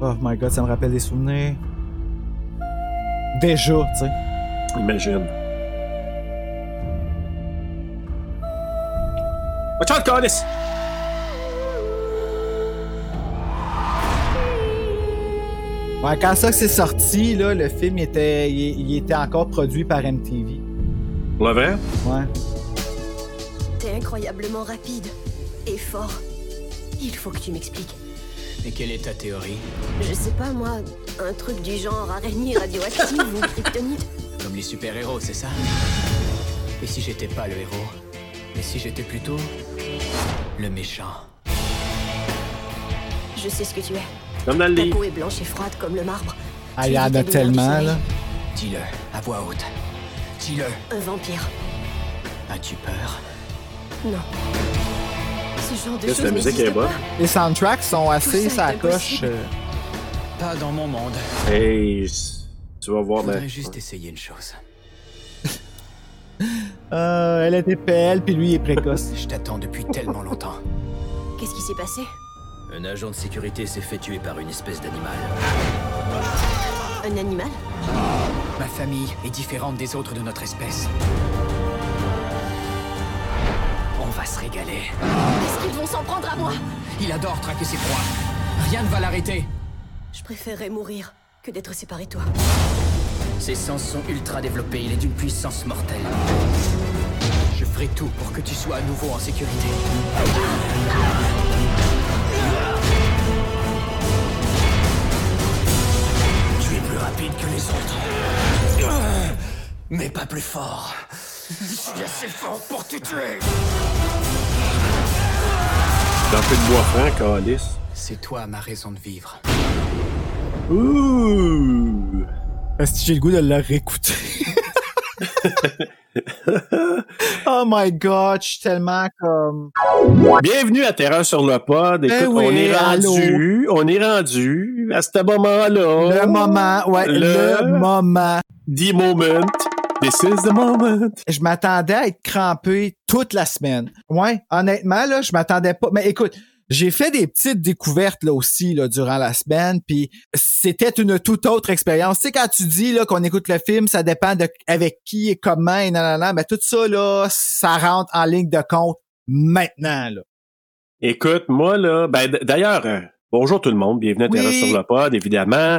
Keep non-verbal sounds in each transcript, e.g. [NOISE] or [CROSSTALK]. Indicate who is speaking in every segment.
Speaker 1: Oh my god, ça me rappelle des souvenirs. Déjà, tu sais.
Speaker 2: Imagine. Watch out, Cordis!
Speaker 1: Ouais, quand ça que c'est sorti, là, le film était, il, il était encore produit par MTV.
Speaker 2: Pour le vrai?
Speaker 1: Ouais.
Speaker 3: T'es incroyablement rapide et fort. Il faut que tu m'expliques.
Speaker 4: Et quelle est ta théorie
Speaker 3: Je sais pas, moi, un truc du genre araignée radioactive ou kryptonite.
Speaker 4: Comme les super-héros, c'est ça Et si j'étais pas le héros Et si j'étais plutôt le méchant
Speaker 3: Je sais ce que tu es.
Speaker 2: Comme dans le
Speaker 3: Ta
Speaker 2: livre.
Speaker 3: peau est blanche et froide comme le marbre.
Speaker 1: Ah,
Speaker 3: Tu
Speaker 1: il y
Speaker 3: vis
Speaker 1: en
Speaker 3: tes
Speaker 1: a
Speaker 3: douleurs
Speaker 1: tellement,
Speaker 3: du
Speaker 1: là.
Speaker 3: sommeil.
Speaker 4: Dis-le à voix haute. Dis-le.
Speaker 3: Un vampire.
Speaker 4: As-tu peur
Speaker 3: Non. Ce genre de
Speaker 2: Juste,
Speaker 3: choses
Speaker 2: la musique
Speaker 3: n'existe
Speaker 2: est bonne.
Speaker 3: pas.
Speaker 1: Les soundtracks sont assez,
Speaker 3: ça
Speaker 1: ça
Speaker 3: est
Speaker 1: coche. euh,
Speaker 4: Pas dans mon monde.
Speaker 2: Hey, tu vas voir,
Speaker 4: Je voudrais
Speaker 2: mais.
Speaker 4: juste essayer une chose.
Speaker 1: Euh, elle était pelle, puis lui, il est précoce.
Speaker 4: Je t'attends depuis tellement longtemps.
Speaker 3: Qu'est-ce qui s'est passé
Speaker 4: [LAUGHS] Un agent de sécurité s'est fait tuer par une espèce d'animal.
Speaker 3: Un animal
Speaker 4: Ma famille est différente des autres de notre espèce. On va se régaler.
Speaker 3: Est-ce qu'ils vont s'en prendre à moi
Speaker 4: Il adore traquer ses proies. Rien ne va l'arrêter.
Speaker 3: Je préférerais mourir que d'être séparé de toi.
Speaker 4: Ses sens sont ultra développés, il est d'une puissance mortelle. Je ferai tout pour que tu sois à nouveau en sécurité. Tu es plus rapide que les autres. Mais pas plus fort. Je suis assez fort pour te tuer.
Speaker 2: Dans un peu de bois franc, Cordis.
Speaker 4: C'est toi ma raison de vivre.
Speaker 2: Ouh!
Speaker 1: [LAUGHS] Est-ce que j'ai le goût de le réécouter? [LAUGHS] oh my god, je suis tellement comme.
Speaker 2: Bienvenue à Terreur sur le pod. Écoute,
Speaker 1: Ben oui,
Speaker 2: on est
Speaker 1: allô.
Speaker 2: rendu, on est rendu à ce moment-là.
Speaker 1: Le moment, ouais,
Speaker 2: Le-
Speaker 1: Oh le, moment.
Speaker 2: The moment. This is the moment.
Speaker 1: Je m'attendais à être crampé toute la semaine. Ouais, honnêtement, là, je m'attendais pas. Mais écoute, j'ai fait des petites découvertes là aussi là, durant la semaine, puis c'était une toute autre expérience. Tu sais, quand tu dis là qu'on écoute le film, ça dépend de avec qui et comment et nanana, mais tout ça, là, ça rentre en ligne de compte maintenant. Là.
Speaker 2: Écoute, moi, là, ben, d- d'ailleurs, euh, bonjour tout le monde. Bienvenue à
Speaker 1: Oui.
Speaker 2: Terreur sur le pod, évidemment.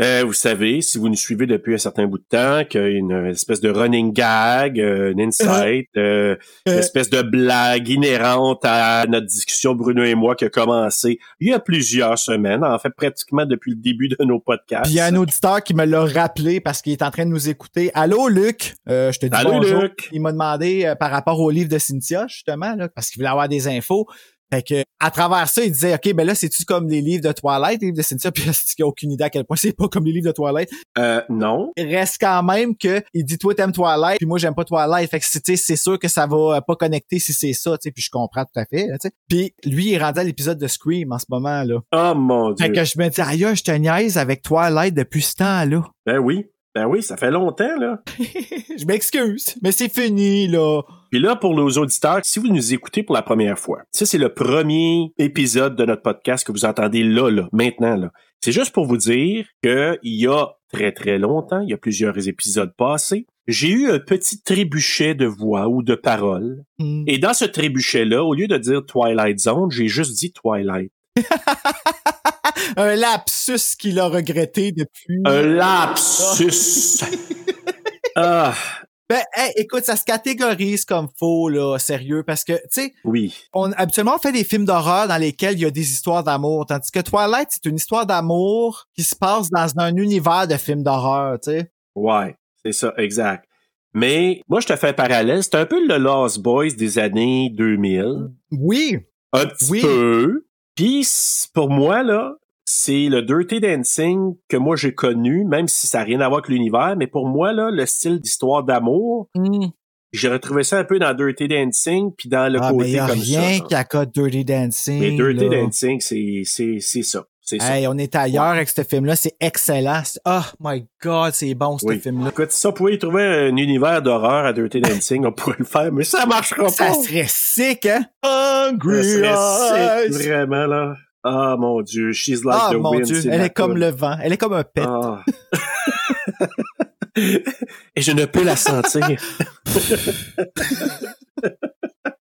Speaker 2: Euh, vous savez, si vous nous suivez depuis un certain bout de temps, qu'il y a une espèce de running gag, euh, une insight, euh, une
Speaker 1: [LAUGHS] Euh.
Speaker 2: espèce de blague inhérente à notre discussion Bruno et moi qui a commencé il y a plusieurs semaines, en fait pratiquement depuis le début de nos podcasts.
Speaker 1: Puis il y a un auditeur qui me l'a rappelé parce qu'il est en train de nous écouter. Allô, Luc? Euh, je te dis
Speaker 2: Allô,
Speaker 1: bonjour.
Speaker 2: Luc.
Speaker 1: Il m'a demandé euh, par rapport au livre de Cynthia, justement, là, parce qu'il voulait avoir des infos. Fait que, à travers ça, il disait, OK, ben là, c'est-tu comme les livres de Twilight, les livres de Cynthia? [LAUGHS] Puis il a aucune idée à quel point c'est pas comme les livres de Twilight.
Speaker 2: Euh, non.
Speaker 1: Il reste quand même que, il dit, toi, t'aimes Twilight, puis moi, j'aime pas Twilight. Fait que, c'est- tu sais, c'est sûr que ça va euh, pas connecter si c'est ça, tu sais, puis je comprends tout à fait, là, tu sais. Puis lui, il est rendu à l'épisode de Scream en ce moment, là.
Speaker 2: Oh mon dieu.
Speaker 1: Fait que je me dis, aïe, je te niaise avec Twilight depuis ce temps-là.
Speaker 2: Ben oui. Ben oui, ça fait longtemps, là.
Speaker 1: je m'excuse, mais c'est fini, là.
Speaker 2: Puis là, pour nos auditeurs, si vous nous écoutez pour la première fois, ça, c'est le premier épisode de notre podcast que vous entendez là, là, maintenant, là. C'est juste pour vous dire que il y a très, très longtemps, il y a plusieurs épisodes passés, j'ai eu un petit trébuchet de voix ou de parole.
Speaker 1: Hmm.
Speaker 2: Et dans ce trébuchet-là, au lieu de dire Twilight Zone, j'ai juste dit Twilight.
Speaker 1: Un lapsus qu'il a regretté depuis.
Speaker 2: Un lapsus! ah,
Speaker 1: Ben, hey, écoute, ça se catégorise comme faux, là, sérieux, parce que, tu sais,
Speaker 2: oui.
Speaker 1: on, habituellement, on fait des films d'horreur dans lesquels il y a des histoires d'amour, tandis que Twilight, c'est une histoire d'amour qui se passe dans un univers de films d'horreur, tu sais.
Speaker 2: Ouais, c'est ça, exact. Mais moi, je te fais un parallèle. C'est un peu le Lost Boys des années 2000.
Speaker 1: Oui,
Speaker 2: Un petit
Speaker 1: Oui.
Speaker 2: peu. Puis, c- pour moi, là, c'est le Dirty Dancing que moi j'ai connu, même si ça n'a rien à voir avec l'univers. Mais pour moi, là, le style d'histoire d'amour, j'ai retrouvé ça un peu dans Dirty Dancing, puis dans Hmm. le
Speaker 1: ah, mais
Speaker 2: côté
Speaker 1: y a
Speaker 2: comme
Speaker 1: rien
Speaker 2: ça.
Speaker 1: qui accote Dirty Dancing.
Speaker 2: Mais Dirty
Speaker 1: là.
Speaker 2: Dancing, c'est, c'est, c'est ça. C'est ça.
Speaker 1: Hey, on est ailleurs avec ce film-là, c'est excellent. C'est- Oh my god, c'est bon ce
Speaker 2: Oui.
Speaker 1: film-là.
Speaker 2: Écoute, si on pouvait y trouver un univers d'horreur à Dirty Dancing, on pourrait le faire, mais ça marchera
Speaker 1: Ça
Speaker 2: pas.
Speaker 1: serait sick, hein?
Speaker 2: Ça
Speaker 1: Oh, Hungry
Speaker 2: serait sick,
Speaker 1: Eyes.
Speaker 2: vraiment, là. Ah, mon Dieu. She's like
Speaker 1: ah
Speaker 2: the
Speaker 1: mon
Speaker 2: wind.
Speaker 1: dieu,
Speaker 2: c'est
Speaker 1: elle
Speaker 2: ma
Speaker 1: est comme
Speaker 2: toune.
Speaker 1: le vent, elle est comme un pet.
Speaker 2: Ah.
Speaker 1: [LAUGHS]
Speaker 2: Et je ne peux la sentir. [LAUGHS]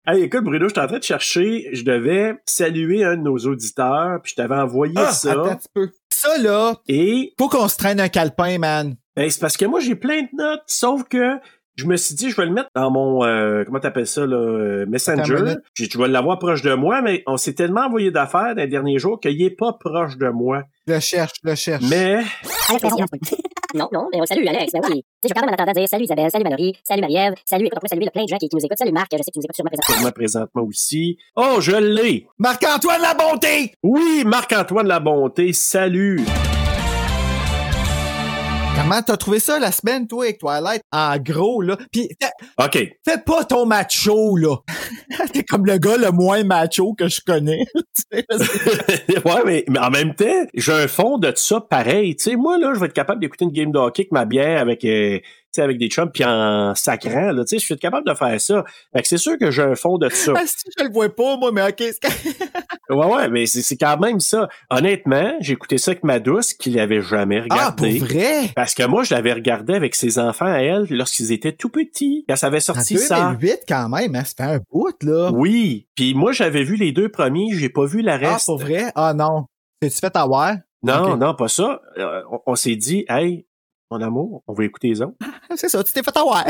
Speaker 2: Hey, écoute, Bruno, je suis en train de chercher. Je devais saluer un de nos auditeurs, puis je t'avais envoyé
Speaker 1: Ah,
Speaker 2: ça.
Speaker 1: attends un petit peu. Ça là,
Speaker 2: Et
Speaker 1: faut qu'on se traîne un calepin, man.
Speaker 2: Ben, c'est parce que moi, j'ai plein de notes, sauf que je me suis dit, je vais le mettre dans mon, euh, comment t'appelles ça, là, euh,
Speaker 1: Attends une
Speaker 2: Messenger.
Speaker 1: minute.
Speaker 2: J'ai dit, je vais l'avoir proche de moi, mais on s'est tellement envoyé d'affaires dans les derniers jours qu'il est pas proche de moi.
Speaker 1: Je le cherche, je le cherche.
Speaker 2: Mais,
Speaker 5: Alex, vas-y, lance-toi. [LAUGHS] non, non, mais on salue Alex, ben oui. Tu sais, je vais quand même en attendant dire salut Isabelle, salut Mallory, salut Marie-Ève, salut, écoute, on pourrait saluer le plein de gens qui, qui nous écoutent. Salut Marc, je sais que tu nous écoutes sûrement
Speaker 2: pour
Speaker 5: présentement.
Speaker 2: moi, présentement aussi. Oh, je l'ai!
Speaker 1: Marc-Antoine La Bonté!
Speaker 2: Oui, Marc-Antoine La Bonté, salut!
Speaker 1: Comment t'as trouvé ça la semaine, toi, avec Twilight? En gros, là. Puis fais-
Speaker 2: OK. [LAUGHS]
Speaker 1: fais pas ton macho, là. [LAUGHS] T'es comme le gars le moins macho que je connais. [LAUGHS] Tu sais, là, c'est-
Speaker 2: ouais, mais, mais en même temps, j'ai un fond de ça pareil. Tu sais, moi, là, je vais être capable d'écouter une game de hockey avec ma bière, avec, euh, tu sais, avec des chums, puis en sacrant, là. Tu sais, je suis capable de faire ça. Fait que c'est sûr que j'ai un fond de ça.
Speaker 1: Ah, si, je le vois pas, moi, mais ok. c'est-
Speaker 2: ouais, ouais, mais c'est c'est quand même ça. Honnêtement, j'ai écouté ça avec ma douce, qui l'avait jamais
Speaker 1: Ah, pour
Speaker 2: regardé.
Speaker 1: vrai?
Speaker 2: parce que moi, je l'avais regardé avec ses enfants à elle lorsqu'ils étaient tout petits. Quand ça avait
Speaker 1: En
Speaker 2: sorti ça.
Speaker 1: 2008, quand même, hein, c'était un bout, là.
Speaker 2: Oui. Puis moi, j'avais vu les deux premiers, j'ai pas vu la
Speaker 1: Ah,
Speaker 2: reste.
Speaker 1: pour vrai? Ah, non. T'es-tu fait avoir?
Speaker 2: Non,
Speaker 1: Ok.
Speaker 2: non, pas ça. Euh, on on s'est dit, hey, mon amour, on va écouter les autres.
Speaker 1: Ah, C'est ça, tu t'es fait avoir.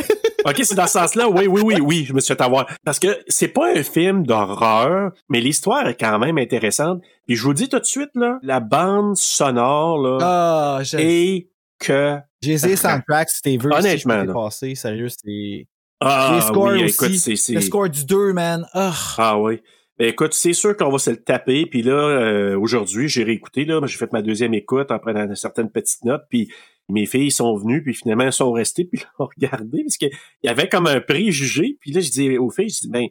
Speaker 2: OK, c'est dans ce sens-là. Oui, oui, oui, oui, je me suis fait avoir. Parce que c'est pas un film d'horreur, mais l'histoire est quand même intéressante. Puis je vous dis tout de suite, là, la bande sonore, là,
Speaker 1: Ah, j'ai
Speaker 2: est que...
Speaker 1: j'ai
Speaker 2: [LAUGHS]
Speaker 1: essayé soundtrack, si t'es vu. aussi,
Speaker 2: Honnêtement,
Speaker 1: je peux
Speaker 2: là.
Speaker 1: passer, sérieux, c'est...
Speaker 2: Ah,
Speaker 1: Les scores
Speaker 2: oui,
Speaker 1: aussi.
Speaker 2: écoute, c'est... c'est-
Speaker 1: Le score du 2, man. Ah.
Speaker 2: Ah oui. Ben, écoute, c'est sûr qu'on va se le taper. Puis là, euh, aujourd'hui, j'ai réécouté, là, j'ai fait ma deuxième écoute en prenant certaines petites notes. Puis mes filles sont venues, puis finalement, elles sont restées, [LAUGHS] puis l'ont regardé, parce qu'il y avait comme un préjugé. Puis là, je dis aux filles, je dis, ben,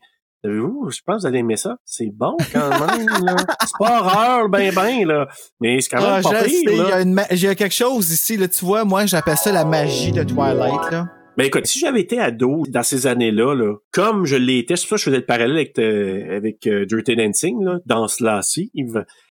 Speaker 2: savez-vous, je pense que vous allez aimer ça. C'est bon quand même,
Speaker 1: [LAUGHS]
Speaker 2: là. C'est pas horreur, ben, ben, là. Mais c'est quand même
Speaker 1: Ah, je
Speaker 2: pas
Speaker 1: sais,
Speaker 2: pire,
Speaker 1: il y,
Speaker 2: là.
Speaker 1: a une ma- il y a quelque chose ici, là, tu vois, moi j'appelle ça la magie de Twilight. Là.
Speaker 2: Ben écoute, si j'avais été ado dans ces années-là, là, comme je l'étais, c'est pour ça que je faisais le parallèle avec, euh, avec euh, Dirty Dancing, là, dans cela-ci,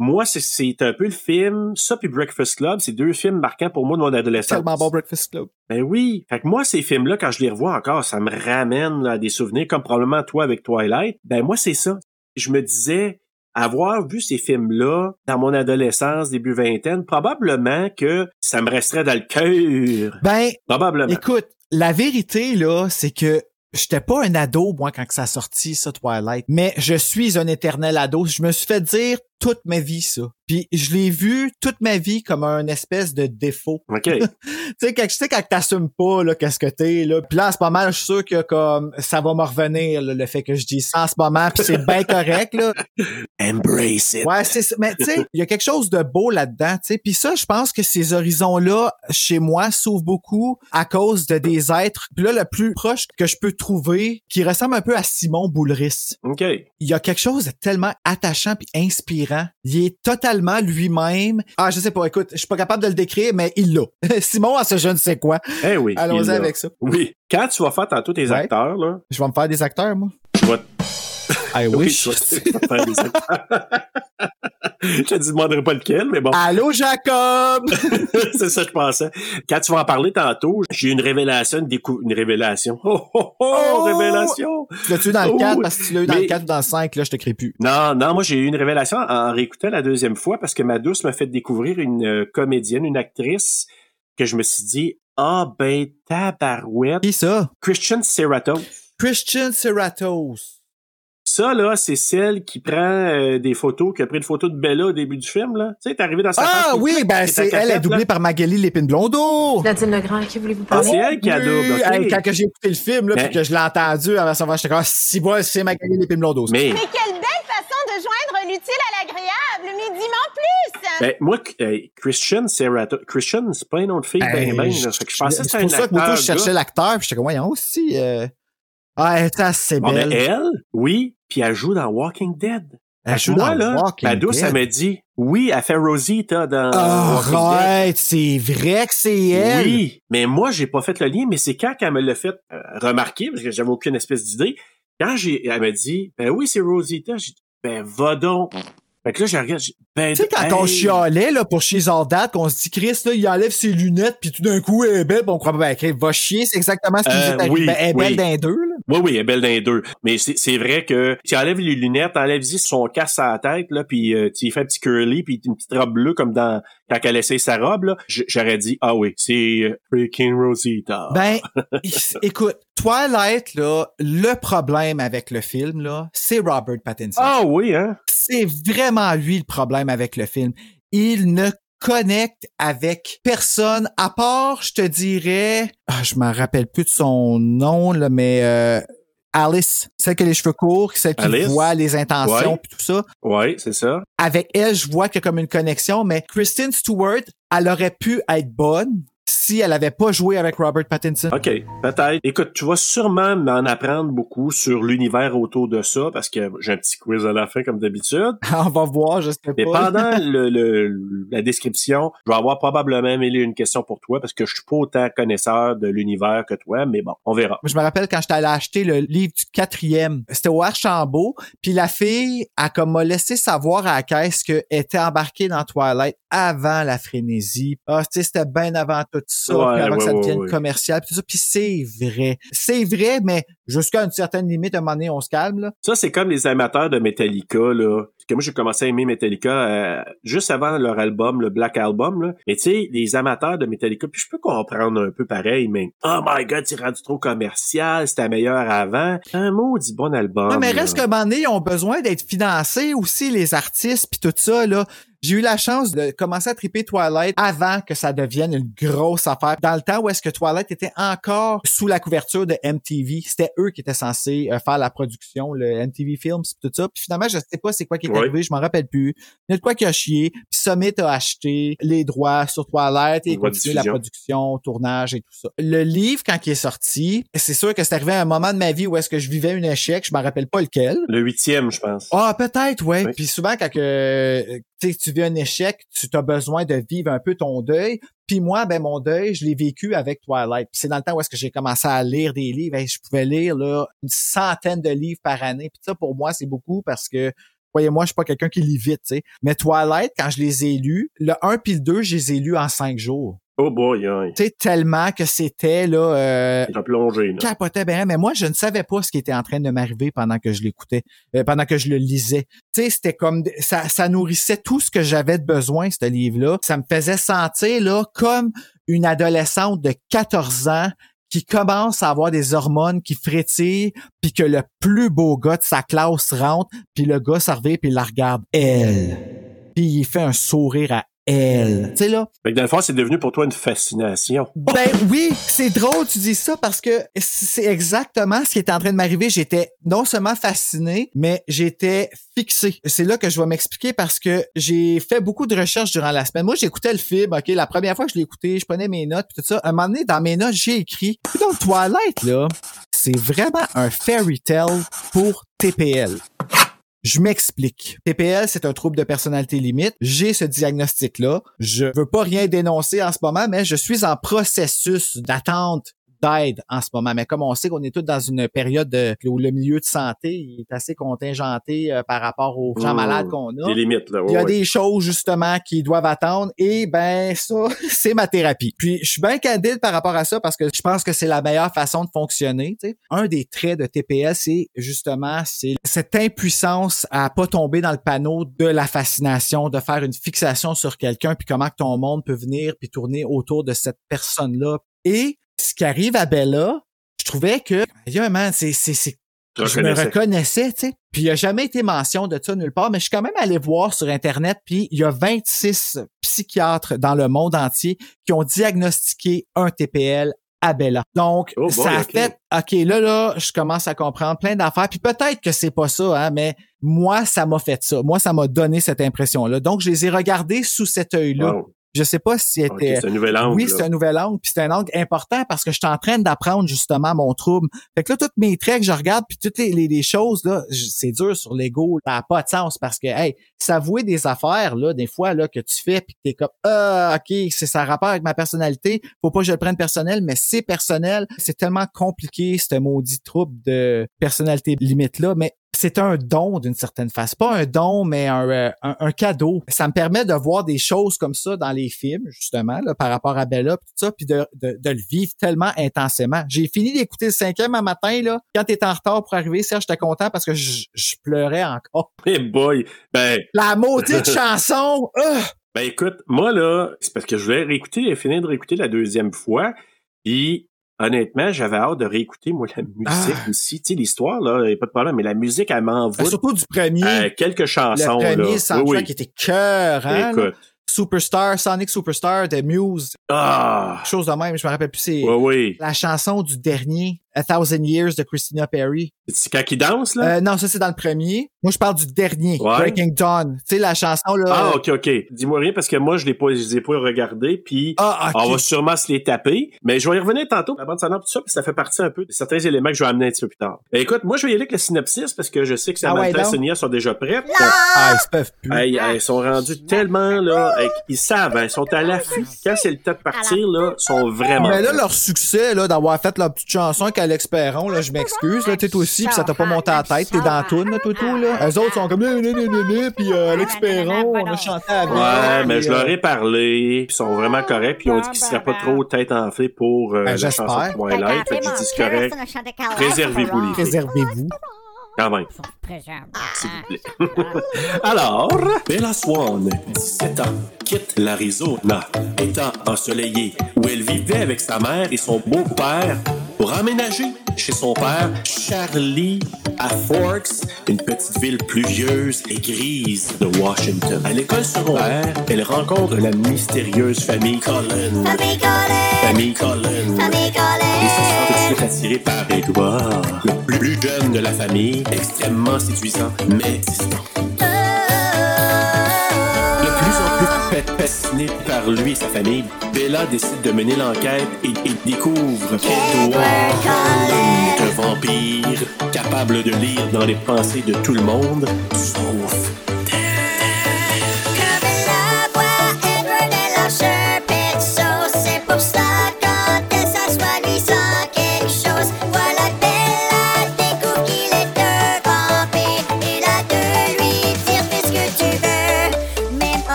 Speaker 2: moi, c'est- c'est un peu le film, ça puis Breakfast Club, c'est deux films marquants pour moi de mon adolescence.
Speaker 1: Tellement bon Breakfast Club.
Speaker 2: Ben oui. Fait que moi, ces films-là, quand je les revois encore, ça me ramène là, à des souvenirs, comme probablement toi avec Twilight. Ben moi, c'est ça. Je me disais, avoir vu ces films-là dans mon adolescence, début vingtaine, probablement que ça me resterait dans le cœur.
Speaker 1: Ben,
Speaker 2: Probablement.
Speaker 1: écoute, la vérité là, c'est que j'étais pas un ado moi quand que ça a sorti ça Twilight, mais je suis un éternel ado. Je me suis fait dire toute ma vie ça. Puis je l'ai vu toute ma vie comme un espèce de défaut.
Speaker 2: OK.
Speaker 1: Tu sais, quand, tu sais, quand t'assumes pas, là, qu'est-ce que t'es, là. Puis là, en ce moment, là, je suis sûr que, comme, ça va me revenir, là, le fait que je dis ça en ce moment, puis c'est bien [LAUGHS] correct, là.
Speaker 2: Embrace it.
Speaker 1: Ouais, c'est ça. Mais tu sais, il y a quelque chose de beau là-dedans, tu sais. Puis ça, je pense que ces horizons-là, chez moi, s'ouvrent beaucoup à cause de des êtres. Puis là, le plus proche que je peux trouver, qui ressemble un peu à Simon Boulris.
Speaker 2: OK. Eh
Speaker 1: Il y a quelque chose de tellement attachant puis inspirant. Il est totalement lui-même. Ah, je sais pas, écoute, je suis pas capable de le décrire, mais il l'a. [LAUGHS] Simon a ce je ne sais quoi.
Speaker 2: Eh oui. il
Speaker 1: Allons-y
Speaker 2: l'a.
Speaker 1: avec ça.
Speaker 2: Oui. Quand tu vas faire tantôt tes
Speaker 1: Ouais.
Speaker 2: acteurs, là,
Speaker 1: Je vais me faire des acteurs, moi.
Speaker 2: tu vas te [LAUGHS]
Speaker 1: I wish.
Speaker 2: tu vas te faire des acteurs. [LAUGHS] je te demanderai pas lequel, mais bon,
Speaker 1: Allô, Jacob!
Speaker 2: [LAUGHS] c'est ça que je pensais. Quand tu vas en parler tantôt, j'ai eu une révélation, une, décou- une révélation. [LAUGHS] Oh, oh, oh,
Speaker 1: Oh!
Speaker 2: révélation!
Speaker 1: tu l'as-tu eu dans le
Speaker 2: Oh,
Speaker 1: 4 parce que tu l'as eu dans
Speaker 2: mais-
Speaker 1: le 4 ou dans le 5, là, je te crée plus.
Speaker 2: Non, non, moi j'ai eu une révélation en réécoutant la deuxième fois parce que ma douce m'a fait découvrir une euh, comédienne, une actrice que je me suis dit, ah ben tabarouette,
Speaker 1: Qui ça?
Speaker 2: Christian Serrato.
Speaker 1: Christian Serratos.
Speaker 2: Ça, là, c'est celle qui prend euh, des photos, qui a pris une photo de Bella au début du film, là. Tu sais, t'es arrivé dans sa
Speaker 1: Ah
Speaker 2: face,
Speaker 1: oui,
Speaker 2: puis-
Speaker 1: ben
Speaker 2: puis ta
Speaker 1: c'est elle est
Speaker 2: cassette,
Speaker 1: doublée
Speaker 2: là.
Speaker 1: par Magali Lépine Blondeau.
Speaker 6: Nadine Legrand, qui voulez-vous
Speaker 2: Ah,
Speaker 6: parler?
Speaker 2: c'est elle qui a double,
Speaker 1: Oui,
Speaker 2: ok. Ben.
Speaker 1: hey, quand que j'ai écouté le film là,
Speaker 2: Mais-
Speaker 1: puis que je l'ai entendu avant son j'étais comme Ah, si bon, c'est Magali Lépine Blondeau. ça.
Speaker 2: Mais,
Speaker 7: Quelle belle façon de joindre l'utile à l'agréable, mais dis-m'en plus!
Speaker 2: ben, moi, euh, Christian Serrato, Christian, c'est pas un nom de fille, ben,
Speaker 1: Ben,
Speaker 2: ben, là.
Speaker 1: je-
Speaker 2: Fait que je pensais que
Speaker 1: c'est
Speaker 2: c'était un
Speaker 1: pour ça que moi,
Speaker 2: acteur,
Speaker 1: je
Speaker 2: gars.
Speaker 1: cherchais l'acteur, puis j'étais comme voyons aussi. Euh... Ah, elle est assez
Speaker 2: Bon, ben,
Speaker 1: belle.
Speaker 2: elle, oui, puis elle joue dans Walking Dead.
Speaker 1: Elle joue
Speaker 2: moi,
Speaker 1: dans
Speaker 2: là,
Speaker 1: Walking
Speaker 2: ma douce,
Speaker 1: Dead. Ah,
Speaker 2: elle me dit, oui, elle fait Rosita dans Walking Dead.
Speaker 1: Arrête, c'est vrai que c'est elle.
Speaker 2: Oui, mais moi, j'ai pas fait le lien, mais c'est quand qu'elle me l'a fait euh, remarquer, parce que j'avais aucune espèce d'idée, quand j'ai, elle me dit, ben oui, c'est Rosita, j'ai dit, ben va donc. Fait que là, je regarde, j'ai dit, ben
Speaker 1: Tu sais, quand on
Speaker 2: hey.
Speaker 1: chialait là, pour chez Zordat, qu'on se dit, Chris, là, il enlève ses lunettes, puis tout d'un coup, elle est belle, puis on croit, ben, Chris, va chier, c'est exactement ce qui
Speaker 2: Euh,
Speaker 1: nous est arrivé.
Speaker 2: oui,
Speaker 1: Ben, elle est belle
Speaker 2: oui.
Speaker 1: d'un deux, là.
Speaker 2: Oui, oui, elle est belle dans les deux. Mais c'est c'est vrai que tu enlèves les lunettes, enlèves-y son casse à la tête, là, puis euh, tu y fais un petit curly, puis une petite robe bleue comme dans quand elle essaie sa robe, là, j- j'aurais dit, ah oui, c'est euh, freaking Rosita. [LAUGHS]
Speaker 1: Ben, écoute, Twilight, là, le problème avec le film, là, c'est Robert Pattinson.
Speaker 2: ah oui, hein?
Speaker 1: C'est vraiment lui le problème avec le film. Il ne connecte avec personne, à part, je te dirais, ah, je m'en rappelle plus de son nom, là, mais euh, Alice, celle qui a les cheveux courts, celle qui
Speaker 2: Alice?
Speaker 1: voit les intentions,
Speaker 2: Ouais.
Speaker 1: puis tout ça.
Speaker 2: Ouais, c'est ça.
Speaker 1: Avec elle, je vois qu'il y a comme une connexion, mais Kristen Stewart, elle aurait pu être bonne si elle avait pas joué avec Robert Pattinson.
Speaker 2: OK, peut-être. Écoute, tu vas sûrement m'en apprendre beaucoup sur l'univers autour de ça, parce que j'ai un petit quiz à la fin, comme d'habitude.
Speaker 1: [LAUGHS] On va voir, je sais
Speaker 2: Mais
Speaker 1: pas.
Speaker 2: Ah. pendant le, le- la description, je vais avoir probablement mille et une question pour toi, parce que je suis pas autant connaisseur de l'univers que toi, mais bon, on verra.
Speaker 1: Je me rappelle quand j'étais allé acheter le livre du quatrième, c'était au Archambault, puis la fille a comme m'a laissé savoir à la caisse qu'elle était embarquée dans Twilight avant la frénésie. Ah, tu sais, c'était bien avant tout ça,
Speaker 2: Ouais,
Speaker 1: puis avant que
Speaker 2: ouais,
Speaker 1: ça
Speaker 2: ouais,
Speaker 1: devienne
Speaker 2: ouais.
Speaker 1: commercial, puis tout ça. Puis c'est vrai. C'est vrai, mais jusqu'à une certaine limite, à un moment donné, on se calme, là.
Speaker 2: Ça, c'est comme les amateurs de Metallica, là. Parce que moi, j'ai commencé à aimer Metallica euh, juste avant leur album, le Black Album, là. Mais tu sais, les amateurs de Metallica, puis je peux comprendre un peu pareil, mais « Oh my God, c'est rendu trop commercial, c'était meilleur avant. » Un maudit bon album.
Speaker 1: Non, mais
Speaker 2: là.
Speaker 1: reste qu'à un moment donné, ils ont besoin d'être financés aussi, les artistes, puis tout ça, là. J'ai eu la chance de commencer à triper Twilight avant que ça devienne une grosse affaire. Dans le temps où est-ce que Twilight était encore sous la couverture de MTV, c'était eux qui étaient censés euh, faire la production, le MTV Films, pis tout ça. Puis finalement, je sais pas c'est quoi qui est
Speaker 2: Ouais.
Speaker 1: arrivé, je m'en rappelle plus. Il y a de quoi qui a chié. Puis Summit a acheté les droits sur Twilight et
Speaker 2: Les droits de
Speaker 1: continué la
Speaker 2: diffusion.
Speaker 1: production, tournage et tout ça. Le livre, quand il est sorti, c'est sûr que c'est arrivé à un moment de ma vie où est-ce que je vivais un échec, je m'en rappelle pas lequel.
Speaker 2: Le huitième, je pense.
Speaker 1: Ah, peut-être, ouais.
Speaker 2: Oui.
Speaker 1: Puis souvent, quand que, tu sais, tu vis un échec, tu as besoin de vivre un peu ton deuil. Puis moi, ben mon deuil, je l'ai vécu avec Twilight. Puis c'est dans le temps où est-ce que j'ai commencé à lire des livres. Hey, je pouvais lire là, une centaine de livres par année. Puis ça, pour moi, c'est beaucoup parce que, voyez-moi, je suis pas quelqu'un qui lit vite, tu sais. Mais Twilight, quand je les ai lus, le 1 puis le 2, je les ai lus en cinq jours.
Speaker 2: Oh boy, hein.
Speaker 1: Tu sais, tellement que c'était là... euh,
Speaker 2: T'as plongé, là.
Speaker 1: capotais ben, mais moi, je ne savais pas ce qui était en train de m'arriver pendant que je l'écoutais, euh, pendant que je le lisais. Tu sais, c'était comme, ça, ça nourrissait tout ce que j'avais de besoin, ce livre-là. Ça me faisait sentir, là, comme une adolescente de 14 ans qui commence à avoir des hormones qui frétillent, puis que le plus beau gars de sa classe rentre, puis le gars s'en revient, puis il la regarde. Elle. Puis il fait un sourire à elle. Tu sais, là,
Speaker 2: Fait que dans le fond, c'est devenu pour toi une fascination.
Speaker 1: ben oui, c'est drôle tu dis ça parce que c'est exactement ce qui est en train de m'arriver. J'étais non seulement fasciné, mais j'étais fixé. C'est là que je vais m'expliquer parce que j'ai fait beaucoup de recherches durant la semaine. Moi, j'écoutais le film, OK, la première fois que je l'ai écouté, je prenais mes notes puis tout ça. À un moment donné, dans mes notes, j'ai écrit « Dans Twilight, là, c'est vraiment un fairy tale pour TPL. » Je m'explique. TPL, c'est un trouble de personnalité limite. J'ai ce diagnostic-là. Je veux pas rien dénoncer en ce moment, mais je suis en processus d'attente d'aide en ce moment. Mais comme on sait qu'on est tous dans une période de- où le milieu de santé est assez contingenté euh, par rapport aux gens
Speaker 2: Mmh.
Speaker 1: malades qu'on a.
Speaker 2: Des limites, là. ouais,
Speaker 1: Il y a
Speaker 2: ouais.
Speaker 1: des choses justement qui doivent attendre et ben ça, [LAUGHS] c'est ma thérapie. Puis je suis bien candide par rapport à ça parce que je pense que c'est la meilleure façon de fonctionner. tu sais. Un des traits de TPS, c'est justement c'est cette impuissance à pas tomber dans le panneau de la fascination, de faire une fixation sur quelqu'un, puis comment que ton monde peut venir puis tourner autour de cette personne-là. Et ce qui arrive à Bella, je trouvais que, Aïe, man, c'est c'est- c'est
Speaker 2: Tu
Speaker 1: je me
Speaker 2: reconnaissais.
Speaker 1: reconnaissais, tu sais. Puis il n'y a jamais été mention de ça nulle part, mais je suis quand même allé voir sur Internet, puis il y a 26 psychiatres dans le monde entier qui ont diagnostiqué un TPL à Bella. Donc,
Speaker 2: Oh boy,
Speaker 1: ça a
Speaker 2: ok.
Speaker 1: fait, OK, là, là, je commence à comprendre plein d'affaires, puis peut-être que c'est pas ça, hein, mais moi, ça m'a fait ça. Moi, ça m'a donné cette impression-là. Donc, je les ai regardés sous cet œil-là.
Speaker 2: Wow.
Speaker 1: Je sais pas si
Speaker 2: Ok,
Speaker 1: c'était...
Speaker 2: c'est un nouvel angle.
Speaker 1: Oui,
Speaker 2: là.
Speaker 1: c'est un nouvel angle, puis c'est un angle important parce que je suis en train d'apprendre justement mon trouble. Fait que là, toutes mes traits que je regarde, puis toutes les, les- les choses, là, j- c'est dur sur l'ego, ça n'a pas de sens parce que, hey, s'avouer des affaires, là, des fois, là, que tu fais, puis que t'es comme, ah, ok, c'est ça a rapport avec ma personnalité, faut pas que je le prenne personnel, mais c'est personnel. C'est tellement compliqué, ce maudit trouble de personnalité limite-là, mais c'est un don d'une certaine façon. Pas un don, mais un, euh, un- un cadeau. Ça me permet de voir des choses comme ça dans les films, justement, là, par rapport à Bella, pis tout ça, puis de, de- de le vivre tellement intensément. J'ai fini d'écouter le cinquième un matin, là. Quand t'es en retard pour arriver, Serge, j'étais content parce que je, je pleurais encore.
Speaker 2: Eh boy! Ben, [LAUGHS]
Speaker 1: La maudite chanson! Ah!
Speaker 2: ben écoute, moi là, c'est parce que je voulais réécouter, finir de réécouter la deuxième fois. Puis honnêtement, j'avais hâte de réécouter moi la musique
Speaker 1: Ah!
Speaker 2: aussi. Tu sais, l'histoire, là, y a pas de problème, mais la musique, elle m'envoie
Speaker 1: Surtout du premier.
Speaker 2: à quelques
Speaker 1: le
Speaker 2: chansons.
Speaker 1: premier
Speaker 2: là.
Speaker 1: soundtrack
Speaker 2: Oui,
Speaker 1: qui
Speaker 2: oui.
Speaker 1: était cœur, hein? là.
Speaker 2: Écoute.
Speaker 1: Superstar, Sonic Superstar de Muse.
Speaker 2: Ah!
Speaker 1: Chose de même, je me rappelle plus c'est
Speaker 2: Oui, oui.
Speaker 1: la chanson du dernier, A Thousand Years de Christina Perry.
Speaker 2: C'est quand il danse, là?
Speaker 1: Euh, non, ça c'est dans le premier. Moi, je parle du dernier,
Speaker 2: Ouais.
Speaker 1: Breaking Dawn. Tu sais, la chanson là.
Speaker 2: ah, ok, ok. Dis-moi rien parce que moi, je l'ai pas, je les ai pas regardés. Puis
Speaker 1: Ah, ok.
Speaker 2: On va sûrement se les taper, mais je vais y revenir tantôt, la bande sonore, tout ça, parce que ça fait partie un peu de certains éléments que je vais amener un petit peu plus tard. Ben, écoute, moi, je vais y aller avec le synopsis, parce que je sais que Samantha
Speaker 1: Ah ouais,
Speaker 2: et
Speaker 1: donc.
Speaker 2: Sonia sont déjà prêtes.
Speaker 1: Ah, ils se peuvent plus.
Speaker 2: Hey, hey, ils sont rendus tellement, là, hey, ils savent, hein, ils sont à l'affût. Quand c'est le temps de partir, là, ils sont vraiment...
Speaker 1: Mais Ben là, leur succès, là, d'avoir fait leur petite chanson avec Alex Perron, là, je m'excuse, là, t'es aussi, pis ça t'a pas monté à la tête, t'es dans la toune, là, tout, tout, là. Eux autres sont comme, né, né, né, né, né, pis euh, Alex Perron, on a chanté avec.
Speaker 2: Ouais, mais
Speaker 1: puis,
Speaker 2: je
Speaker 1: euh,
Speaker 2: leur ai parlé, puis ils sont
Speaker 1: Ah,
Speaker 2: vraiment corrects, puis ils ont dit qu'ils seraient pas trop tête enflée pour euh,
Speaker 1: Ben,
Speaker 2: la
Speaker 1: j'espère.
Speaker 2: chanson de Twilight, fait que j'ai dit c'est correct, Préservez-vous, les filles.
Speaker 1: Préservez-vous.
Speaker 2: quand même. s'il vous plaît. Alors, Bella Swan, 17 ans, quitte l'Arizona, étant ensoleillée, où elle vivait avec sa mère et son beau-père pour emménager chez son père Charlie à Forks, une petite ville pluvieuse et grise de Washington. À l'école secondaire, elle rencontre la mystérieuse famille Collins. Famille Collins. Et se sent tout de suite attiré par Edward, le plus jeune de la famille, extrêmement séduisant, mais distant. De plus en plus pa- fasciné par lui et sa famille, Bella décide de mener l'enquête et, et découvre qu'Edward est un vampire capable de lire dans les pensées de tout le monde, sauf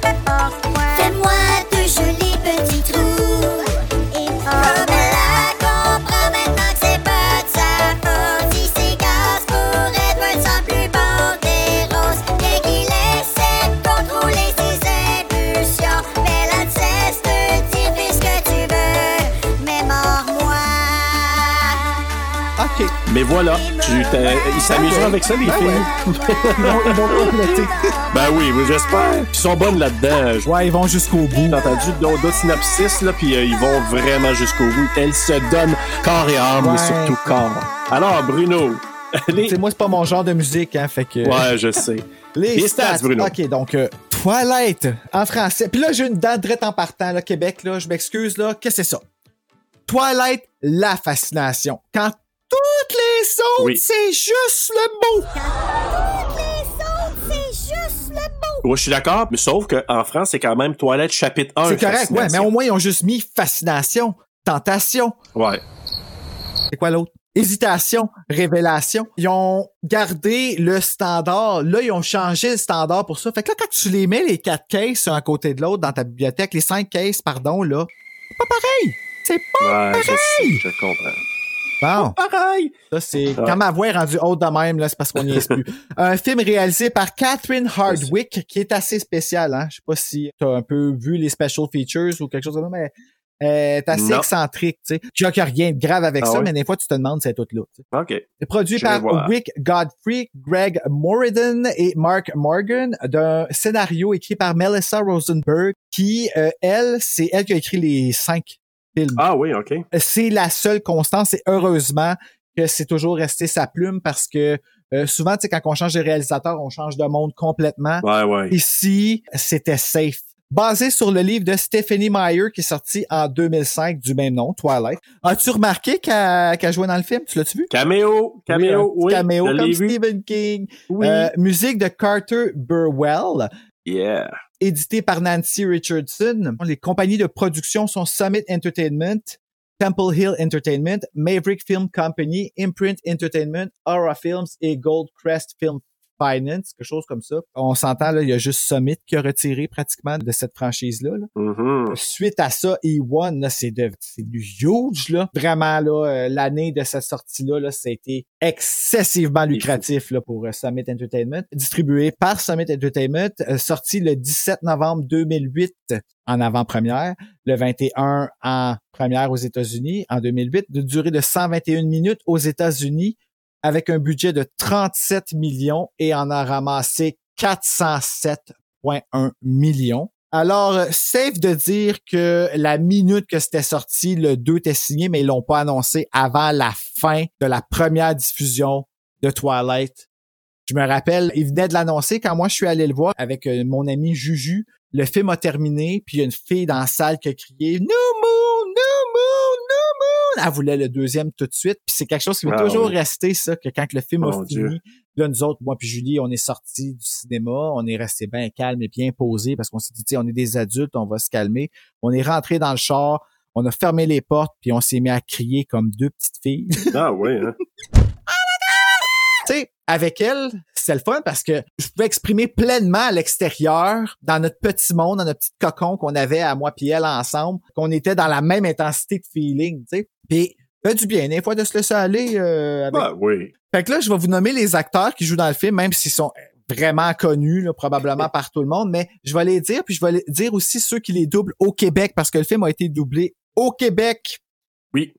Speaker 6: Fais-moi de jolis petits trous. Et comme la comprend maintenant que c'est pas de sa faute. Si c'est gaz pour Edward sans plus bon des roses. Dès qu'il essaie de contrôler ses impulsions. Mais la cesse de dire fais ce que tu veux. Mais mors-moi.
Speaker 1: OK.
Speaker 2: Mais voilà, tu t'as- ils s'amuseront avec ça, les
Speaker 1: Ben
Speaker 2: filles.
Speaker 1: Ils vont, ils vont pas piloter.
Speaker 2: Ben oui, oui, j'espère. Ils sont bonnes là-dedans. Je-
Speaker 1: Ouais, ils vont jusqu'au bout.
Speaker 2: J'ai entendu d'autres d'autres synopsis, là, puis euh, ils vont vraiment jusqu'au bout. Elles se donnent corps et âme, mais
Speaker 1: Ouais.
Speaker 2: surtout corps. Alors, Bruno, les...
Speaker 1: Tu sais, moi, c'est pas mon genre de musique, hein, fait que...
Speaker 2: Ouais, je sais. Les stats, Bruno.
Speaker 1: OK, donc euh, Twilight en français. Puis là, j'ai une date drette en partant, là, Québec, là, je m'excuse, là. Qu'est-ce que c'est ça? Twilight, la fascination. Quand toutes les autres,
Speaker 2: Oui.
Speaker 1: c'est juste le mot.
Speaker 6: C'est juste le mot.
Speaker 2: Ouais, je suis d'accord, mais sauf qu'en France, c'est quand même Toilette chapitre 1.
Speaker 1: C'est correct, ouais, mais
Speaker 2: Fascination.
Speaker 1: au moins, ils ont juste mis fascination, tentation.
Speaker 2: Ouais.
Speaker 1: C'est quoi l'autre? Hésitation, révélation. Ils ont gardé le standard. Là, ils ont changé le standard pour ça. Fait que là, quand tu les mets, les quatre cases, un à côté de l'autre dans ta bibliothèque, les cinq cases, pardon, là, c'est pas pareil. C'est pas
Speaker 2: Ouais, je
Speaker 1: pareil.
Speaker 2: sais, je comprends.
Speaker 1: Bon,
Speaker 2: Pareil!
Speaker 1: ça c'est quand ma voix est rendue haute de même là, c'est parce qu'on n'y
Speaker 2: [LAUGHS]
Speaker 1: est plus. Un film réalisé par Catherine Hardwick qui est assez spécial hein. Je sais pas si tu as un peu vu les special features ou quelque chose comme ça mais elle est assez
Speaker 2: Non.
Speaker 1: excentrique, tu sais. Je qu'il n'y a rien de grave avec
Speaker 2: Ah
Speaker 1: ça,
Speaker 2: oui?
Speaker 1: mais des fois, tu te demandes si elle est toute là. tu sais.
Speaker 2: OK.
Speaker 1: C'est produit
Speaker 2: Je vais
Speaker 1: par
Speaker 2: voir.
Speaker 1: Wick Godfrey, Greg Morridon et Mark Morgan, d'un scénario écrit par Melissa Rosenberg, qui, euh, elle, c'est elle qui a écrit les cinq films.
Speaker 2: Ah oui, OK.
Speaker 1: C'est la seule constance et heureusement que c'est toujours resté sa plume parce que euh, souvent, tu sais, quand on change de réalisateur, on change de monde complètement.
Speaker 2: Ouais, ouais.
Speaker 1: Ici, c'était safe. Basé sur le livre de Stephanie Meyer qui est sorti en 2005 du même nom, Twilight. As-tu remarqué qu'elle qu'elle jouait dans le film? Tu l'as-tu vu?
Speaker 2: Caméo, caméo,
Speaker 1: un petit
Speaker 2: oui.
Speaker 1: caméo
Speaker 2: je l'ai
Speaker 1: comme
Speaker 2: vu.
Speaker 1: Stephen King.
Speaker 2: Oui.
Speaker 1: Euh, musique de Carter Burwell,
Speaker 2: yeah.
Speaker 1: édité par Nancy Richardson. Les compagnies de production sont Summit Entertainment, Temple Hill Entertainment, Maverick Film Company, Imprint Entertainment, Aura Films et Goldcrest Film Finance, quelque chose comme ça. On s'entend, là, il y a juste Summit qui a retiré pratiquement de cette franchise-là. là.
Speaker 2: Mhm.
Speaker 1: Suite à ça, E1, là, c'est de- c'est du huge, là. Vraiment, là, euh, l'année de sa sortie-là, là, ça a été excessivement lucratif, là, pour euh, Summit Entertainment. Distribué par Summit Entertainment, euh, sorti le 17 novembre 2008 en avant-première, le 21 en première aux États-Unis, en 2008, de durée de 121 minutes aux États-Unis, avec un budget de 37 millions et en a ramassé 407,1 millions. Alors, euh, safe de dire que la minute que c'était sorti, le 2 était signé, mais ils l'ont pas annoncé avant la fin de la première diffusion de Twilight. Je me rappelle, ils venaient de l'annoncer quand moi je suis allé le voir avec euh, mon ami Juju. Le film a terminé, puis il y a une fille dans la salle qui a crié No Moon, No Moon, No Moon. Elle voulait le deuxième tout de suite. Puis c'est quelque chose qui m'a
Speaker 2: Ah
Speaker 1: toujours
Speaker 2: oui.
Speaker 1: resté, ça, que quand le film a
Speaker 2: Mon
Speaker 1: fini,
Speaker 2: Dieu.
Speaker 1: Là, nous autres, moi puis Julie, on est sortis du cinéma, on est resté bien calme et bien posé parce qu'on s'est dit, Tiens, on est des adultes, on va se calmer. On est rentré dans le char, on a fermé les portes, puis on s'est mis à crier comme deux petites filles.
Speaker 2: Ah oui, hein.
Speaker 1: tu sais, avec elle, c'était le fun parce que je pouvais exprimer pleinement à l'extérieur, dans notre petit monde, dans notre petit cocon qu'on avait à moi puis elle ensemble, qu'on était dans la même intensité de feeling, tu sais. Puis, fait du bien, des fois, de se laisser aller euh, [LAUGHS] avec
Speaker 2: Ah oui.
Speaker 1: Fait que là, je vais vous nommer les acteurs qui jouent dans le film, même s'ils sont vraiment connus, là, probablement par tout le monde, mais je vais les dire, puis je vais les dire aussi ceux qui les doublent au Québec, parce que le film a été doublé au Québec.
Speaker 2: Oui.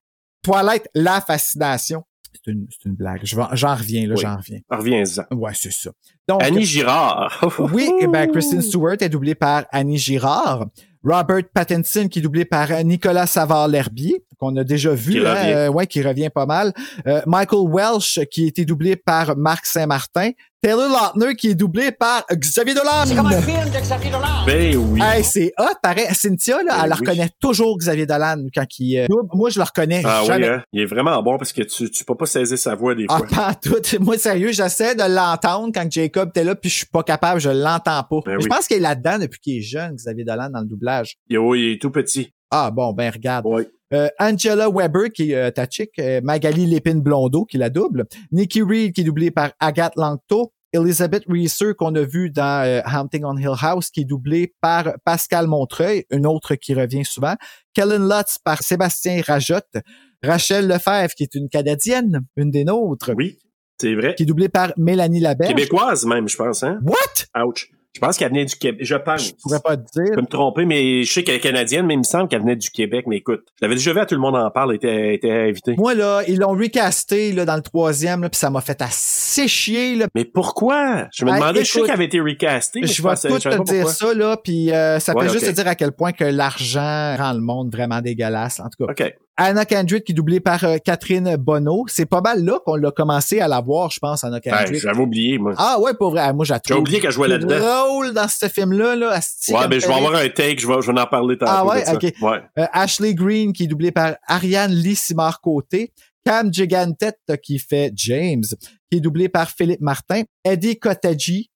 Speaker 1: Toilette, la fascination. C'est une, c'est une blague. Je vais- J'en reviens, là,
Speaker 2: Oui.
Speaker 1: j'en reviens.
Speaker 2: Reviens-en.
Speaker 1: Ouais, c'est ça. Donc,
Speaker 2: Annie Girard. [LAUGHS]
Speaker 1: oui, eh ben, Kristen Stewart est doublée par Annie Girard. Robert Pattinson qui est doublé par Nicolas Savard-L'Herbier, qu'on a déjà vu,
Speaker 2: Qui
Speaker 1: là,
Speaker 2: revient.
Speaker 1: euh, ouais, qui revient pas mal. Euh, Michael Welsh qui a été doublé par Marc Saint-Martin. Taylor Lautner qui est doublé par Xavier Dolan.
Speaker 4: film de Xavier Dolan
Speaker 2: Ben oui.
Speaker 1: Hey, c'est hot, pareil. Cynthia, là,
Speaker 2: Eh
Speaker 1: elle
Speaker 2: oui.
Speaker 1: reconnaît toujours Xavier Dolan quand il... euh, double. moi, je le reconnais
Speaker 2: Ah
Speaker 1: jamais.
Speaker 2: oui, hein? Il est vraiment bon parce que tu, tu peux pas saisir sa voix des
Speaker 1: Ah,
Speaker 2: fois.
Speaker 1: pas en tout. [LAUGHS] Moi, sérieux, j'essaie de l'entendre quand Jacob était là, puis je suis pas capable, je l'entends pas.
Speaker 2: Ben
Speaker 1: Je
Speaker 2: oui.
Speaker 1: pense qu'il est là-dedans depuis qu'il est jeune, Xavier Dolan, dans le doublage.
Speaker 2: Il, est- oui, il est tout petit.
Speaker 1: Ah bon, ben regarde.
Speaker 2: Oui.
Speaker 1: Euh, Angela Weber, qui est euh, ta chick, euh, Magali Lépine-Blondeau, qui la double, Nikki Reed, qui est doublée par Agathe Langto, Elizabeth Reeser, qu'on a vu dans euh, Hunting on Hill House, qui est doublée par Pascal Montreuil, une autre qui revient souvent, Kellen Lutz par Sébastien Rajotte, Rachel Lefebvre, qui est une Canadienne, une des nôtres,
Speaker 2: Oui, c'est vrai.
Speaker 1: qui est doublée par Mélanie Laberge.
Speaker 2: Québécoise même, je pense. Hein?
Speaker 1: What?
Speaker 2: Ouch. Je pense qu'elle venait du Québec. Je pense.
Speaker 1: Je pourrais pas te dire.
Speaker 2: Je peux me tromper, mais je sais qu'elle est canadienne, mais il me semble qu'elle venait du Québec. Mais écoute, je l'avais déjà vu à Tout le monde en parle, elle était, elle était invitée.
Speaker 1: Moi, là, ils l'ont recasté là, dans le troisième, là, puis ça m'a fait assez chier. Là,
Speaker 2: Mais pourquoi? Je me
Speaker 1: Hey,
Speaker 2: demandais, je sais
Speaker 1: écoute,
Speaker 2: qu'elle avait été recastée. mais
Speaker 1: je vais
Speaker 2: pensais-
Speaker 1: tout
Speaker 2: savais
Speaker 1: te
Speaker 2: pas
Speaker 1: dire
Speaker 2: pourquoi.
Speaker 1: ça, là, puis euh, ça
Speaker 2: Ouais,
Speaker 1: fait juste
Speaker 2: ok.
Speaker 1: te dire à quel point que l'argent rend le monde vraiment dégueulasse, en tout cas.
Speaker 2: OK.
Speaker 1: Anna Kendrick, qui est doublée par euh, Catherine Bonneau, c'est pas mal là qu'on l'a commencé à la voir, je pense, Anna
Speaker 2: Ben,
Speaker 1: Kendrick.
Speaker 2: J'avais oublié, moi.
Speaker 1: ah ouais, pour vrai, Ah, moi, j'ai
Speaker 2: J'ai oublié qu'elle jouait là-dedans.
Speaker 1: drôle dans ce film-là, là, asti,
Speaker 2: Ouais,
Speaker 1: comme
Speaker 2: mais je vais
Speaker 1: elle est.
Speaker 2: avoir un take, je vais, je vais en parler tantôt.
Speaker 1: Ah ouais?
Speaker 2: de ça.
Speaker 1: Ok.
Speaker 2: Ouais.
Speaker 1: Euh, Ashley Green, qui est doublée par Ariane Lee Simard-Côté. Cam Gigantet, euh, qui fait James, qui est doublé par Philippe Martin. Eddie Kotaji,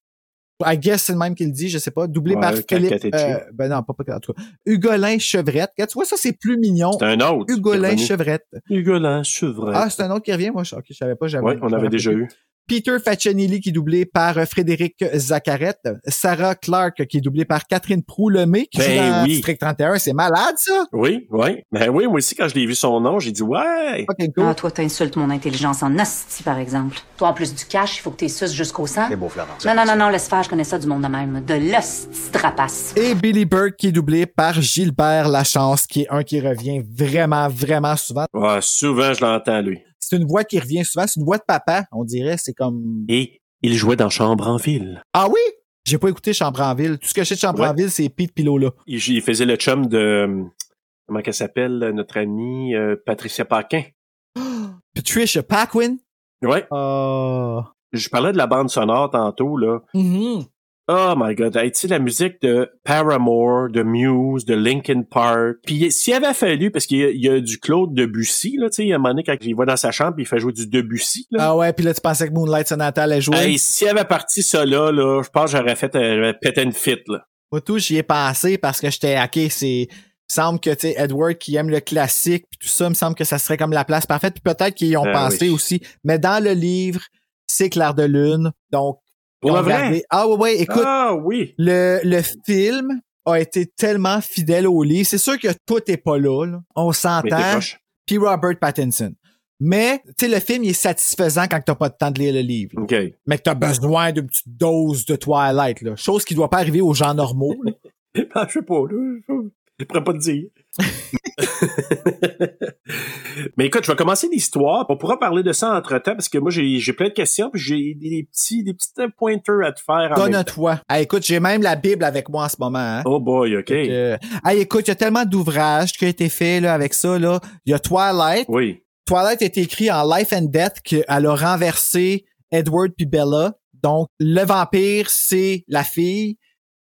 Speaker 1: I guess c'est le même qu'il dit, je sais pas, doublé
Speaker 2: Ouais,
Speaker 1: par
Speaker 2: Kat-
Speaker 1: Philippe...
Speaker 2: Kataji.
Speaker 1: euh, ben non, pas, pas en tout cas. Hugolin Chevrette. Regarde, tu vois, ça, c'est plus mignon.
Speaker 2: C'est un autre.
Speaker 1: Hugolin
Speaker 2: qui est revenu.
Speaker 1: Chevrette.
Speaker 2: Hugolin Chevrel.
Speaker 1: Ah, c'est un autre qui revient, moi. Je, ok, je savais pas, j'avais...
Speaker 2: ouais, on avait déjà eu.
Speaker 1: Peter Facinelli qui est doublé par euh, Frédéric Zaccarette, Sarah Clark qui est doublée par Catherine Prou-Lemay qui joue
Speaker 2: Ben
Speaker 1: dans
Speaker 2: oui.
Speaker 1: District 31, c'est malade ça.
Speaker 2: Oui, oui. Ben oui, moi aussi, quand je l'ai vu son nom, j'ai dit ouais.
Speaker 1: Fucking cool.
Speaker 8: Ah, toi, t'insultes mon intelligence en hostie, par exemple. Toi, en plus du cash, il faut que t'es suce jusqu'au sang.
Speaker 4: C'est beau, Florence.
Speaker 8: Non, non, non, non, laisse faire, je connais ça du monde de même. De l'hostie de rapace.
Speaker 1: Et Billy Burke qui est doublé par Gilbert Lachance qui est un qui revient vraiment vraiment souvent.
Speaker 2: Ouais, souvent, je l'entends, lui.
Speaker 1: C'est une voix qui revient souvent, c'est une voix de papa, on dirait, c'est comme
Speaker 2: Et il jouait dans Chambre en ville.
Speaker 1: Ah oui, j'ai pas écouté Chambranville. Tout ce que je sais de Chambranville, c'est Pete Pilola.
Speaker 2: Il, il faisait le chum de... hum, Comment qu'elle s'appelle, notre amie euh, Patricia Paquin.
Speaker 1: Patricia Paquin.
Speaker 2: Ouais. Oh.
Speaker 1: Euh...
Speaker 2: Je parlais de la bande sonore tantôt, là.
Speaker 1: mhm.
Speaker 2: Oh my God, hey, tu sais, la musique de Paramore, de Muse, de Linkin Park. Puis s'il avait fallu, parce qu'il y, a- il y a du Claude Debussy, là, tu sais, à un moment donné, quand il va dans sa chambre, il fait jouer du Debussy, là.
Speaker 1: Ah ouais, puis là tu pensais que Moonlight Sonata allait jouer.
Speaker 2: Hey, s'il avait parti ça là, là, je pense que j'aurais fait un j'aurais pété une fit, là.
Speaker 1: Moi, tout, j'y ai pensé parce que j'étais hacké. C'est il semble que tu sais Edward qui aime le classique puis tout ça, il me semble que ça serait comme la place parfaite. Puis peut-être qu'ils y ont
Speaker 2: Ah
Speaker 1: pensé
Speaker 2: oui.
Speaker 1: aussi. Mais dans le livre, c'est Clair de lune. Donc
Speaker 2: Pour
Speaker 1: ils
Speaker 2: le
Speaker 1: ont
Speaker 2: vrai?
Speaker 1: gardé- Ah ouais, ouais, écoute,
Speaker 2: Ah oui.
Speaker 1: le, le film a été tellement fidèle au livre. C'est sûr que tout est pas là. là. On
Speaker 2: Mais t'es
Speaker 1: s'entend.
Speaker 2: proche.
Speaker 1: Puis Robert Pattinson. Mais tu sais, le film il est satisfaisant quand t'as pas de temps de lire le livre. là.
Speaker 2: OK.
Speaker 1: Mais que t'as besoin d'une petite dose de Twilight. Là. Chose qui doit pas arriver aux gens normaux.
Speaker 2: [LAUGHS]
Speaker 1: là.
Speaker 2: Ah, je sais pas, là. je- Je pourrais pas te dire. [LAUGHS] Mais écoute, je vais commencer l'histoire. On pourra parler de ça entre-temps parce que moi, j'ai j'ai plein de questions puis j'ai des petits, des petits pointers à te faire. en même temps.
Speaker 1: Donne-toi. Ah, écoute, j'ai même la Bible avec moi en ce moment. Hein?
Speaker 2: Oh boy, OK.
Speaker 1: Fait que- Ah, écoute, il y a tellement d'ouvrages qui ont été faits là, avec ça. là. Il y a Twilight.
Speaker 2: Oui.
Speaker 1: Twilight a été écrit en Life and Death qu'elle a renversé Edward puis Bella. Donc, le vampire, c'est la fille,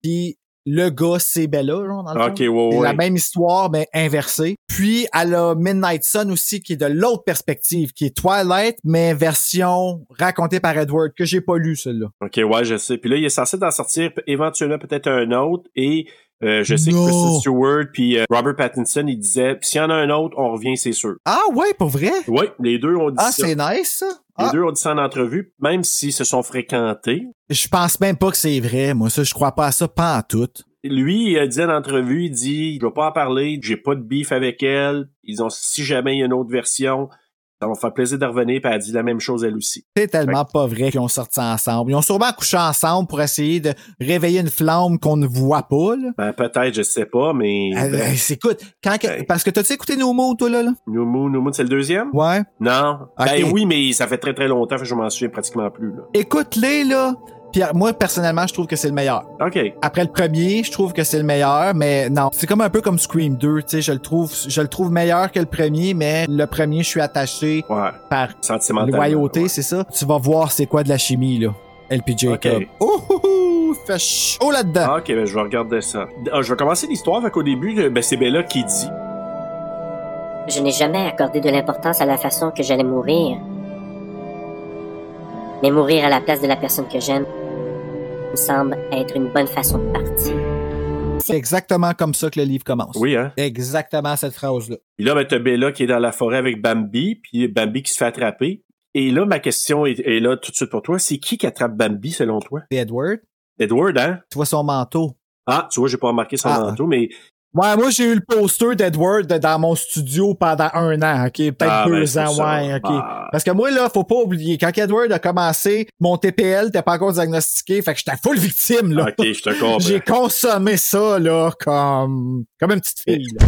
Speaker 1: puis le gars, c'est Bella. genre, dans le fond.
Speaker 2: OK, ouais,
Speaker 1: C'est
Speaker 2: ouais.
Speaker 1: la même histoire, mais inversée. Puis, elle a Midnight Sun aussi, qui est de l'autre perspective, qui est Twilight, mais version racontée par Edward, que j'ai pas lu, celle-là.
Speaker 2: OK, ouais, je sais. Puis là, il est censé d'en sortir p- éventuellement peut-être un autre. Et euh, je sais
Speaker 1: Non.
Speaker 2: que Kristen Stewart puis euh, Robert Pattinson, ils disaient, s'il y en a un autre, on revient, c'est sûr.
Speaker 1: Ah ouais, pour vrai?
Speaker 2: Oui, les deux ont dit
Speaker 1: Ah,
Speaker 2: ça.
Speaker 1: c'est nice, ça.
Speaker 2: Les
Speaker 1: Ah,
Speaker 2: deux ont dit ça en entrevue, même s'ils se sont fréquentés.
Speaker 1: je pense même pas que c'est vrai. Moi, ça, je crois pas à ça, pas en tout.
Speaker 2: Lui, il a dit en entrevue, il dit, je vais pas en parler, j'ai pas de beef avec elle. Ils ont, si jamais il y a une autre version, ça va me faire plaisir de revenir. Puis elle a dit la même chose elle aussi.
Speaker 1: C'est tellement pas vrai qu'ils ont sorti ensemble. Ils ont sûrement couché ensemble pour essayer de réveiller une flamme qu'on ne voit pas, là.
Speaker 2: Ben, peut-être, je sais pas, mais...
Speaker 1: Euh,
Speaker 2: ben,
Speaker 1: euh, c'est- écoute, quand que-
Speaker 2: Hey.
Speaker 1: parce que t'as-tu écouté nos mots, toi, là? là?
Speaker 2: New Moon, New Moon, c'est le deuxième?
Speaker 1: Ouais.
Speaker 2: Non.
Speaker 1: Ok.
Speaker 2: Ben oui, mais ça fait très très longtemps, fait que je m'en souviens pratiquement plus. Là.
Speaker 1: Écoute-les, là. Puis euh, moi, personnellement, je trouve que c'est le meilleur.
Speaker 2: OK.
Speaker 1: Après le premier, je trouve que c'est le meilleur, mais non. C'est comme un peu comme Scream 2, tu sais. Je le trouve, je le trouve meilleur que le premier, mais le premier, je suis attaché
Speaker 2: Ouais.
Speaker 1: par
Speaker 2: Sentimental.
Speaker 1: Loyauté, c'est ça. Tu vas voir c'est quoi de la chimie, là. LP Jacob.
Speaker 2: Ok.
Speaker 1: Oh, oh, oh, fait chaud là-dedans.
Speaker 2: OK, ben je vais regarder ça. Ah, je vais commencer l'histoire, fait qu'au début, ben, c'est Bella qui dit.
Speaker 5: Je n'ai jamais accordé de l'importance à la façon que j'allais mourir. Mais mourir à la place de la personne que j'aime me semble être une bonne façon de partir.
Speaker 1: C'est exactement comme ça que le livre commence.
Speaker 2: Oui, hein?
Speaker 1: Exactement cette phrase-là.
Speaker 2: Puis là, ben, t'as Bella qui est dans la forêt avec Bambi, puis Bambi qui se fait attraper. Et là, ma question est, est là tout de suite pour toi. C'est qui qui attrape Bambi, selon toi?
Speaker 1: C'est Edward.
Speaker 2: Edward, hein?
Speaker 1: Tu vois son manteau.
Speaker 2: Ah, tu vois, j'ai pas remarqué son
Speaker 1: Ah.
Speaker 2: manteau, mais...
Speaker 1: Ouais, moi, j'ai eu le poster d'Edward dans mon studio pendant un an, OK? Peut-être
Speaker 2: Ah, ben,
Speaker 1: deux
Speaker 2: c'est
Speaker 1: ans,
Speaker 2: ça.
Speaker 1: ouais, OK.
Speaker 2: Ah.
Speaker 1: Parce que moi, là, faut pas oublier, quand Edward a commencé, mon TPL n'était pas encore diagnostiqué, fait que j'étais full victime, là.
Speaker 2: OK, Ah, je te comprends.
Speaker 1: J'ai consommé ça, là, comme, comme une petite fille, là.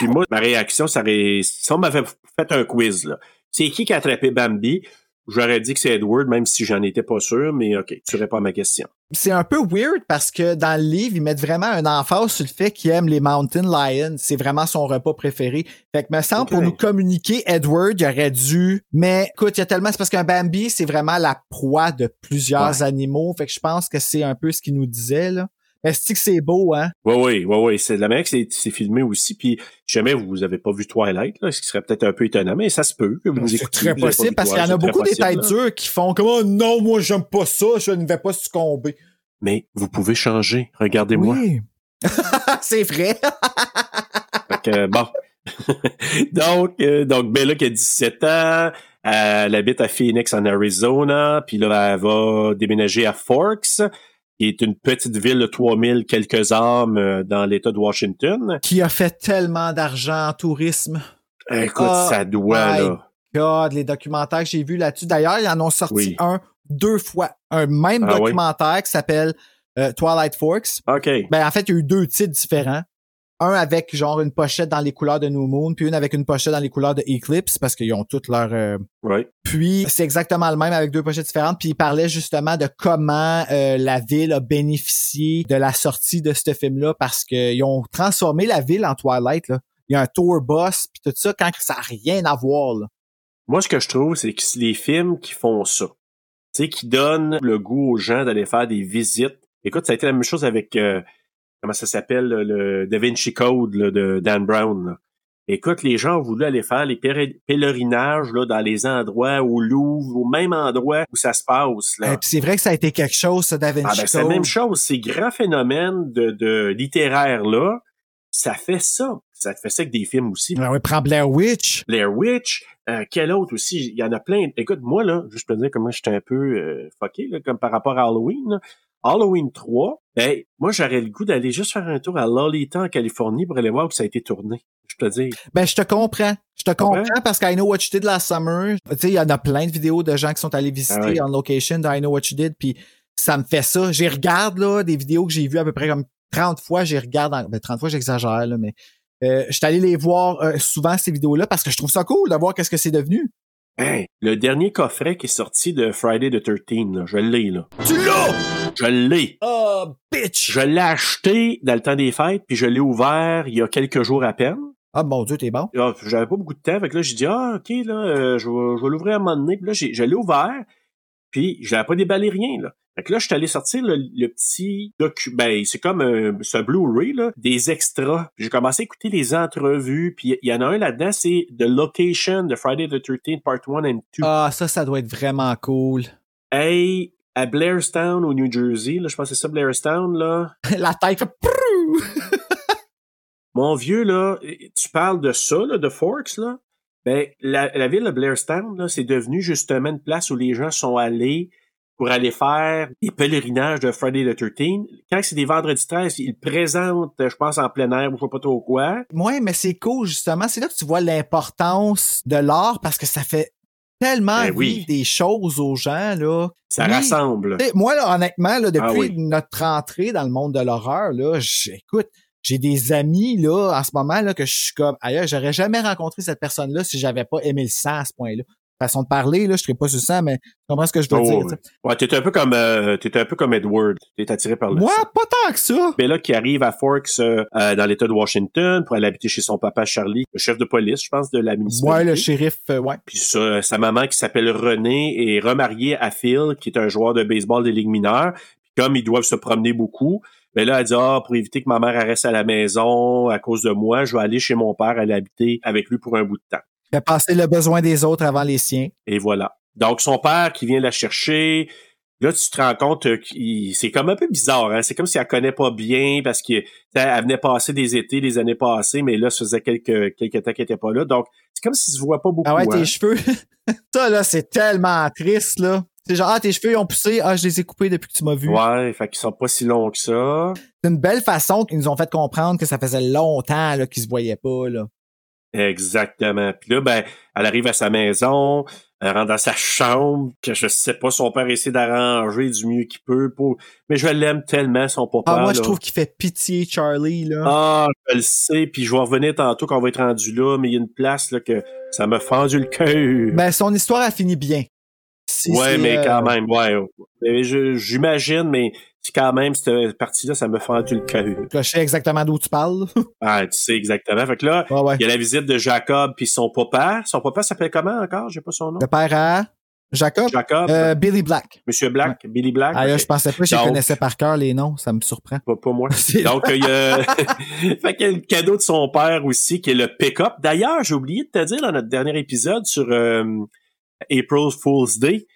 Speaker 2: Puis moi, ma réaction, ça aurait... Si on m'avait fait un quiz, là, c'est qui qui a attrapé Bambi? J'aurais dit que c'est Edward, même si j'en étais pas sûr, mais OK, tu réponds à ma question.
Speaker 1: c'est un peu weird parce que dans le livre, ils mettent vraiment un emphase sur le fait qu'il aime les Mountain Lions. C'est vraiment son repas préféré. Fait que me semble
Speaker 2: Ok.
Speaker 1: pour nous communiquer, Edward, il aurait dû. Mais écoute, il y a tellement. C'est parce qu'un Bambi, c'est vraiment la proie de plusieurs animaux. Fait que je pense que c'est un peu ce qu'il nous disait, là. Mais c'est que c'est beau, hein?
Speaker 2: Oui, oui, oui, oui. C'est de la manière que c'est c'est filmé aussi. Puis jamais vous avez pas vu Twilight, là, ce qui serait peut-être un peu étonnant, mais ça se peut. que vous nous
Speaker 1: C'est
Speaker 2: écoutiez,
Speaker 1: très
Speaker 2: vous avez
Speaker 1: possible
Speaker 2: pas
Speaker 1: parce
Speaker 2: vu
Speaker 1: qu'il y en a
Speaker 2: Twilight, c'est
Speaker 1: beaucoup
Speaker 2: très
Speaker 1: des têtes
Speaker 2: possible, là.
Speaker 1: dures qui font comme, oh non, moi, j'aime pas ça, je ne vais pas succomber.
Speaker 2: Mais vous pouvez
Speaker 1: [LAUGHS]
Speaker 2: changer. Regardez-moi.
Speaker 1: Oui. c'est vrai.
Speaker 2: Fait que, bon. [LAUGHS] donc, euh, donc Bella qui a 17 ans, elle habite à Phoenix en Arizona, puis là, elle va déménager à Forks, qui est une petite ville de 3000 quelques âmes euh, dans l'État de Washington.
Speaker 1: Qui a fait tellement d'argent en tourisme.
Speaker 2: Écoute,
Speaker 1: Ah,
Speaker 2: ça doit,
Speaker 1: my
Speaker 2: là.
Speaker 1: God, les documentaires que j'ai vus là-dessus. D'ailleurs, ils en ont sorti
Speaker 2: Oui.
Speaker 1: un deux fois. Un même
Speaker 2: Ah oui?
Speaker 1: documentaire qui s'appelle euh, Twilight Forks.
Speaker 2: OK.
Speaker 1: Ben, en fait, il y a eu deux titres différents. Un avec genre une pochette dans les couleurs de New Moon, puis une avec une pochette dans les couleurs de Eclipse, parce qu'ils ont toutes leurs euh,
Speaker 2: Ouais.
Speaker 1: Puis c'est exactement le même avec deux pochettes différentes. Puis il parlait justement de comment euh, la ville a bénéficié de la sortie de ce film-là parce qu'ils ont transformé la ville en Twilight. Là. Il y a un tour bus puis tout ça quand ça n'a rien à voir. là.
Speaker 2: Moi, ce que je trouve, c'est que c'est les films qui font ça, tu sais, qui donnent le goût aux gens d'aller faire des visites. Écoute, ça a été la même chose avec, euh, comment ça s'appelle, le- le Da Vinci Code là, de Dan Brown. là. Écoute, les gens ont voulu aller faire les péré- pèlerinages là, dans les endroits au Louvre, au même endroit où ça se passe. Là.
Speaker 1: Euh, puis c'est vrai que ça a été quelque chose, ça, Da Vinci
Speaker 2: Ah ben, c'est la
Speaker 1: Code.
Speaker 2: même chose. Ces grands phénomènes de, de littéraire-là, ça fait ça. Ça fait ça avec des films aussi.
Speaker 1: Ah ouais, prends Blair Witch.
Speaker 2: Blair Witch, euh, quel autre aussi, il y en a plein. Écoute, moi, là, juste pour te dire comment j'étais un peu euh, fucké, là, comme par rapport à Halloween. là. Halloween 3, ben, moi, j'aurais le goût d'aller juste faire un tour à Lolita, en Californie, pour aller voir où ça a été tourné. Je te dis.
Speaker 1: Ben, je te comprends. Je te comprends
Speaker 2: Ouais.
Speaker 1: parce qu'I Know What You Did Last Summer, tu sais, il y en a plein de vidéos de gens qui sont allés visiter
Speaker 2: Ah oui.
Speaker 1: en location de I Know What You Did, puis ça me fait ça. J'y regarde, là, des vidéos que j'ai vues à peu près comme 30 fois, j'y regarde, en- ben, 30 fois, j'exagère, là, mais euh, je suis allé les voir euh, souvent, ces vidéos-là, parce que je trouve ça cool de voir qu'est-ce que c'est devenu.
Speaker 2: Hey, ben, le dernier coffret qui est sorti de Friday the 13, là, je l'ai, là. Tu l'as! Je l'ai.
Speaker 1: Oh, bitch!
Speaker 2: Je l'ai acheté dans le temps des fêtes, puis je l'ai ouvert il y a quelques jours à peine.
Speaker 1: Ah, mon Dieu, t'es bon.
Speaker 2: Ah, j'avais pas beaucoup de temps. Fait que là, j'ai dit, ah, OK, là, euh, je vais, je vais l'ouvrir à un moment donné. Puis là, j'ai- je l'ai ouvert, puis je l'avais pas déballé rien, là. Fait que là, je suis allé sortir le, le petit document. Ben, c'est comme euh, ce Blu-ray, là, des extras. Puis J'ai commencé à écouter les entrevues, puis il y en a un là-dedans, c'est The Location de Friday the 13th, Part 1 and 2.
Speaker 1: Ah, ça, ça doit être vraiment cool. [LAUGHS]
Speaker 2: Hey, à Blairstown, au New Jersey, là, je pense que c'est ça, Blairstown, là.
Speaker 1: La tête fait prou!
Speaker 2: Mon vieux, là, tu parles de ça, là, de Forks, là. Ben, la, la ville de Blairstown, là, c'est devenu justement une place où les gens sont allés pour aller faire des pèlerinages de Friday the 13 Quand c'est des vendredis 13, ils le présentent, je pense, en plein air ou je sais pas trop quoi.
Speaker 1: Ouais, mais c'est cool, justement. C'est là que tu vois l'importance de l'art parce que ça fait tellement
Speaker 2: Ben oui.
Speaker 1: vivre des choses aux gens, là.
Speaker 2: Ça
Speaker 1: Oui.
Speaker 2: rassemble.
Speaker 1: Tu sais, moi, là, honnêtement, là, depuis
Speaker 2: Ah oui.
Speaker 1: notre entrée dans le monde de l'horreur, là, j'écoute, j'ai des amis, là, en ce moment, là, que je suis comme, ailleurs, j'aurais jamais rencontré cette personne-là si j'avais pas aimé le sang à ce point-là. Façon de parler, là, je serais pas sur le sang, mais tu comprends ce que je veux
Speaker 2: Oh,
Speaker 1: dire,
Speaker 2: ouais.
Speaker 1: tu sais.
Speaker 2: Ouais, t'es un peu comme, euh, t'es un peu comme Edward. T'es attiré par le
Speaker 1: Moi,
Speaker 2: sang.
Speaker 1: pas tant que ça.
Speaker 2: Bella qui arrive à Forks euh, euh, dans l'État de Washington pour aller habiter chez son papa Charlie, le chef de police, je pense, de la municipalité.
Speaker 1: Ouais, le shérif, euh, ouais.
Speaker 2: Puis sa, sa maman qui s'appelle Renée est remariée à Phil, qui est un joueur de baseball des ligues mineures. Puis comme ils doivent se promener beaucoup, ben là, elle dit, ah, pour éviter que ma mère elle reste à la maison à cause de moi, je vais aller chez mon père, aller habiter avec lui pour un bout de temps.
Speaker 1: Fait passer le besoin des autres avant les siens.
Speaker 2: Et voilà. Donc, son père qui vient la chercher, là, tu te rends compte euh, qu'il c'est comme un peu bizarre. Hein? C'est comme si elle connaît pas bien parce que tu sais, elle venait passer des étés, les années passées, mais là, ça faisait quelques, quelques temps qu'elle était pas là. Donc, c'est comme s'il se voit pas beaucoup.
Speaker 1: Ah ouais,
Speaker 2: hein.
Speaker 1: tes cheveux. [LAUGHS] ça, là, c'est tellement triste, là. C'est genre, ah, tes cheveux, ils ont poussé. Ah, je les ai coupés depuis que tu m'as vu.
Speaker 2: Ouais, fait qu'ils sont pas si longs que ça.
Speaker 1: C'est une belle façon qu'ils nous ont fait comprendre que ça faisait longtemps, là, qu'ils se voyaient pas, là.
Speaker 2: Exactement. Puis là, ben, elle arrive à sa maison, elle rentre dans sa chambre, que je sais pas, son père essaie d'arranger du mieux qu'il peut pour. Mais je l'aime tellement, son papa.
Speaker 1: Ah, moi, je
Speaker 2: là.
Speaker 1: trouve qu'il fait pitié, Charlie, là.
Speaker 2: Ah, je le sais, puis je vais revenir tantôt qu'on va être rendu là, mais il y a une place là, que ça me fendu le cœur.
Speaker 1: Ben, son histoire a fini bien. Si
Speaker 2: ouais,
Speaker 1: c'est,
Speaker 2: mais
Speaker 1: euh,
Speaker 2: quand même, ouais. Mais je- J'imagine, mais c'est quand même, cette partie-là, ça me fendu le cœur.
Speaker 1: que Je sais exactement d'où
Speaker 2: [LAUGHS]
Speaker 1: tu parles.
Speaker 2: Ah, tu sais exactement. Fait que là,
Speaker 1: ouais, ouais.
Speaker 2: il y a la visite de Jacob puis son papa. Son papa s'appelle comment encore? J'ai pas son nom.
Speaker 1: Le père à Jacob,
Speaker 2: Jacob,
Speaker 1: euh, Billy Black.
Speaker 2: Monsieur Black, Billy Black.
Speaker 1: Ah, là,
Speaker 2: ok.
Speaker 1: je pensais pas que je les
Speaker 2: Donc-
Speaker 1: connaissais par cœur les noms. Ça me surprend. [LAUGHS]
Speaker 2: Pas, pas moi.
Speaker 1: C'est-
Speaker 2: Donc, il y a... [LAUGHS] fait qu'il y a le cadeau de son père aussi, qui est le pick-up. D'ailleurs, j'ai oublié de te dire dans notre dernier épisode sur euh, April Fool's Day,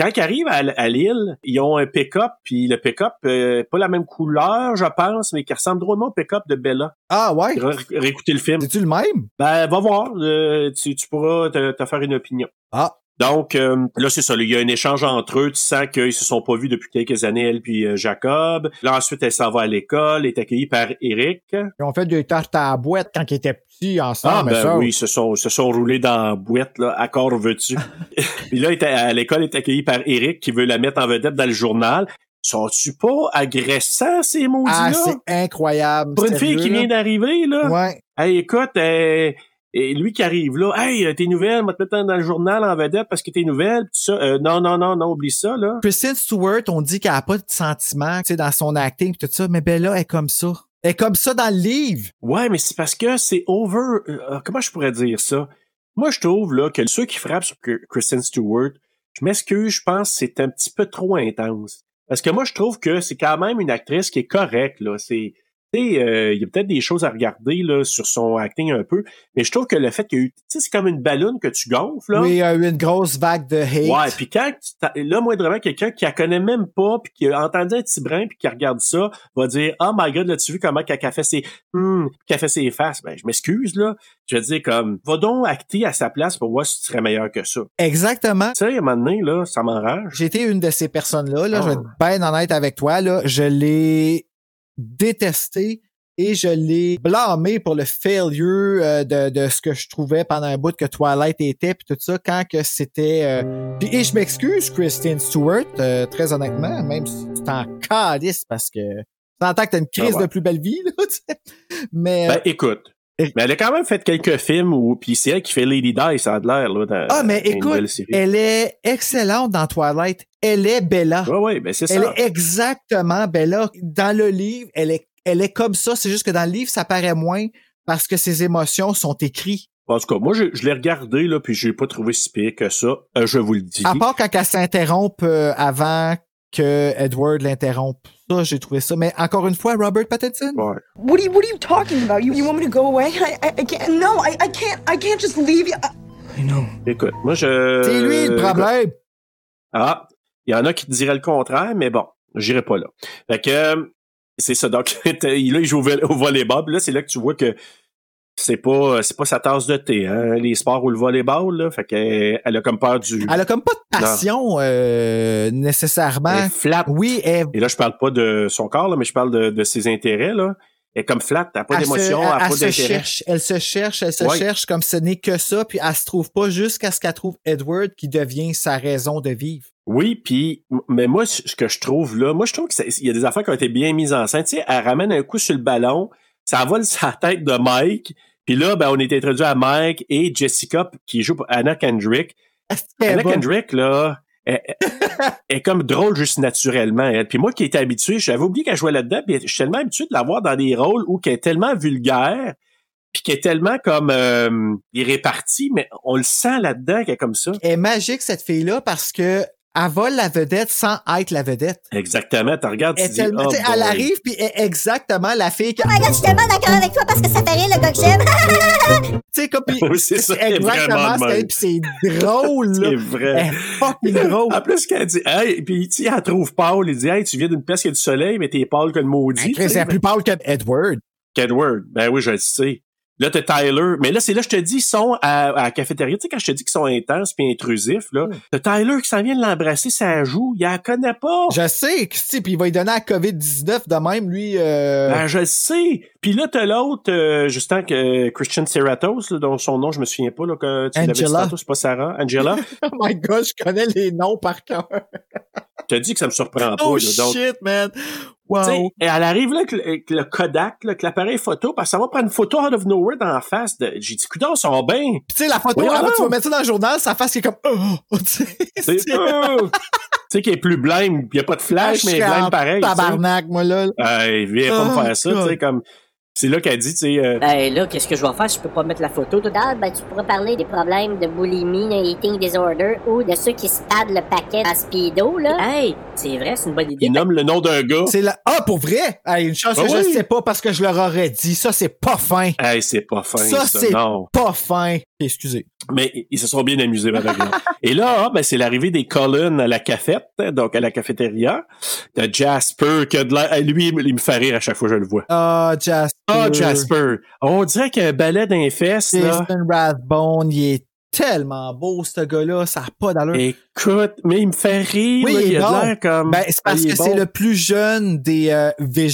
Speaker 2: Quand ils arrivent à, l- à Lille, ils ont un pick-up, puis le pick-up, euh, pas la même couleur, je pense, mais qui ressemble drôlement au pick-up de Bella.
Speaker 1: Ah ouais?
Speaker 2: Ré- Réécouter le film.
Speaker 1: C'est-tu le même?
Speaker 2: Ben, va voir, euh, tu, tu pourras te, te faire une opinion.
Speaker 1: Ah.
Speaker 2: Donc, euh, là, c'est ça. là, Il y a un échange entre eux. Tu sens qu'ils se sont pas vus depuis quelques années, elle puis euh, Jacob. Là, ensuite, elle s'en va à l'école, est accueillie par Eric.
Speaker 1: Ils ont fait des tartes à la boîte quand ils étaient petits ensemble.
Speaker 2: Ah, ben
Speaker 1: ça,
Speaker 2: oui, ils se sont, se sont roulés dans la boîte, là, à corps
Speaker 1: [LAUGHS]
Speaker 2: veux-tu. Puis là, elle est à à l'école, elle est accueillie par Eric qui veut la mettre en vedette dans le journal. Sont-tu pas agressants, ces
Speaker 1: Ah,
Speaker 2: maudits-là?
Speaker 1: c'est incroyable.
Speaker 2: Pour une fille
Speaker 1: sérieux,
Speaker 2: qui vient
Speaker 1: là.
Speaker 2: d'arriver, là.
Speaker 1: Ouais.
Speaker 2: Hey, écoute, euh, et lui qui arrive là, hey, euh, tes nouvelles, on va te mettre dans- dans le journal en vedette parce que tes nouvelles, pis tout ça. Euh, non, non, non, non, oublie ça, là.
Speaker 1: Kristen Stewart, on dit qu'elle a pas de sentiments, tu sais, dans son acting pis tout ça, mais Bella est comme ça. Elle est comme ça dans le livre.
Speaker 2: Ouais, mais c'est parce que c'est over. euh, comment je pourrais dire ça? Moi, je trouve là que ceux qui frappent sur Cr- Kristen Stewart, je m'excuse, je pense que c'est un petit peu trop intense. Parce que moi, je trouve que c'est quand même une actrice qui est correcte, là. C'est. tu sais, euh, Il y a peut-être des choses à regarder là, sur son acting un peu, mais je trouve que le fait qu'il y a eu. Tu sais, c'est comme une ballonne que tu gonfles, là.
Speaker 1: Oui, il y a eu une grosse vague de hate.
Speaker 2: Ouais, puis quand tu t'a- là moindrement quelqu'un qui la connaît même pas puis qui a entendu un petit brin puis qui regarde ça va dire "Oh my god, là tu vu comment qu'elle a fait ses hmm, qu'elle a fait ses faces." Ben je m'excuse là, je veux dire comme va donc acter à sa place pour voir si tu serais meilleur que ça.
Speaker 1: Exactement.
Speaker 2: Tu sais, à un moment donné là, ça m'enrage.
Speaker 1: J'ai été une de ces personnes-là, là,
Speaker 2: Oh.
Speaker 1: je vais être bien honnête avec toi, là. Je l'ai détesté et je l'ai blâmé pour le failure euh, de, de ce que je trouvais pendant un bout que Twilight était puis tout ça quand que c'était euh, puis- et je m'excuse Christine Stewart euh, très honnêtement même si tu t'en calisses parce que tu entends que t'as une crise
Speaker 2: Ah ouais.
Speaker 1: de plus belle vie là tu sais. mais
Speaker 2: Ben écoute,
Speaker 1: Euh, Et-
Speaker 2: mais elle a quand même fait quelques films où puis c'est elle qui fait Lady Di, ça a de l'air là dans,
Speaker 1: Ah, mais
Speaker 2: dans une
Speaker 1: écoute,
Speaker 2: nouvelle série.
Speaker 1: elle est excellente dans Twilight elle est Bella
Speaker 2: Ouais ouais, ben c'est
Speaker 1: Elle
Speaker 2: ça.
Speaker 1: est exactement Bella. Dans le livre, elle est, elle est comme ça. C'est juste que dans le livre, ça paraît moins parce que ses émotions sont écrites.
Speaker 2: En tout cas, moi je, je l'ai regardé là puis j'ai pas trouvé si pire que ça, Euh, je vous le dis.
Speaker 1: À part quand elle s'interrompt euh, avant que Edward l'interrompe. Ça, j'ai trouvé ça. Mais encore une fois, Robert Pattinson.
Speaker 2: Ouais.
Speaker 9: What are you What are you talking about? You You want me to go away? I I, I can't. No, I, I can't. I can't just leave you. I-
Speaker 4: I know.
Speaker 2: Écoute, moi je
Speaker 1: C'est lui
Speaker 2: euh,
Speaker 1: le problème.
Speaker 2: Ah, il y en a qui te diraient le contraire, mais bon, j'irai pas là. Fait que euh, c'est ça. Donc [LAUGHS] t'as- là, il joue au vo- au volleyball. Puis Là, c'est là que tu vois que c'est pas c'est pas sa tasse de thé, hein, les sports ou le volleyball. Là, fait que elle a comme peur du.
Speaker 1: Elle a comme pas de
Speaker 2: Non.
Speaker 1: passion euh, nécessairement.
Speaker 2: Elle est flat.
Speaker 1: Oui, elle,
Speaker 2: Et là, je parle pas de son corps, là, mais je parle de, de ses intérêts. Là. Elle est comme flat, elle a pas
Speaker 1: elle se-
Speaker 2: d'émotion, elle a
Speaker 1: elle-
Speaker 2: pas
Speaker 1: elle se
Speaker 2: d'intérêt.
Speaker 1: cherche, elle se cherche, elle se
Speaker 2: Ouais.
Speaker 1: cherche comme ce n'est que ça, puis elle se trouve pas jusqu'à ce qu'elle trouve Edward qui devient sa raison de vivre.
Speaker 2: Oui, puis m- mais moi ce ce que je trouve là, moi je trouve que ça- il y a des affaires qui ont été bien mises en scène. Tu sais, elle ramène un coup sur le ballon, ça vole sa [LAUGHS] tête de Mike. Puis là, ben, on est introduit à Mike et Jessica p- qui joue pour Anna Kendrick.
Speaker 1: Est-ce qu'elle
Speaker 2: Anna
Speaker 1: va-
Speaker 2: Kendrick là, elle, elle- elle est comme drôle juste naturellement. Elle. Puis moi qui étais habitué, j'avais oublié qu'elle jouait là-dedans. Puis je suis tellement habitué de la voir dans des rôles où qu'elle est tellement vulgaire, puis qu'elle est tellement comme euh, irrépartie, mais on le sent là-dedans qu'elle est comme ça.
Speaker 1: Elle est magique, cette fille-là, parce que elle vole la vedette sans être la vedette.
Speaker 2: Exactement, tu regardes, tu
Speaker 1: Elle, est
Speaker 2: dis,
Speaker 1: tellement-
Speaker 2: oh
Speaker 1: tu sais, elle
Speaker 2: boy.
Speaker 1: arrive, puis elle est exactement la fille qui...
Speaker 6: Oh my god, je suis tellement d'accord avec toi parce que ça fait rire le gars que j'aime.
Speaker 1: Tu sais, comme... puis-
Speaker 2: [LAUGHS] Oui, c'est ça, elle est vraiment de
Speaker 1: exactement ce qu'elle
Speaker 2: même.
Speaker 1: est, puis c'est
Speaker 2: [LAUGHS]
Speaker 1: drôle,
Speaker 2: C'est
Speaker 1: là. Elle
Speaker 2: vrai. Ah,
Speaker 1: est
Speaker 2: [LAUGHS]
Speaker 1: fucking drôle.
Speaker 2: En plus, qu'elle dit, hey, puis tu sais, elle trouve pâle, elle dit, hey, tu viens d'une place qui a du soleil, mais t'es pâle que le maudit. tu
Speaker 1: Ben, Chris,
Speaker 2: sais,
Speaker 1: elle est plus pâle que Edward.
Speaker 2: Edward, ben oui, je le sais. Là, t'as Tyler, mais là, c'est là, je te dis, ils sont à, à la cafétéria, tu sais, quand je te dis qu'ils sont intenses puis intrusifs, là,
Speaker 1: Hmm.
Speaker 2: t'as Tyler qui s'en vient de l'embrasser, ça joue, il la connaît pas.
Speaker 1: Je sais, que si, puis il va lui donner la COVID-19 de même, lui... euh,
Speaker 2: Ben, je le sais. Puis là, t'as l'autre, euh, justement, que euh, Christian Ceratos, là, dont son nom, je me souviens pas, là, que tu l'avais dit
Speaker 1: Angela.
Speaker 2: tantôt, c'est pas Sarah,
Speaker 1: [LAUGHS]
Speaker 2: Angela.
Speaker 1: [LAUGHS] Oh my god, je connais les noms par cœur.
Speaker 2: t'as dit que ça me surprend pas,
Speaker 1: Oh
Speaker 2: là, Ah, donc.
Speaker 1: shit, man. Wow.
Speaker 2: Tu sais, et elle arrive là avec le, avec le Kodak, là, avec l'appareil photo, parce que ça va prendre une photo out of nowhere dans la face. De... J'ai dit, coudons, ça va
Speaker 1: [LAUGHS]
Speaker 2: bien.
Speaker 1: Puis tu sais, la photo,
Speaker 2: Oui,
Speaker 1: avant,
Speaker 2: non.
Speaker 1: tu vas mettre ça dans le journal, sa face qui est comme... Oh, [LAUGHS] tu sais,
Speaker 2: C'est-
Speaker 1: c'est-
Speaker 2: Euh! Tu sais qu'il est plus blême, il n'y a pas de
Speaker 1: Ah,
Speaker 2: flash,
Speaker 1: je
Speaker 2: mais il
Speaker 1: suis
Speaker 2: est
Speaker 1: en
Speaker 2: blême pareil. tu sais.
Speaker 1: Tabarnak, moi, là.
Speaker 2: Euh, il vient pas
Speaker 1: Oh,
Speaker 2: me faire ça, tu sais,
Speaker 1: God.
Speaker 2: comme... C'est là qu'elle dit, tu sais, euh,
Speaker 10: Ben là, qu'est-ce que je vais faire si je peux pas mettre la photo? Tout...
Speaker 5: Ah, ben, tu pourras parler des problèmes de boulimie, de eating disorder ou de ceux qui se padent le paquet à speedo, là.
Speaker 10: Hey, c'est vrai, c'est une bonne idée.
Speaker 2: il nomme le nom d'un gars.
Speaker 1: C'est la... Ah, pour vrai? Hey, une chance
Speaker 2: Ben
Speaker 1: que je
Speaker 2: oui.
Speaker 1: sais pas parce que je leur aurais dit. Ça, c'est pas fin.
Speaker 2: Hey, c'est pas fin, ça,
Speaker 1: ça, c'est
Speaker 2: non.
Speaker 1: pas fin. Excusez.
Speaker 2: Mais ils se sont bien amusés, par
Speaker 1: [LAUGHS]
Speaker 2: exemple. Et là, ah, ben, c'est l'arrivée des Colin à la cafette, hein, donc à la cafétéria. T'as Jasper, qui a de l'air- hey, lui, il me- il me fait rire à chaque fois que je le vois.
Speaker 1: Ah, Jasper.
Speaker 2: Ah, Jasper. On dirait qu'il y a un balai d'un fesses, là.
Speaker 1: Jason Rathbone, il est tellement beau, ce gars-là. Ça n'a pas d'allure.
Speaker 2: Écoute, mais il me fait rire,
Speaker 1: Oui,
Speaker 2: là,
Speaker 1: il
Speaker 2: il,
Speaker 1: est
Speaker 2: a de
Speaker 1: bon.
Speaker 2: l'air comme...
Speaker 1: Ben, c'est parce
Speaker 2: il est
Speaker 1: que c'est
Speaker 2: bon.
Speaker 1: le plus jeune des euh,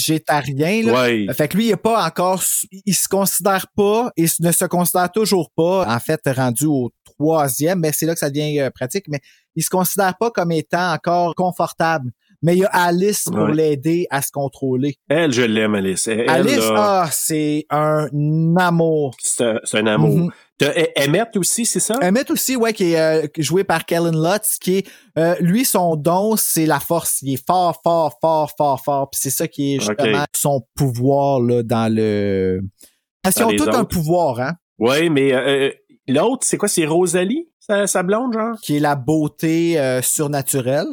Speaker 1: végétariens. Là.
Speaker 2: Ouais.
Speaker 1: Fait que lui, il est pas encore, su- il se considère pas et ne se considère toujours pas, en fait, rendu au troisième, mais c'est là que ça devient euh, pratique, mais il se considère pas comme étant encore confortable. Mais il y a Alice pour
Speaker 2: Ouais.
Speaker 1: l'aider à se contrôler.
Speaker 2: Elle, je l'aime, Alice. Elle,
Speaker 1: Alice,
Speaker 2: là,
Speaker 1: ah, c'est un amour.
Speaker 2: c'est un- c'est un amour.
Speaker 1: Mhm.
Speaker 2: T'as E- Emmett aussi, c'est ça?
Speaker 1: Emmett aussi, ouais, qui est euh, joué par Kellen Lutz, qui est, euh, lui, son don, c'est la force. Il est fort, fort, fort, fort, fort. Puis c'est ça qui est justement
Speaker 2: Ok.
Speaker 1: son pouvoir là dans le. Parce qu'ils
Speaker 2: Dans
Speaker 1: ont
Speaker 2: les
Speaker 1: tout un
Speaker 2: autres.
Speaker 1: pouvoir, hein,
Speaker 2: Oui, mais euh, euh, l'autre, c'est quoi? C'est Rosalie, sa, sa blonde, genre?
Speaker 1: qui est la beauté euh, surnaturelle.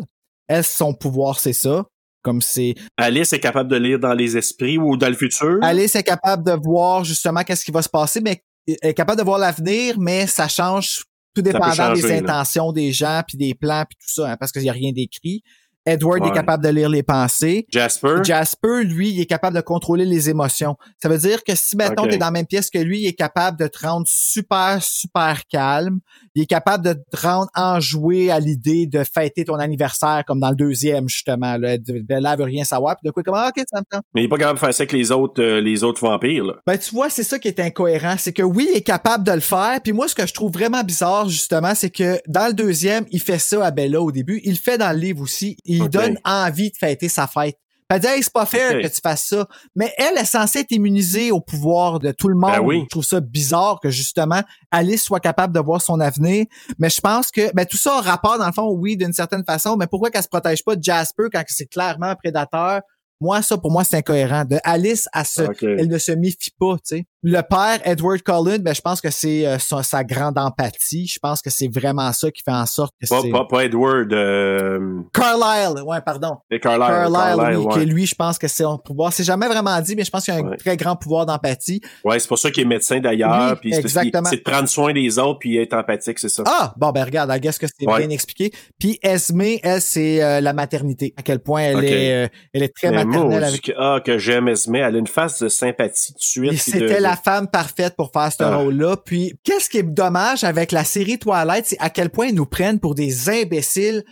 Speaker 1: Elle, son pouvoir, c'est ça. Comme c'est.
Speaker 2: Alice est capable de lire dans les esprits ou dans le futur.
Speaker 1: Alice est capable de voir justement qu'est-ce qui va se passer, mais elle est capable de voir l'avenir, mais ça change
Speaker 2: peut
Speaker 1: tout dépendant des
Speaker 2: changer, là.
Speaker 1: intentions des gens, puis des plans, puis tout ça, hein, parce qu'il n'y a rien d'écrit. Edward
Speaker 2: Ouais.
Speaker 1: est capable de lire les pensées.
Speaker 2: Jasper?
Speaker 1: Jasper, lui, il est capable de contrôler les émotions. Ça veut dire que si, mettons,
Speaker 2: Ok.
Speaker 1: t'es dans la même pièce que lui, il est capable de te rendre super, super calme. Il est capable de te rendre enjoué à l'idée de fêter ton anniversaire, comme dans le deuxième, justement. Là, de, de là, elle veut rien savoir. Puis de quoi, comme, ah, OK, ça me tente.
Speaker 2: Mais il est pas capable de faire ça avec les autres, euh, les autres vampires, là.
Speaker 1: Ben, tu vois, c'est ça qui est incohérent. C'est que oui, il est capable de le faire. Puis moi, ce que je trouve vraiment bizarre, justement, c'est que dans le deuxième, il fait ça à Bella au début. Il le fait dans le livre aussi. Il
Speaker 2: Ok.
Speaker 1: donne envie de fêter sa fête. Elle dit, hey, c'est pas fair
Speaker 2: Ok.
Speaker 1: que tu fasses ça. Mais elle est censée être immunisée au pouvoir de tout le monde.
Speaker 2: Ben oui.
Speaker 1: Je trouve ça bizarre que, justement, Alice soit capable de voir son avenir. Mais je pense que, ben, tout ça a rapport, dans le fond, oui, d'une certaine façon. Mais pourquoi qu'elle se protège pas de Jasper quand c'est clairement un prédateur? Moi, ça, pour moi, c'est incohérent. De Alice à se
Speaker 2: Ok.
Speaker 1: elle ne se méfie pas, tu sais. Le père, Edward Cullen, ben, je pense que c'est euh, son- sa grande empathie. Je pense que c'est vraiment ça qui fait en sorte que
Speaker 2: Pas,
Speaker 1: c'est...
Speaker 2: pas, pas Edward, euh,
Speaker 1: Carlyle, ouais, pardon.
Speaker 2: et Carlyle.
Speaker 1: Carlyle,
Speaker 2: Carlyle,
Speaker 1: oui,
Speaker 2: ouais.
Speaker 1: que lui, je pense que c'est un pouvoir. C'est jamais vraiment dit, mais je pense qu'il y a un
Speaker 2: Ouais.
Speaker 1: très grand pouvoir d'empathie.
Speaker 2: Ouais, c'est pour ça qu'il est médecin d'ailleurs.
Speaker 1: Oui,
Speaker 2: puis c'est parce qu'il-
Speaker 1: exactement.
Speaker 2: C'est de prendre soin des autres puis être empathique, c'est ça.
Speaker 1: Ah, bon, ben regarde, I guess que c'est
Speaker 2: Ouais.
Speaker 1: bien expliqué. Puis Esme, elle, c'est euh, la maternité. À quel point elle
Speaker 2: Ok.
Speaker 1: est euh, elle est très
Speaker 2: Mais
Speaker 1: maternelle
Speaker 2: maudit
Speaker 1: avec...
Speaker 2: que, ah, que j'aime Esme. Elle a une face de sympathie tout de suite.
Speaker 1: Et
Speaker 2: puis de-
Speaker 1: c'était la femme parfaite pour faire ce
Speaker 2: Ah.
Speaker 1: rôle-là. Puis, qu'est-ce qui est dommage avec la série Twilight, c'est à quel point ils nous prennent pour des imbéciles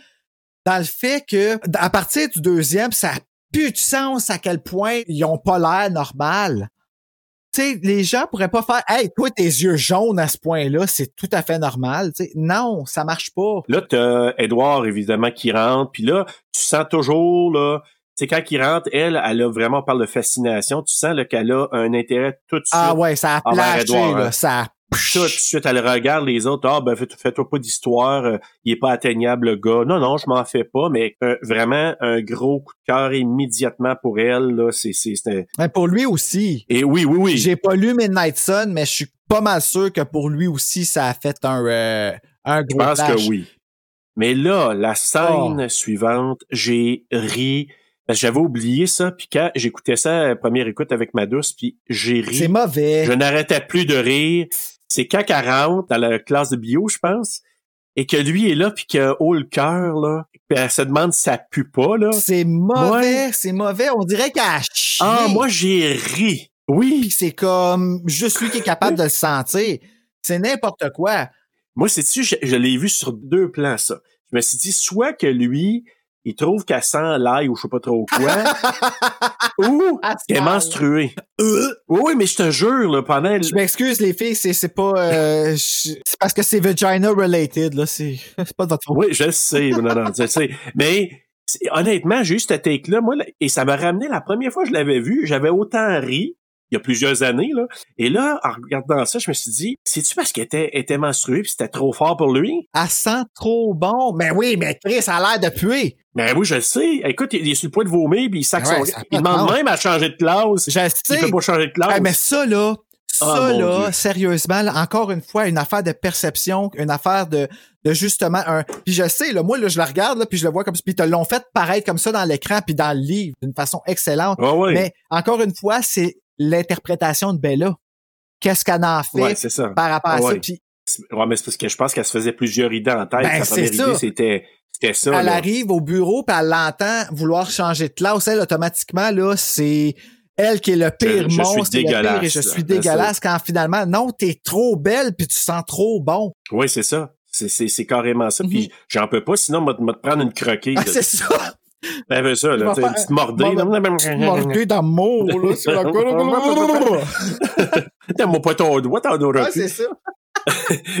Speaker 1: dans le fait que, d- à partir du deuxième, ça a plus de sens à quel point ils ont pas l'air normal. Tu sais, les gens pourraient pas faire, hey, toi, tes yeux jaunes à ce point-là, c'est tout à fait normal. Tu sais, non, ça marche pas.
Speaker 2: Là, t'as Edouard, évidemment, qui rentre. Puis là, tu sens toujours, là... Tu sais, quand il rentre, elle, elle a vraiment, par de fascination, tu sens là, qu'elle a un intérêt tout de suite.
Speaker 1: Ah ouais, ça a
Speaker 2: Envers
Speaker 1: plaché,
Speaker 2: Edouard,
Speaker 1: là.
Speaker 2: hein.
Speaker 1: Ça a
Speaker 2: Tout de suite, elle regarde les autres. Ah, ben, fais- fais-toi pas d'histoire. euh, il est pas atteignable, le gars. Non, non, je m'en fais pas. Mais euh, vraiment, un gros coup de cœur immédiatement pour elle, là. C'est... c'est- c'est un-
Speaker 1: Ouais, pour lui aussi.
Speaker 2: Et oui, oui, oui.
Speaker 1: J'ai pas lu Midnight Sun, mais je suis pas mal sûr que pour lui aussi, ça a fait un, euh, un
Speaker 2: Je
Speaker 1: gros
Speaker 2: pense
Speaker 1: clash.
Speaker 2: que oui. Mais là,
Speaker 1: Oh.
Speaker 2: la scène suivante, j'ai ri. Parce que J'avais oublié ça, puis quand j'écoutais ça à la première écoute avec ma douce, puis j'ai
Speaker 1: C'est
Speaker 2: ri.
Speaker 1: mauvais.
Speaker 2: Je n'arrêtais plus de rire. C'est quand elle rentre dans la classe de bio, je pense, et que lui est là, puis qu'il a haut le cœur, là, puis elle se demande si ça pue pas, là.
Speaker 1: C'est mauvais, c'est mauvais. On dirait qu'elle a chié.
Speaker 2: Ah, moi, j'ai ri.
Speaker 1: Puis
Speaker 2: Oui.
Speaker 1: c'est comme juste lui qui est capable de le sentir. C'est n'importe quoi.
Speaker 2: Moi, c'est-tu, je, je l'ai vu sur deux plans, ça. Je me suis dit, soit que lui, il trouve qu'elle sent l'ail ou je sais pas trop quoi, ou Elle est menstruée. Oui, oui, mais je te jure, là, pendant... elle-
Speaker 1: Je m'excuse, les filles, c'est, c'est pas... euh, je- c'est parce que c'est vagina related, là. C'est, [LAUGHS] c'est pas de votre faute.
Speaker 2: Oui, je le sais, non, non, je le sais. Mais c'est- honnêtement, j'ai eu cette take-là, moi, là, et ça m'a ramené la première fois que je l'avais vu, j'avais autant ri il y a plusieurs années. Là. Et là, en regardant ça, je me suis dit, c'est-tu parce qu'elle était, était menstruée puis c'était trop fort pour lui?
Speaker 1: Elle sent trop bon. Mais oui, mais Chris a l'air de puer.
Speaker 2: Ben oui, je le sais. Écoute, il est sur le point de vomir puis il sac
Speaker 1: Ouais,
Speaker 2: son-
Speaker 1: ça a pas
Speaker 2: Il
Speaker 1: de
Speaker 2: demande
Speaker 1: sens.
Speaker 2: même à changer de classe.
Speaker 1: Je
Speaker 2: Il
Speaker 1: sais.
Speaker 2: peut pas changer de classe.
Speaker 1: Ah, mais ça, là,
Speaker 2: Ah,
Speaker 1: ça,
Speaker 2: mon
Speaker 1: là,
Speaker 2: Dieu.
Speaker 1: sérieusement, là, encore une fois, une affaire de perception, une affaire de, de justement un. Puis je sais, là, moi, là, je la regarde, là, puis je le vois comme ça. Puis ils te l'ont fait paraître comme ça dans l'écran, puis dans le livre, d'une façon excellente.
Speaker 2: Ouais, ouais.
Speaker 1: Mais encore une fois, c'est l'interprétation de Bella. Qu'est-ce qu'elle en fait
Speaker 2: Ouais, c'est ça.
Speaker 1: par rapport à
Speaker 2: Ouais.
Speaker 1: ça? Puis
Speaker 2: C'est- Ouais, mais c'est parce que je pense qu'elle se faisait plusieurs idées en tête.
Speaker 1: Ben,
Speaker 2: Sa première
Speaker 1: c'est ça.
Speaker 2: idée, c'était, c'était ça.
Speaker 1: elle
Speaker 2: là.
Speaker 1: arrive au bureau, puis elle l'entend vouloir changer de classe. Elle, automatiquement, là, c'est elle qui est le pire
Speaker 2: je suis
Speaker 1: monstre. c'est le pire,
Speaker 2: dégueulasse,
Speaker 1: et je
Speaker 2: là.
Speaker 1: suis
Speaker 2: Ben, ça-
Speaker 1: dégueulasse quand finalement, non, t'es trop belle, puis tu sens trop bon.
Speaker 2: Oui, c'est ça. C'est, c'est, c'est carrément ça. Puis j'en peux pas, sinon, m'a m'a te prendre une croquée.
Speaker 1: Mhm. Ah,
Speaker 2: là.
Speaker 1: c'est ça!
Speaker 2: Ben, ben, ça,
Speaker 1: Il va
Speaker 2: là. tu sais, Une
Speaker 1: faire-
Speaker 2: petite mordée.
Speaker 1: Bon, ben, petite
Speaker 2: [LAUGHS]
Speaker 1: mordée d'amour, là, sur la gueule.
Speaker 2: T'as pas ton doigt, t'en auras
Speaker 1: Ah,
Speaker 2: plus.
Speaker 1: c'est ça.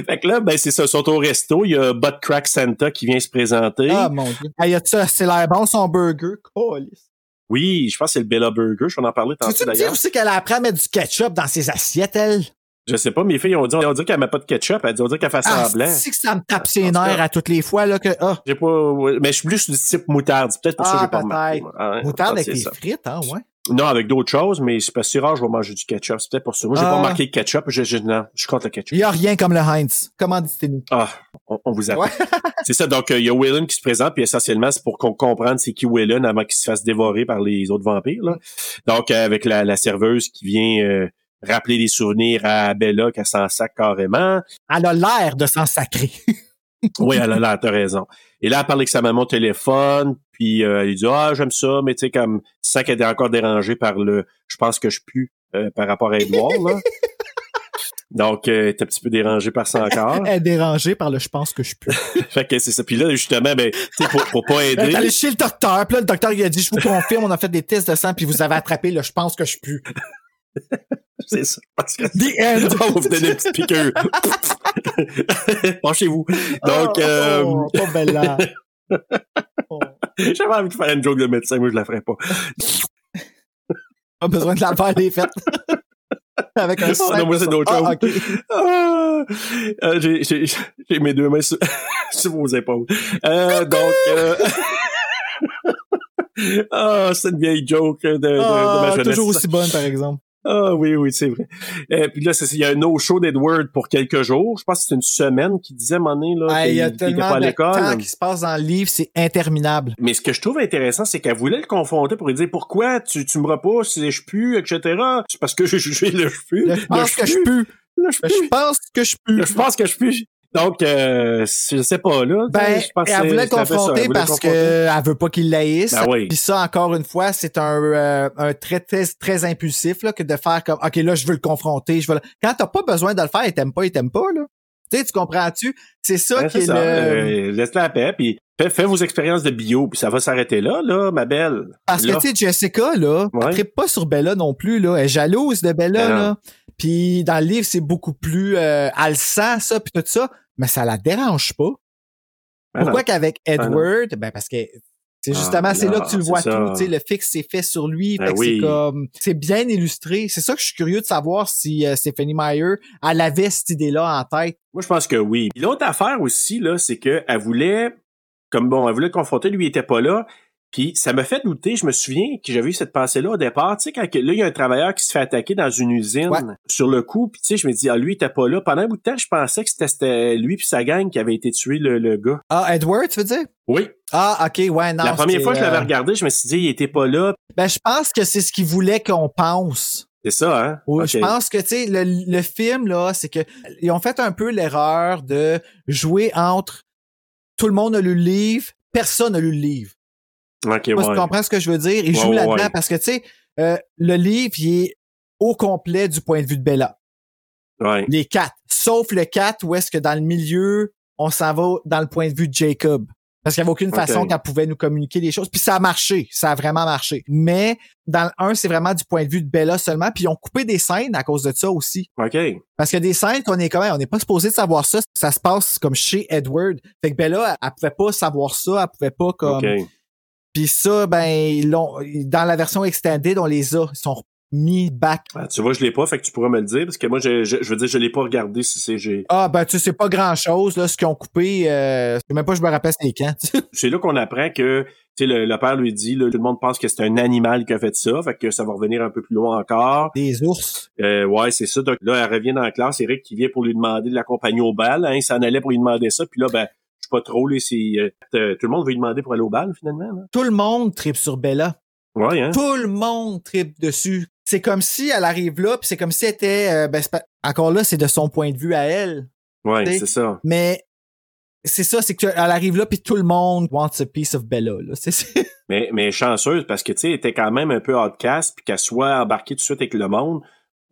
Speaker 2: Fait que là, ben, c'est ça. Ils sont au resto. Il y a Butt Crack Santa qui vient se présenter.
Speaker 1: Ah, mon Dieu. Hey, a-tu- c'est l'air bon, son burger. Câlisse.
Speaker 2: oui, je pense que c'est le Bella Burger. Je vais en parler tantôt,
Speaker 1: Peux-tu me dire
Speaker 2: d'ailleurs.
Speaker 1: aussi qu'elle apprend à mettre du ketchup dans ses assiettes, elle?
Speaker 2: Je sais pas, mes filles ont dit, on dit qu'elle met pas de ketchup. Elle dit, on dit qu'elle fait
Speaker 1: Ah,
Speaker 2: semblant.
Speaker 1: c'est que ça me tape ses
Speaker 2: En tout
Speaker 1: nerfs
Speaker 2: cas-
Speaker 1: à toutes les fois, là, que, ah,
Speaker 2: J'ai pas, mais je suis plus du type moutarde. C'est peut-être pour ça que
Speaker 1: Ah,
Speaker 2: j'ai pas remarqué. moi.
Speaker 1: peut-être.
Speaker 2: Ah, ouais,
Speaker 1: moutarde avec
Speaker 2: c'est
Speaker 1: des
Speaker 2: ça.
Speaker 1: frites, hein, ouais.
Speaker 2: Non, avec d'autres choses, mais c'est parce que c'est rare, je vais manger du ketchup. C'est peut-être pour ça. Moi, j'ai
Speaker 1: Ah.
Speaker 2: pas remarqué le ketchup. Je, je, non, je compte le ketchup.
Speaker 1: Il y a rien comme le Heinz. Comment dites-nous?
Speaker 2: Ah, on, on vous attend.
Speaker 1: Ouais. [LAUGHS]
Speaker 2: c'est ça. Donc, euh, il y a Whelan qui se présente, puis essentiellement, c'est pour qu'on comprenne c'est qui Whelan avant qu'il se fasse dévorer par les autres vampires. Là. Donc, euh, avec la, la serveuse qui vient euh, rappeler des souvenirs à Bella qu'elle s'en sac carrément.
Speaker 1: Elle a l'air de s'en sacrer.
Speaker 2: Oui, elle a l'air, t'as raison. Et là, elle parle avec sa maman au téléphone, puis euh, elle lui dit Ah, j'aime ça, mais tu sais, comme tu sens qu'elle est encore dérangée par le je pense que je pue euh, par rapport à Edouard, là. Donc, euh, elle est un petit peu dérangée par ça encore.
Speaker 1: [LAUGHS] Elle est dérangée par le je pense que je peux.
Speaker 2: fait que c'est ça. Puis là, justement, ben, tu sais, pour, pour pas
Speaker 1: Elle est allée
Speaker 2: aider.
Speaker 1: chez le docteur, puis là, le docteur, il a dit, je vous confirme, on a fait des tests de sang, puis vous avez attrapé le je pense que je peux.
Speaker 2: [LAUGHS] c'est
Speaker 1: [LAUGHS]
Speaker 2: ça. Parce que-
Speaker 1: The end.
Speaker 2: [LAUGHS] on va Oh, vous donner une petite piqûre. [LAUGHS] Penchez-vous. Donc,
Speaker 1: Oh,
Speaker 2: euh,
Speaker 1: oh, pas Bella. Oh,
Speaker 2: j'avais envie de faire une joke de médecin, moi, je la ferais pas.
Speaker 1: [LAUGHS] Pas besoin de la faire les fêtes. [LAUGHS] Avec un
Speaker 2: Oh,
Speaker 1: sac.
Speaker 2: non, moi, c'est d'autres
Speaker 1: Ah,
Speaker 2: choses.
Speaker 1: ok.
Speaker 2: Ah! Euh, j'ai- j'ai j'ai mes deux mains sur, [LAUGHS] sur vos épaules. Euh, donc, euh, [LAUGHS] ah, c'est une vieille joke de, de, de ma
Speaker 1: Ah,
Speaker 2: jeunesse.
Speaker 1: toujours aussi bonne, par exemple.
Speaker 2: Ah oui, oui, c'est vrai. Euh, puis là, c'est- il y a un no show d'Edward pour quelques jours. Je pense que c'est une semaine qui disait, mon nez, là,
Speaker 1: Ah, Il
Speaker 2: qu'il
Speaker 1: y a
Speaker 2: qu'il était pas
Speaker 1: tellement
Speaker 2: à
Speaker 1: de temps
Speaker 2: l'école.
Speaker 1: qui se passe dans le livre, c'est interminable.
Speaker 2: Mais ce que je trouve intéressant, c'est qu'elle voulait le confronter pour lui dire pourquoi tu, tu me repousses, je pue, etc. C'est parce que [LAUGHS] j'ai jugé le je pue.
Speaker 1: Là, Je pense que je
Speaker 2: pue.
Speaker 1: peux.
Speaker 2: Le je
Speaker 1: Là,
Speaker 2: pue.
Speaker 1: Je pense que je peux.
Speaker 2: Je pense que je puis. Donc, euh, je sais pas, là.
Speaker 1: Ben,
Speaker 2: je pense que
Speaker 1: elle voulait le
Speaker 2: c'est un peu ça,
Speaker 1: confronter
Speaker 2: elle voulait le
Speaker 1: parce
Speaker 2: confronter.
Speaker 1: que elle veut pas qu'il l'haïsse.
Speaker 2: Ben oui.
Speaker 1: Puis ça, encore une fois, c'est un, euh, un trait très, très impulsif là, que de faire comme OK, là, je veux le confronter. Je veux le... Quand t'as pas besoin de le faire, il t'aime pas, il t'aime pas. Là. Tu sais, tu comprends-tu? C'est ça
Speaker 2: Ben,
Speaker 1: qui
Speaker 2: c'est
Speaker 1: est
Speaker 2: ça.
Speaker 1: le.
Speaker 2: euh, Laisse-la à paix, puis fais, fais vos expériences de bio, puis ça va s'arrêter là, là, ma belle.
Speaker 1: Parce
Speaker 2: là.
Speaker 1: que tu sais, Jessica, là,
Speaker 2: Ouais.
Speaker 1: elle trippe pas sur Bella non plus, là. Elle est jalouse de Bella,
Speaker 2: Ben non.
Speaker 1: là. Puis dans le livre, c'est beaucoup plus euh, elle le sent ça, puis tout ça, mais ça la dérange pas.
Speaker 2: Ben
Speaker 1: Pourquoi qu'avec
Speaker 2: non.
Speaker 1: Edward, ben parce que c'est justement
Speaker 2: Ah,
Speaker 1: c'est là que tu le
Speaker 2: c'est
Speaker 1: vois
Speaker 2: ça.
Speaker 1: tout, tu sais, le fixe c'est fait sur lui,
Speaker 2: Ben
Speaker 1: fait que
Speaker 2: oui.
Speaker 1: c'est comme c'est bien illustré. C'est ça que je suis curieux de savoir si euh, Stephanie Meyer elle avait cette idée là en tête.
Speaker 2: Moi, je pense que oui. Puis L'autre affaire aussi, là, c'est qu'elle voulait, comme bon, elle voulait le confronter, lui, il était pas là. Puis ça m'a fait douter, je me souviens que j'avais eu cette pensée-là au départ, tu sais, quand que- là, il y a un travailleur qui se fait attaquer dans une usine,
Speaker 1: Ouais.
Speaker 2: sur le coup, puis tu sais, je me dis, ah, lui, il était pas là. Pendant un bout de temps, je pensais que c'était- c'était lui puis sa gang qui avait été tué, le, le gars.
Speaker 1: Ah Edward, tu veux dire
Speaker 2: Oui,
Speaker 1: Ah OK, ouais non.
Speaker 2: la première
Speaker 1: c'est,
Speaker 2: fois que je
Speaker 1: euh,
Speaker 2: l'avais regardé, je me suis dit, il était pas là.
Speaker 1: ben je pense que c'est ce qu'il voulait qu'on pense.
Speaker 2: C'est ça, hein?
Speaker 1: Oui,
Speaker 2: Ok.
Speaker 1: Je pense que tu sais le, le film là, c'est que ils ont fait un peu l'erreur de jouer entre tout le monde a lu le livre, personne n'a lu le livre.
Speaker 2: Ok,
Speaker 1: Je sais pas si
Speaker 2: ouais.
Speaker 1: tu comprends ce que je veux dire. Il
Speaker 2: Ouais,
Speaker 1: joue
Speaker 2: ouais,
Speaker 1: là-dedans
Speaker 2: ouais.
Speaker 1: parce que, tu sais, euh, le livre, il est au complet du point de vue de Bella.
Speaker 2: Ouais.
Speaker 1: Les quatre. Sauf le 4 où est-ce que dans le milieu, on s'en va dans le point de vue de Jacob. Parce qu'il n'y avait aucune
Speaker 2: Ok.
Speaker 1: façon qu'elle pouvait nous communiquer les choses. Puis ça a marché. Ça a vraiment marché. Mais dans le 1, c'est vraiment du point de vue de Bella seulement. Puis ils ont coupé des scènes à cause de ça aussi.
Speaker 2: Ok.
Speaker 1: Parce qu'il y a des scènes qu'on est quand même, on n'est pas supposé de savoir ça. Ça se passe comme chez Edward. Fait que Bella, elle, elle pouvait pas savoir ça. Elle pouvait pas comme
Speaker 2: Ok.
Speaker 1: puis ça, ben, ils l'ont- dans la version extended, on les a. Ils sont Me Back.
Speaker 2: Ah, tu vois, je l'ai pas, fait que tu pourras me le dire, parce que moi, je, je, je veux dire, je l'ai pas regardé si c'est... j'ai-
Speaker 1: Ah, ben, tu sais, c'est pas grand-chose, là, ce qu'ils ont coupé. Euh, je sais même pas, je me rappelle c'est quand. [LAUGHS]
Speaker 2: C'est là qu'on apprend que tu sais, le, le père lui dit, là, tout le monde pense que c'est un animal qui a fait ça, fait que ça va revenir un peu plus loin encore.
Speaker 1: Des ours.
Speaker 2: Euh, ouais, c'est ça. Donc là, elle revient dans la classe. Eric qui vient pour lui demander de l'accompagner au bal. Hein, il s'en allait pour lui demander ça. Puis là, ben, je sais pas trop. Là, c'est, euh, euh, tout le monde veut lui demander pour aller au bal, finalement. Là.
Speaker 1: Tout le monde tripe sur Bella.
Speaker 2: Ouais, hein?
Speaker 1: Tout le monde tripe dessus. C'est comme si elle arrive là, puis c'est comme si elle était... euh, ben, c'est pas- encore là, c'est de son point de vue à elle.
Speaker 2: Ouais,
Speaker 1: T'sais.
Speaker 2: c'est ça.
Speaker 1: Mais c'est ça, c'est qu'elle arrive là, puis tout le monde wants a piece of Bella. Là. C'est, c'est-
Speaker 2: Mais, mais chanceuse parce que, tu sais, elle était quand même un peu outcast puis qu'elle soit embarquée tout de suite avec le monde.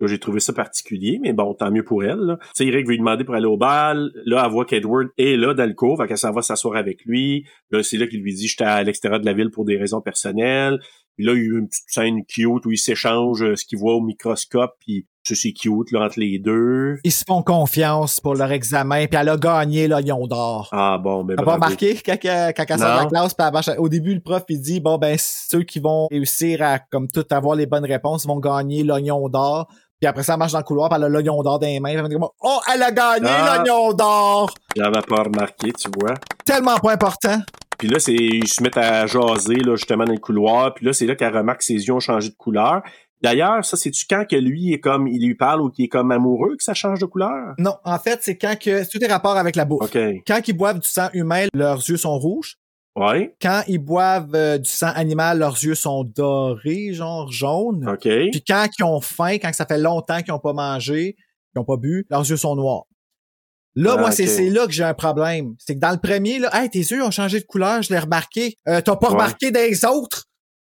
Speaker 2: Là, J'ai trouvé ça particulier, mais bon, tant mieux pour elle. là. Tu sais, Eric veut lui demander pour aller au bal. Là, elle voit qu'Edward est là dans le cours, fait qu'elle s'en va s'asseoir avec lui. Là, c'est là qu'il lui dit, j'étais à l'extérieur de la ville pour des raisons personnelles. Puis là, il y a eu une petite scène cute où ils s'échangent euh, ce qu'ils voient au microscope, puis ça, c'est cute, là, entre les deux.
Speaker 1: [LAUGHS] Ils se font confiance pour leur examen, puis elle a gagné là, lion d'or.
Speaker 2: Ah bon, ben
Speaker 1: T'as pas
Speaker 2: bravo.
Speaker 1: remarqué quand, elle- quand elle sort de la
Speaker 2: Non.
Speaker 1: classe, puis elle marche- au début, le prof, il dit, bon, ben, ceux qui vont réussir à, comme tout, avoir les bonnes réponses vont gagner l'oignon d'or. Puis après ça, elle marche dans le couloir, puis elle a l'oignon d'or dans les mains. puis elle fait comme, oh, elle a gagné
Speaker 2: Ah.
Speaker 1: l'oignon d'or!
Speaker 2: J'avais pas remarqué, tu vois.
Speaker 1: Tellement pas important.
Speaker 2: Puis là, c'est, ils se mettent à jaser là, justement dans le couloir. Puis là, c'est là qu'elle remarque que ses yeux ont changé de couleur. D'ailleurs, ça, c'est-tu quand que lui est comme il lui parle ou qu'il est comme amoureux que ça change de couleur?
Speaker 1: Non, en fait, c'est quand que, c'est tout est rapport avec la bouffe.
Speaker 2: OK.
Speaker 1: Quand ils boivent du sang humain, leurs yeux sont rouges.
Speaker 2: Ouais.
Speaker 1: Quand ils boivent euh, du sang animal, leurs yeux sont dorés, genre jaunes.
Speaker 2: OK.
Speaker 1: Puis quand ils ont faim, quand ça fait longtemps qu'ils n'ont pas mangé, qu'ils n'ont pas bu, leurs yeux sont noirs. Là,
Speaker 2: Ah,
Speaker 1: moi, c'est
Speaker 2: ok.
Speaker 1: c'est là que j'ai un problème. C'est que dans le premier, là, hey, tes yeux ont changé de couleur, je l'ai remarqué. Euh, T'as pas
Speaker 2: Ouais.
Speaker 1: remarqué des autres?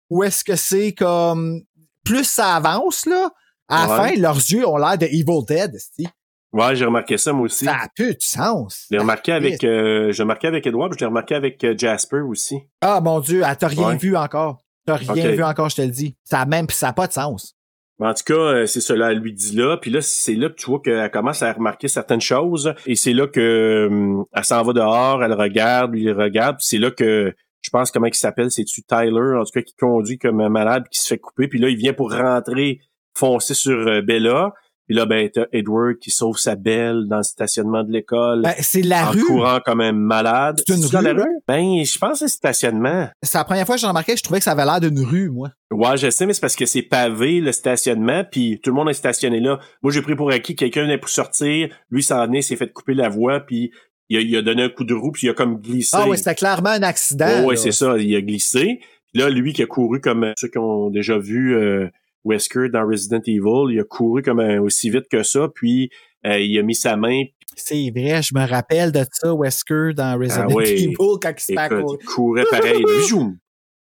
Speaker 1: Ou est-ce que c'est comme plus ça avance, là? À la
Speaker 2: Ouais.
Speaker 1: fin, leurs yeux ont l'air de Evil Dead. esti.
Speaker 2: Ouais, j'ai remarqué ça moi aussi.
Speaker 1: Ça a plus de sens.
Speaker 2: Je l'ai remarqué avec euh, je l'ai remarqué avec Edouard, puis je l'ai remarqué avec euh, Jasper aussi.
Speaker 1: Ah mon Dieu, elle t'a rien
Speaker 2: Ouais.
Speaker 1: vu encore. T'as rien
Speaker 2: Ok.
Speaker 1: vu encore, je te le dis. Ça a même ça a pas de sens.
Speaker 2: Mais en tout cas, euh, c'est cela, elle lui dit là, puis là, c'est là que tu vois qu'elle commence à remarquer certaines choses, et c'est là que hum, elle s'en va dehors, elle regarde, lui, il regarde, puis c'est là que, je pense, comment il s'appelle, c'est-tu Tyler, en tout cas, qui conduit comme un malade, qui se fait couper, puis là, il vient pour rentrer, foncer sur euh, Bella, puis là, ben, t'as Edward qui sauve sa belle dans le stationnement de l'école,
Speaker 1: Ben, c'est la
Speaker 2: en
Speaker 1: rue.
Speaker 2: courant comme un malade.
Speaker 1: C'est une
Speaker 2: dans la
Speaker 1: rue, hein?
Speaker 2: Ben, je pense que c'est le stationnement.
Speaker 1: C'est la première fois que j'ai remarqué, je trouvais que ça avait l'air d'une rue, moi.
Speaker 2: Ouais, je sais, mais c'est parce que c'est pavé, le stationnement, puis tout le monde est stationné là. Moi, j'ai pris pour acquis que quelqu'un venait pour sortir, lui s'en venait, s'est fait couper la voie, puis il a, il a donné un coup de roue, puis il a comme glissé.
Speaker 1: Ah oui, c'était clairement un accident.
Speaker 2: Ouais, ouais, Oh
Speaker 1: là.
Speaker 2: c'est ça, il a glissé. Puis là, lui qui a couru comme euh, ceux qui ont déjà vu euh, Wesker dans Resident Evil, il a couru comme un- aussi vite que ça, puis euh, il a mis sa main,
Speaker 1: C'est vrai, je me rappelle de ça, Wesker, dans Resident
Speaker 2: Ah oui.
Speaker 1: Evil, quand il se fait à
Speaker 2: Écoute,
Speaker 1: courir.
Speaker 2: il courait
Speaker 1: [LAUGHS]
Speaker 2: pareil. Bijoum!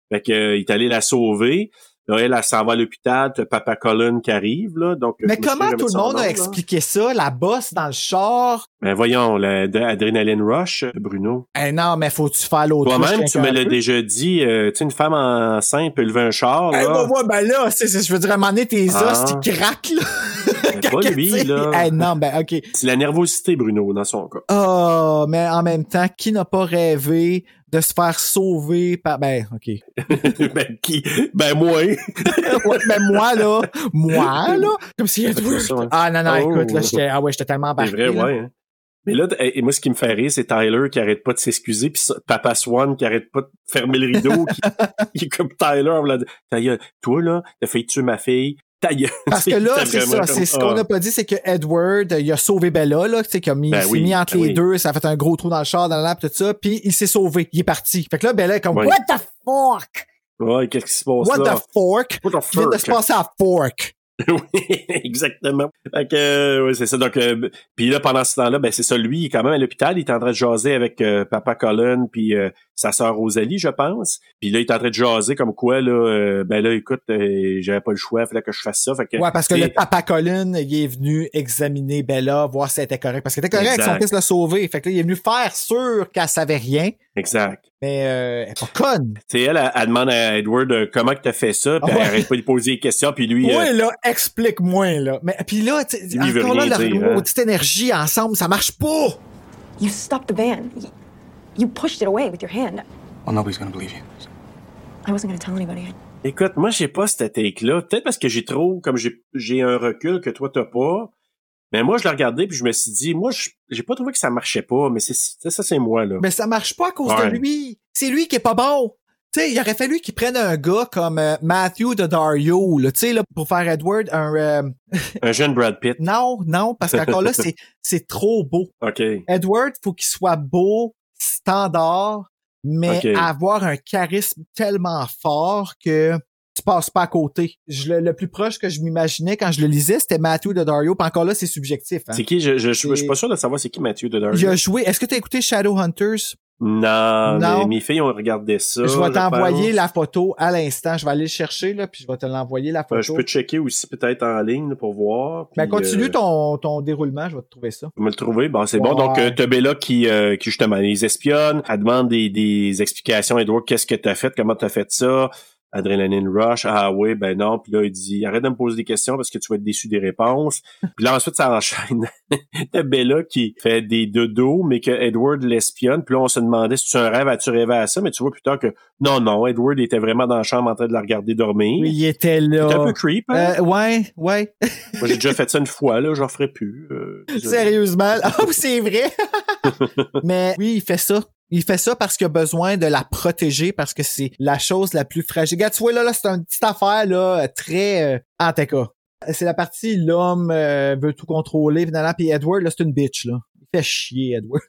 Speaker 2: Fait que, euh, il est allé la sauver. Là, elle, elle s'en va à l'hôpital. T'as Papa Colin qui arrive, là. Donc,
Speaker 1: Mais
Speaker 2: je me souviens
Speaker 1: comment
Speaker 2: jamais de
Speaker 1: tout le
Speaker 2: son
Speaker 1: monde
Speaker 2: nom,
Speaker 1: a
Speaker 2: là.
Speaker 1: expliqué ça? La bosse dans le char?
Speaker 2: Ben, voyons, l'adrénaline rush, Bruno.
Speaker 1: Eh non, mais faut-tu faire l'autre
Speaker 2: Toi-même,
Speaker 1: chose
Speaker 2: tu me
Speaker 1: qu'un
Speaker 2: l'as
Speaker 1: peu?
Speaker 2: déjà dit. euh, tu sais, une femme enceinte peut lever un char,
Speaker 1: Eh
Speaker 2: là.
Speaker 1: ben, ouais, ben là, c'est- c'est- je veux dire, à un moment donné, tes os,
Speaker 2: Ah.
Speaker 1: ils craquent, là.
Speaker 2: Ben, pas
Speaker 1: Quand
Speaker 2: lui,
Speaker 1: tu sais,
Speaker 2: là.
Speaker 1: Eh non, ben, OK.
Speaker 2: C'est la nervosité, Bruno, dans son cas. [LAUGHS]
Speaker 1: Oh, mais en même temps, qui n'a pas rêvé de se faire sauver par... Ben, OK. Euh,
Speaker 2: ben, qui? Ben, moi.
Speaker 1: Ouais, mais moi, là, moi, là, comme si...
Speaker 2: [LAUGHS] C'est ça, hein.
Speaker 1: Ah non, non,
Speaker 2: Oh.
Speaker 1: écoute, là, j'étais ah, ouais, j'étais tellement
Speaker 2: C'est
Speaker 1: embarqué.
Speaker 2: vrai,
Speaker 1: là.
Speaker 2: ouais. hein. Mais là, t- et et moi, ce qui me fait rire, c'est Tyler qui arrête pas de s'excuser, puis ça- Papa Swan qui arrête pas de fermer le rideau, qui,
Speaker 1: [LAUGHS]
Speaker 2: qui est comme Tyler. on me l'a dit, Ta gueule, toi, là, t'as failli tuer ma fille. Ta gueule.
Speaker 1: [LAUGHS] Parce
Speaker 2: [LAUGHS]
Speaker 1: que là,
Speaker 2: T'as
Speaker 1: c'est
Speaker 2: vraiment
Speaker 1: ça,
Speaker 2: comme-
Speaker 1: c'est ce
Speaker 2: Ah.
Speaker 1: qu'on n'a pas dit, c'est que Edward, euh, il a sauvé Bella, là, tu sais, qu'il a mis,
Speaker 2: Ben
Speaker 1: il s'est
Speaker 2: oui,
Speaker 1: mis entre
Speaker 2: ben
Speaker 1: les
Speaker 2: oui.
Speaker 1: deux, ça a fait un gros trou dans le char, dans la lampe, tout ça, puis il s'est sauvé, il est parti. Fait que là, Bella est comme,
Speaker 2: Ouais.
Speaker 1: what the fork?
Speaker 2: Ouais, qu'est-ce qui se passe
Speaker 1: What
Speaker 2: là?
Speaker 1: the fork?
Speaker 2: What the
Speaker 1: Il vient de se
Speaker 2: fuck?
Speaker 1: passer à fork.
Speaker 2: [LAUGHS] Oui, exactement. Fait que, euh, ouais, c'est ça. Donc, euh, b- puis là, pendant ce temps-là, ben c'est ça. Lui, il est quand même à l'hôpital. Il est en train de jaser avec euh, Papa Colin puis euh, sa sœur Rosalie, je pense. Puis là, il est en train de jaser comme quoi là, euh, ben là, écoute, euh, j'avais pas le choix, fallait que je fasse ça. Fait que,
Speaker 1: Ouais, parce que
Speaker 2: tu sais,
Speaker 1: le papa Colin, il est venu examiner Bella, voir si elle était correcte. Parce qu'elle était correcte, son
Speaker 2: Exact.
Speaker 1: fils l'a sauvé. Fait que là, il est venu faire sûr qu'elle savait rien,
Speaker 2: exact.
Speaker 1: mais euh, elle est pas conne.
Speaker 2: Tu sais, elle, elle, elle demande à Edward euh, comment que t'as fait ça, puis
Speaker 1: Ah ouais.
Speaker 2: elle arrête pas de lui poser des questions, puis lui, euh,
Speaker 1: Oui, là, explique-moi, là. Mais puis là, tu sais,
Speaker 2: Lui, il veut
Speaker 1: encore là,
Speaker 2: rien
Speaker 1: leur
Speaker 2: dire, hein.
Speaker 1: maudite énergie ensemble, ça marche pas!
Speaker 9: You stopped the van. You, you pushed it away with your hand.
Speaker 4: Well, nobody's gonna believe you.
Speaker 9: I wasn't going to tell anybody. I,
Speaker 2: Écoute, moi, j'ai pas cette take-là. Peut-être parce que j'ai trop, comme j'ai, j'ai un recul que toi, t'as pas. Mais moi, je l'ai regardé puis je me suis dit, moi, je- j'ai pas trouvé que ça marchait pas, mais c'est, ça, ça, c'est moi, là.
Speaker 1: Mais ça marche pas à cause
Speaker 2: Ouais.
Speaker 1: de lui. C'est lui qui est pas bon. Tu sais, il aurait fallu qu'il prenne un gars comme euh, Matthew de Dario, là, tu sais, là, pour faire Edward un... euh,
Speaker 2: Un jeune Brad Pitt.
Speaker 1: non, non, parce
Speaker 2: [LAUGHS]
Speaker 1: qu'encore là, c'est, c'est trop beau.
Speaker 2: OK.
Speaker 1: Edward, faut qu'il soit beau, standard, mais
Speaker 2: Ok.
Speaker 1: avoir un charisme tellement fort que tu passes pas à côté. Je, le, le plus proche que je m'imaginais quand je le lisais, c'était Matthew de Dario. Puis encore là, c'est subjectif. hein.
Speaker 2: C'est qui? Je, je, je, je suis pas sûr de savoir c'est qui Mathieu de
Speaker 1: Il a joué. Est-ce que tu as écouté Shadowhunters?
Speaker 2: Non,
Speaker 1: Non.
Speaker 2: mais mes filles ont regardé ça.
Speaker 1: je vais t'envoyer
Speaker 2: pense.
Speaker 1: la photo à l'instant. Je vais aller le chercher, là, puis Ben, je vais te l'envoyer la
Speaker 2: Euh,
Speaker 1: photo.
Speaker 2: je peux checker aussi peut-être en ligne là, pour voir.
Speaker 1: Ben,
Speaker 2: puis,
Speaker 1: continue
Speaker 2: euh,
Speaker 1: ton, ton déroulement, je vais te trouver ça.
Speaker 2: Je vais me le trouver. Bon, c'est bon. Donc,
Speaker 1: Ouais.
Speaker 2: euh, t'as Bella qui, euh, qui justement les espionne. Elle demande des, des explications. Edward, qu'est-ce que t'as fait? Comment t'as fait ça? Adrénaline Rush. Ah oui, ben non. Puis là, il dit, arrête de me poser des questions parce que tu vas être déçu des
Speaker 1: [LAUGHS]
Speaker 2: réponses. Puis là, ensuite, ça enchaîne. [LAUGHS] t'as Bella qui fait des dodos, mais que Edward l'espionne. Puis là, on se demandait si tu un rêve, as-tu rêvé à ça? Mais tu vois plus tard que non, non, Edward était vraiment dans la chambre en train de la regarder dormir.
Speaker 1: Oui, il était là.
Speaker 2: C'est un peu creep, hein?
Speaker 1: Euh, ouais, ouais.
Speaker 2: Moi, j'ai
Speaker 1: [LAUGHS]
Speaker 2: déjà fait ça une fois, là. J'en ferai plus. Euh, désolé.
Speaker 1: Sérieusement. Ah, oui, c'est [LAUGHS] vrai. Mais oui, il fait ça. Il fait ça parce qu'il a besoin de la protéger parce que c'est la chose la plus fragile. Regarde, tu vois, là, là c'est une petite affaire, là, très, euh, en tout cas. C'est la partie, l'homme euh, veut tout contrôler, finalement, puis Edward, là, c'est une bitch, là. Il fait chier, Edward.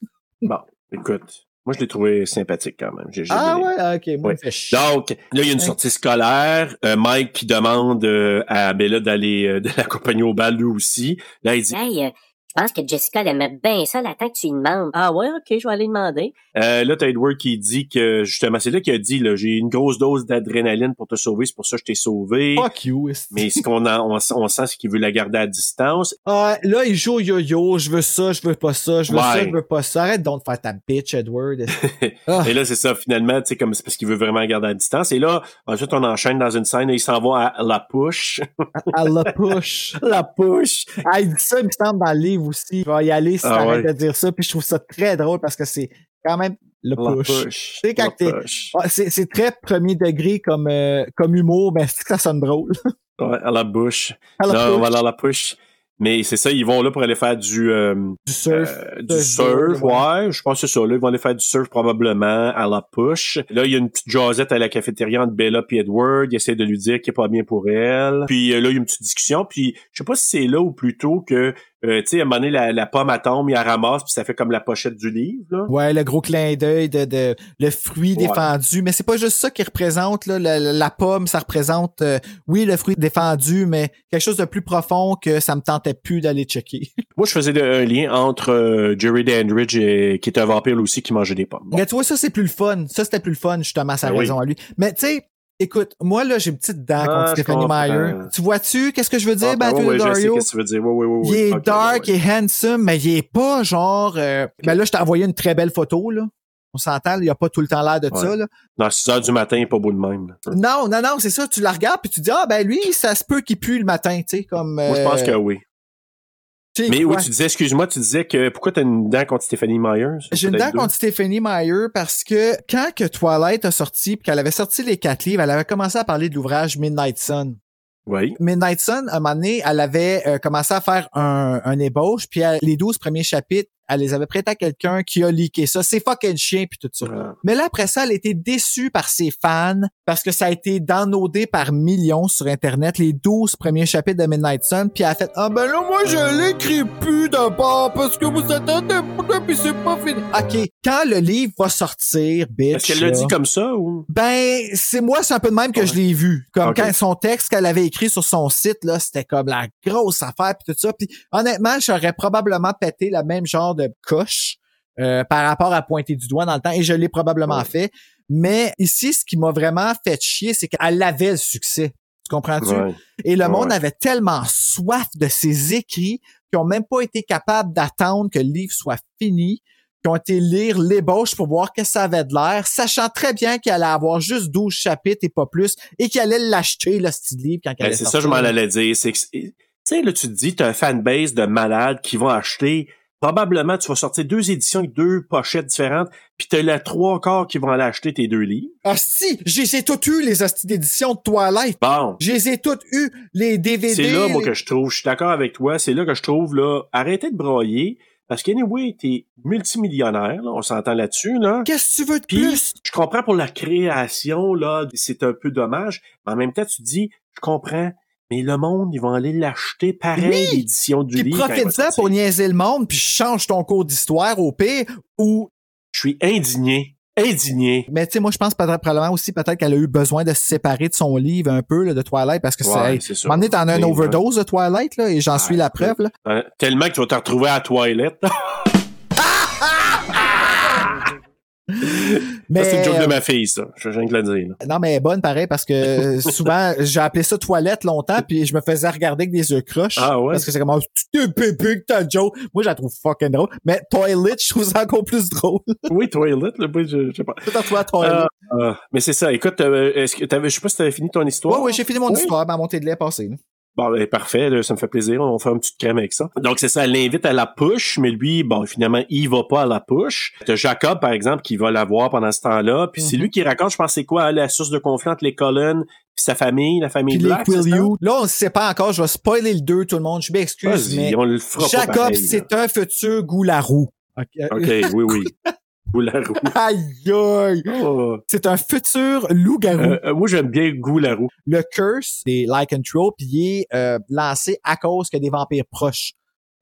Speaker 2: Bon, écoute. Moi, je l'ai trouvé sympathique quand même. J'ai- j'ai
Speaker 1: [LAUGHS] Ah
Speaker 2: aimé.
Speaker 1: ouais, ah, ok, moi,
Speaker 2: Ouais.
Speaker 1: il fait chier.
Speaker 2: Donc, là, il y a une
Speaker 1: Ouais.
Speaker 2: sortie scolaire. Euh, Mike qui demande euh, à Bella d'aller euh, de l'accompagner au bal, lui aussi. Là, il dit,
Speaker 5: Hey, euh, je pense que Jessica elle aimait bien ça la temps que tu lui demandes. Ah ouais, ok, je vais aller demander.
Speaker 2: euh, là, t'as Edward qui dit que, justement, c'est là qu'il a dit, là, j'ai une grosse dose d'adrénaline pour te sauver, c'est pour ça que je t'ai sauvé.
Speaker 1: Fuck you, esti.
Speaker 2: Mais ce qu'on a, on, s- on sent, c'est qu'il veut la garder à distance.
Speaker 1: Ah, là, il joue au yo-yo, je veux ça, je veux pas ça, je veux ça,
Speaker 2: Ouais.
Speaker 1: je veux pas ça. Arrête donc de faire ta bitch, Edward. [LAUGHS] Ah.
Speaker 2: Et là, c'est ça, finalement, tu sais, comme c'est parce qu'il veut vraiment la garder à distance. Et là, ensuite, on enchaîne dans une scène, et il s'en va à la push.
Speaker 1: À la push.
Speaker 2: la push!
Speaker 1: Ah, il dit ça, il me semble, dans le livre aussi. Il va y aller si
Speaker 2: Ah
Speaker 1: t'arrêtes
Speaker 2: ouais.
Speaker 1: de dire ça. Puis je trouve ça très drôle parce que c'est quand même le
Speaker 2: La
Speaker 1: push.
Speaker 2: push.
Speaker 1: Tu sais, quand
Speaker 2: La
Speaker 1: t'es-
Speaker 2: push.
Speaker 1: Ah, c'est, c'est très premier degré comme, euh, comme humour, mais c'est que ça sonne drôle. [LAUGHS]
Speaker 2: Ouais, à la bouche.
Speaker 1: À la
Speaker 2: non,
Speaker 1: push.
Speaker 2: voilà, à la push. Mais c'est ça, ils vont là pour aller faire du, euh,
Speaker 1: Du surf.
Speaker 2: euh,
Speaker 1: de
Speaker 2: du surf,
Speaker 1: jour,
Speaker 2: ouais. Je pense que c'est ça, là. Ils vont aller faire du surf probablement à la push. Là, il y a une petite jasette à la cafétéria entre Bella et Edward. Il essaie de lui dire qu'il est pas bien pour elle. Puis euh, là, il y a une petite discussion. Puis je sais pas si c'est là ou plutôt que, euh, tu sais, à un moment donné, la, la pomme, elle tombe, il la ramasse, puis ça fait comme la pochette du livre, là.
Speaker 1: Ouais, le gros clin d'œil de, de le fruit
Speaker 2: Ouais.
Speaker 1: défendu, mais c'est pas juste ça qui représente là, la, la- la pomme, ça représente euh, oui le fruit défendu, mais quelque chose de plus profond que ça me tentait plus
Speaker 2: [LAUGHS]
Speaker 1: d'aller checker.
Speaker 2: Moi, je faisais de- un lien entre euh, Jerry Dandridge, et, qui est un vampire lui aussi, qui mangeait des pommes. Bon.
Speaker 1: Mais tu vois ça c'est plus le fun, ça c'était plus le fun justement sa
Speaker 2: Ben oui.
Speaker 1: raison à lui. Mais tu sais, écoute, moi là j'ai une petite dent
Speaker 2: Ah,
Speaker 1: contre
Speaker 2: je
Speaker 1: Stephanie
Speaker 2: comprends.
Speaker 1: Meyer. Tu vois-tu qu'est-ce que je veux dire
Speaker 2: Ah, ben
Speaker 1: Matthew
Speaker 2: ouais, ouais, je sais
Speaker 1: Daddario?
Speaker 2: qu'est-ce que tu veux dire. Ouais, ouais, ouais,
Speaker 1: Il
Speaker 2: ouais.
Speaker 1: est
Speaker 2: Ok,
Speaker 1: dark,
Speaker 2: ouais, ouais.
Speaker 1: il est handsome, mais il est pas genre euh, ben là je t'ai envoyé une très belle photo là. On s'entend, il y a pas tout le temps l'air de
Speaker 2: Ouais.
Speaker 1: ça là.
Speaker 2: Dans 6 heures du matin, il est pas beau de même. là.
Speaker 1: Non, non, non, c'est ça. Tu la regardes puis tu dis ah ben lui, ça se peut qu'il pue le matin, tu sais comme. euh,
Speaker 2: Moi, je pense que oui. Mais oui, tu disais, excuse-moi, tu disais que pourquoi t'as une dent contre Stéphanie Myers?
Speaker 1: J'ai une dent
Speaker 2: Peut-être
Speaker 1: contre Stephanie Meyer parce que quand que Twilight a sorti puis qu'elle avait sorti les quatre livres, elle avait commencé à parler de l'ouvrage Midnight Sun.
Speaker 2: deux. Oui.
Speaker 1: Midnight Sun, à un moment donné, elle avait euh, commencé à faire un, un ébauche puis elle- les 12 premiers chapitres, elle les avait prêtés à quelqu'un qui a leaké ça. C'est fucking chien puis tout ça.
Speaker 2: Ah.
Speaker 1: Mais là, après ça, elle a été déçue par ses fans parce que ça a été downloadé par millions sur Internet, les 12 premiers chapitres de Midnight Sun, puis elle a fait « Ah ben là, moi,
Speaker 2: Euh.
Speaker 1: je l'écris plus d'abord parce que vous attendez pourquoi puis c'est pas fini. » OK, quand le livre va sortir, bitch...
Speaker 2: Est-ce qu'elle l'a
Speaker 1: là,
Speaker 2: dit comme ça ou?
Speaker 1: ben, c'est moi, c'est un peu de même que je l'ai vu. Comme
Speaker 2: Ok.
Speaker 1: quand son texte qu'elle avait écrit sur son site, là, c'était comme la grosse affaire puis tout ça. Puis honnêtement, j'aurais probablement pété le même genre de coche euh, par rapport à pointer du doigt dans le temps, et je l'ai probablement
Speaker 2: Ouais.
Speaker 1: fait. Mais ici, ce qui m'a vraiment fait chier, c'est qu'elle avait le succès. Tu comprends-tu?
Speaker 2: Ouais.
Speaker 1: Et le monde
Speaker 2: Ouais.
Speaker 1: avait tellement soif de ses écrits qu'ils ont même pas été capables d'attendre que le livre soit fini, qu'ils ont été lire l'ébauche pour voir que ça avait de l'air, sachant très bien qu'il allait avoir juste 12 chapitres et pas plus, et qu'il allait l'acheter, le style livre, quand il
Speaker 2: Ben,
Speaker 1: allait
Speaker 2: c'est ça,
Speaker 1: sortir.
Speaker 2: je m'en allais dire. C'est que, tu sais, là, tu te dis, t'as un fanbase de malades qui vont acheter. Probablement, tu vas sortir deux éditions avec deux pochettes différentes. Puis t'as les trois quarts qui vont aller acheter tes deux livres.
Speaker 1: Ah, Asti, je les ai toutes eues, les astis d'édition de Twilight.
Speaker 2: Bon.
Speaker 1: Je les ai toutes eues, les DVD.
Speaker 2: C'est là, moi,
Speaker 1: les-
Speaker 2: que je trouve, je suis d'accord avec toi, c'est là que je trouve, là, arrêtez de broyer, parce qu'anyway, t'es multimillionnaire, là, on s'entend là-dessus, là.
Speaker 1: Qu'est-ce que tu veux de
Speaker 2: Puis,
Speaker 1: plus?
Speaker 2: je comprends pour la création, là, c'est un peu dommage, mais en même temps, tu te dis, je comprends, mais le monde, ils vont aller l'acheter pareil,
Speaker 1: Oui!
Speaker 2: l'édition du
Speaker 1: Puis
Speaker 2: livre. quand il va
Speaker 1: profite-en
Speaker 2: sortir.
Speaker 1: pour niaiser le monde, puis change ton cours d'histoire au pire, ou
Speaker 2: Je suis indigné, indigné.
Speaker 1: Mais tu sais, moi, je pense peut-être- probablement aussi peut-être qu'elle a eu besoin de se séparer de son livre un peu là, de Twilight parce que
Speaker 2: Ouais,
Speaker 1: c'est.
Speaker 2: c'est
Speaker 1: c'est.
Speaker 2: ça.
Speaker 1: M'emmener, t'en as une
Speaker 2: Mais,
Speaker 1: overdose de Twilight, là, et j'en suis la preuve. Là.
Speaker 2: Euh, tellement que tu vas te retrouver à la toilette. [LAUGHS]
Speaker 1: Mais,
Speaker 2: ça,
Speaker 1: euh,
Speaker 2: c'est le joke de ma fille, ça. Je viens de le dire, là.
Speaker 1: Non, mais elle est bonne, pareil, parce que
Speaker 2: [LAUGHS]
Speaker 1: euh, souvent, j'ai appelé ça toilette longtemps, puis je me faisais regarder avec des yeux croches.
Speaker 2: Ah ouais?
Speaker 1: Parce que c'est comme, oh, tu t'es bébé que t'as Joe. Moi, je la trouve fucking drôle. Mais Toilet, je trouve ça encore
Speaker 2: [LAUGHS]
Speaker 1: plus drôle.
Speaker 2: Oui, toilette, là, oui, je, je sais pas.
Speaker 1: Tout à toi, Toilet.
Speaker 2: Ah, ah, mais c'est ça. Écoute, euh, est-ce que t'avais, je sais pas si t'avais fini ton
Speaker 1: ouais,
Speaker 2: histoire.
Speaker 1: ouais, j'ai fini mon
Speaker 2: Oui.
Speaker 1: histoire, ma montée de lait est passée. là.
Speaker 2: Bon, ben, parfait, là, ça me fait plaisir. On fait une petite crème avec ça. Donc, c'est ça, elle l'invite à la push, mais lui, bon, finalement, il va pas à la push. T'as Jacob, par exemple, qui va la voir pendant ce temps-là. Puis
Speaker 1: Mhm.
Speaker 2: c'est lui qui raconte, je pense, c'est quoi, hein, la source de conflit entre les colonnes, puis sa famille, la famille
Speaker 1: Puis les
Speaker 2: Black.
Speaker 1: Quill
Speaker 2: c'est ça?
Speaker 1: You. Là, on ne sait pas encore, je vais spoiler le 2, tout le monde. Je m'excuse,
Speaker 2: Vas-y,
Speaker 1: mais.
Speaker 2: on le fera pas
Speaker 1: Jacob,
Speaker 2: pareil, là.
Speaker 1: c'est un futur Goularou. euh,
Speaker 2: OK, oui,
Speaker 1: [LAUGHS]
Speaker 2: oui. Goularou.
Speaker 1: Aïe aïe!
Speaker 2: Oh.
Speaker 1: C'est un futur loup-garou.
Speaker 2: Euh, euh, moi, j'aime bien Goularou.
Speaker 1: Le curse des Lycanthropes, il est euh, lancé à cause que des vampires proches.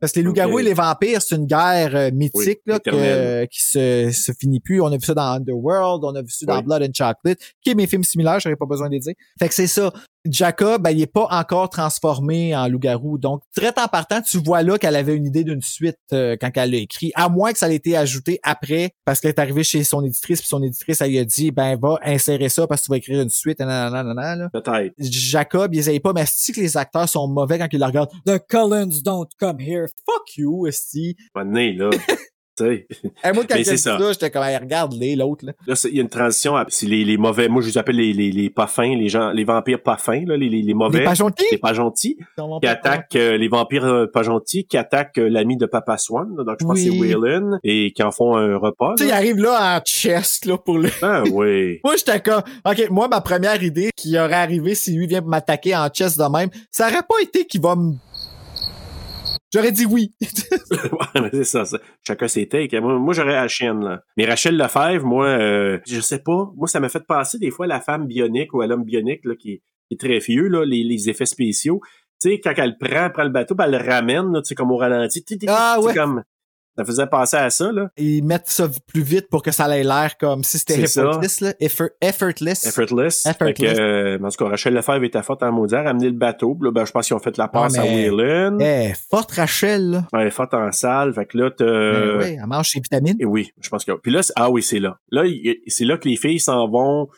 Speaker 1: Parce que les loups-garous
Speaker 2: Ok.
Speaker 1: et les vampires, c'est une guerre euh, mythique
Speaker 2: Oui,
Speaker 1: là, que- euh,
Speaker 2: éternelle.
Speaker 1: qui se, se finit plus. On a vu ça dans Underworld, on a vu ça dans
Speaker 2: Oui.
Speaker 1: Blood and Chocolate, qui est mes films similaires, j'aurais pas besoin de les dire. Fait que c'est ça. Jacob, ben, il est pas encore transformé en loup-garou. Donc, très en partant, tu vois là qu'elle avait une idée d'une suite euh, quand elle l'a écrit, à moins que ça ait été ajouté après, parce qu'elle est arrivée chez son éditrice, puis son éditrice, elle lui a dit, ben, va insérer ça parce que tu vas écrire une suite, nanana, nanana, là.
Speaker 2: Peut-être.
Speaker 1: Jacob, ils aiment pas, mais si que les acteurs sont mauvais quand ils la regardent. The Collins don't come here. Fuck you, esti.
Speaker 2: Un moment donné,
Speaker 1: [LAUGHS]
Speaker 2: là. tu sais.
Speaker 1: Et moi, quand
Speaker 2: Mais
Speaker 1: j'ai
Speaker 2: c'est
Speaker 1: dit
Speaker 2: ça.
Speaker 1: ça, j'étais comme, Hey, regarde-les, l'autre, là.
Speaker 2: Là, c'est- il y a une transition. à- C'est les, les mauvais. Moi, je les appelle les, les, les pas fins, les gens, les vampires pas fins, là, les, les, les mauvais.
Speaker 1: Les pas gentils.
Speaker 2: les pas gentils. qui attaquent euh, les vampires euh, pas gentils, qui attaquent euh, l'ami de Papa Swan, là, donc je pense que c'est
Speaker 1: Oui.
Speaker 2: Waylon, et qui en font un repas.
Speaker 1: Tu sais, ils
Speaker 2: là.
Speaker 1: arrivent là en chest, là, pour le... [LAUGHS]
Speaker 2: Ah oui. [LAUGHS]
Speaker 1: Moi, j'étais comme, OK, moi, ma première idée qui aurait arrivé si lui vient m'attaquer en chest de même, ça aurait pas été qu'il va me... J'aurais dit oui.
Speaker 2: Ouais, mais c'est ça, ça. Chacun ses takes. Moi, moi j'aurais la chienne, là. Mais Rachel Lefebvre, moi, euh, je sais pas. Moi, ça m'a fait penser des fois à la femme bionique ou à l'homme bionique, là, qui, qui est très vieux, là, les, les effets spéciaux. Tu sais, quand elle prend, prend le bateau, puis elle le ramène, là, tu sais, comme au ralenti. Tu sais,
Speaker 1: Ah,
Speaker 2: tu sais,
Speaker 1: ouais.
Speaker 2: comme, ça faisait penser à ça, là.
Speaker 1: Ils mettent ça plus vite pour que ça ait l'air comme si c'était
Speaker 2: C'est ça.
Speaker 1: effortless, là. Effort- effortless.
Speaker 2: Effortless. Fait que,
Speaker 1: Effortless.
Speaker 2: euh, en tout cas, Rachel Lefebvre était forte en maudire, a amené le bateau. Puis là, ben, je pense qu'ils ont fait la passe
Speaker 1: Ah, mais-
Speaker 2: à Whelan.
Speaker 1: Eh, forte Rachel, là.
Speaker 2: Elle est forte en salle. Fait que là, t'as...
Speaker 1: Ben ouais, elle mange ses vitamines.
Speaker 2: Et oui, je pense que... Puis là, c'est- ah oui, c'est là. Là, il- c'est là que les filles s'en vont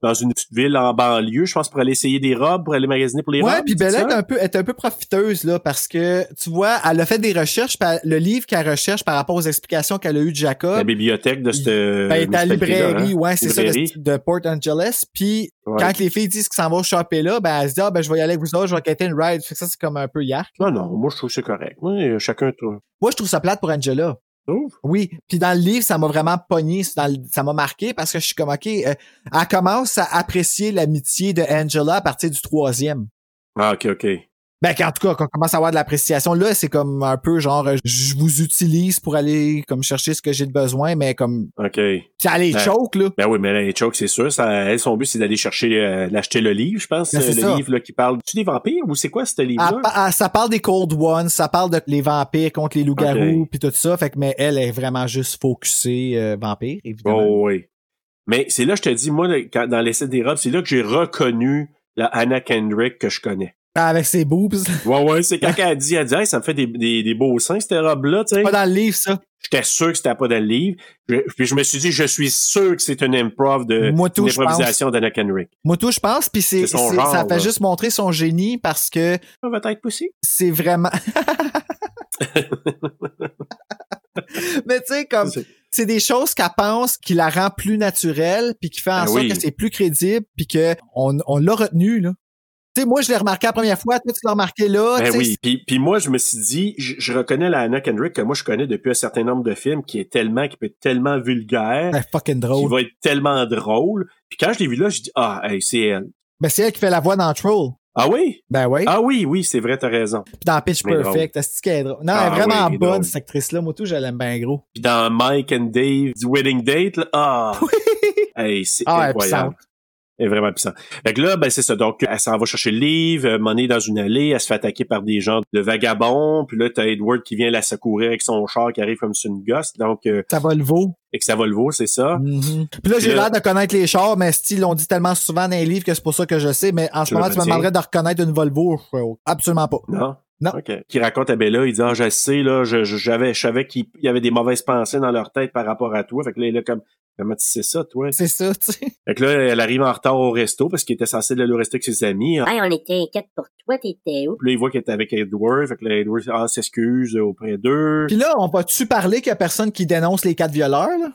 Speaker 2: dans une petite ville en banlieue, je pense, pour aller essayer des robes, pour aller magasiner pour les robes.
Speaker 1: Ouais, puis
Speaker 2: c'est
Speaker 1: Bella
Speaker 2: ça?
Speaker 1: est un peu, est un peu profiteuse là parce que tu vois, elle a fait des recherches, puis elle- le livre qu'elle recherche par rapport aux explications qu'elle a eues de
Speaker 2: La euh,
Speaker 1: Jacob,
Speaker 2: bibliothèque de cette... hein?
Speaker 1: ben, elle est à la librairie, ouais, c'est ça, de,
Speaker 2: Librairie.
Speaker 1: de Port Angeles. Puis quand les filles disent qu'ils s'en vont shopper là, ben elle se dit ah ben je vais y aller avec vous autres, je vais quitter une ride. Fait que ça c'est comme un peu yark.
Speaker 2: Non, non, moi, je trouve que c'est correct. Moi, euh, chacun trouve.
Speaker 1: Moi je trouve ça plate pour Angela.
Speaker 2: Trouve?
Speaker 1: Oui, puis dans le livre, ça m'a vraiment pogné, c'est dans le- ça m'a marqué parce que je suis comme, OK, euh, elle commence à apprécier l'amitié de Angela à partir du troisième.
Speaker 2: Ah, OK, OK.
Speaker 1: Ben, qu'en tout cas, qu'on commence à avoir de l'appréciation, là, c'est comme un peu genre, euh, je vous utilise pour aller, comme, chercher ce que j'ai de besoin, mais comme,
Speaker 2: OK.
Speaker 1: pis elle les
Speaker 2: Ouais.
Speaker 1: choke, là.
Speaker 2: Ben oui, mais là, les Choke, c'est sûr. Ça, elle, son but, c'est d'aller chercher, euh, d'acheter le livre, je pense.
Speaker 1: Ben, c'est
Speaker 2: euh, le
Speaker 1: ça. Ah,
Speaker 2: livre là, qui parle. Tu des vampires ou c'est quoi ce
Speaker 1: Elle
Speaker 2: livre-là?
Speaker 1: pa- elle- ça parle des Cold Ones, ça parle de les vampires contre les loups-garous,
Speaker 2: Ok.
Speaker 1: puis tout ça, fait que, mais elle est vraiment juste focusée euh, vampire, évidemment.
Speaker 2: Oh, oui. Mais c'est là, je te dis, moi, le- quand- dans l'essai des robes, c'est là que j'ai reconnu la Anna Kendrick que je connais.
Speaker 1: Avec ses boobs.
Speaker 2: Ouais, ouais, c'est quand elle dit, elle dit, Hey, ça me fait des, des, des beaux seins, cette robe-là, tu sais.
Speaker 1: Pas dans le livre, ça.
Speaker 2: J'étais sûr que c'était pas dans le livre. Je- puis je me suis dit, je suis sûr que c'est une improv de,
Speaker 1: Moi, tout,
Speaker 2: une
Speaker 1: je pense.
Speaker 2: improvisation d'Anna Kendrick.
Speaker 1: Moi, tout, je pense, puis c'est,
Speaker 2: C'est son
Speaker 1: c'est-
Speaker 2: genre,
Speaker 1: ça fait
Speaker 2: là.
Speaker 1: juste montrer son génie parce que
Speaker 2: Ça va être possible. [LAUGHS]
Speaker 1: c'est vraiment... mais tu sais, comme... c'est des choses qu'elle pense qui la rend plus naturelle puis qui fait en
Speaker 2: Ben
Speaker 1: sorte
Speaker 2: oui.
Speaker 1: que c'est plus crédible puis que on, on l'a retenu là. Tu Tu sais, moi, je l'ai remarqué la première fois, toi, tu l'as remarqué là. tu
Speaker 2: Ben
Speaker 1: sais,
Speaker 2: oui. Puis, puis moi, je me suis dit, je, je reconnais la Anna Kendrick que moi, je connais depuis un certain nombre de films qui est tellement, qui peut être tellement vulgaire,
Speaker 1: Ah, c'est ben fucking
Speaker 2: qui
Speaker 1: drôle.
Speaker 2: va être tellement drôle. Puis quand je l'ai vu là, je dis, ah, hey, c'est elle.
Speaker 1: Ben, c'est elle qui fait la voix dans Troll.
Speaker 2: Ah oui?
Speaker 1: Ben oui.
Speaker 2: Ah oui, oui, c'est vrai, t'as raison.
Speaker 1: Puis dans Pitch
Speaker 2: Mais drôle.
Speaker 1: Perfect, est-ce qu'elle est drôle? Non,
Speaker 2: Ah
Speaker 1: elle est vraiment
Speaker 2: oui, elle est
Speaker 1: bonne,
Speaker 2: drôle.
Speaker 1: cette actrice-là. Moi, tout, je l'aime bien gros.
Speaker 2: Puis dans Mike and Dave, du Wedding Date, là,
Speaker 1: [LAUGHS]
Speaker 2: ah! Hey, c'est
Speaker 1: Ah, elle est
Speaker 2: incroyable.
Speaker 1: puissante.
Speaker 2: Elle est vraiment puissante. Fait que là, ben, c'est ça. Donc, elle s'en va chercher le livre, euh, monnaie dans une allée, elle se fait attaquer par des gens de vagabonds, puis là, t'as Edward qui vient la secourir avec son char qui arrive comme sur une gosse, donc, euh,
Speaker 1: Ça va le vaut.
Speaker 2: et que ça va le vaut, c'est ça.
Speaker 1: Mhm. Puis là,
Speaker 2: Puis
Speaker 1: j'ai
Speaker 2: là-
Speaker 1: l'air de connaître les chars, mais si ils l'ont dit tellement souvent dans les livres que c'est pour ça que je sais, mais en ce
Speaker 2: Tu
Speaker 1: moment,
Speaker 2: le
Speaker 1: tu me
Speaker 2: retiens.
Speaker 1: demanderais de reconnaître une Volvo. je ferais Absolument pas.
Speaker 2: Non?
Speaker 1: Non.
Speaker 2: OK. Qui raconte à Bella, il dit, ah, je sais, là, je, je- j'avais, je savais qu'il il y avait des mauvaises pensées dans leur tête par rapport à toi. Fait que là, elle est comme, comment tu sais ça, toi?
Speaker 1: C'est ça, tu sais.
Speaker 2: Fait que là, elle arrive en retard au resto parce qu'il était censé aller au resto avec ses amis.
Speaker 5: Hey, on était inquiète pour toi, t'étais où?
Speaker 2: Puis là, il voit qu'elle est avec Edward. Fait que là, Edward ah, s'excuse auprès d'eux.
Speaker 1: Puis là, on va-tu parler qu'il y a personne qui dénonce les quatre violeurs, là?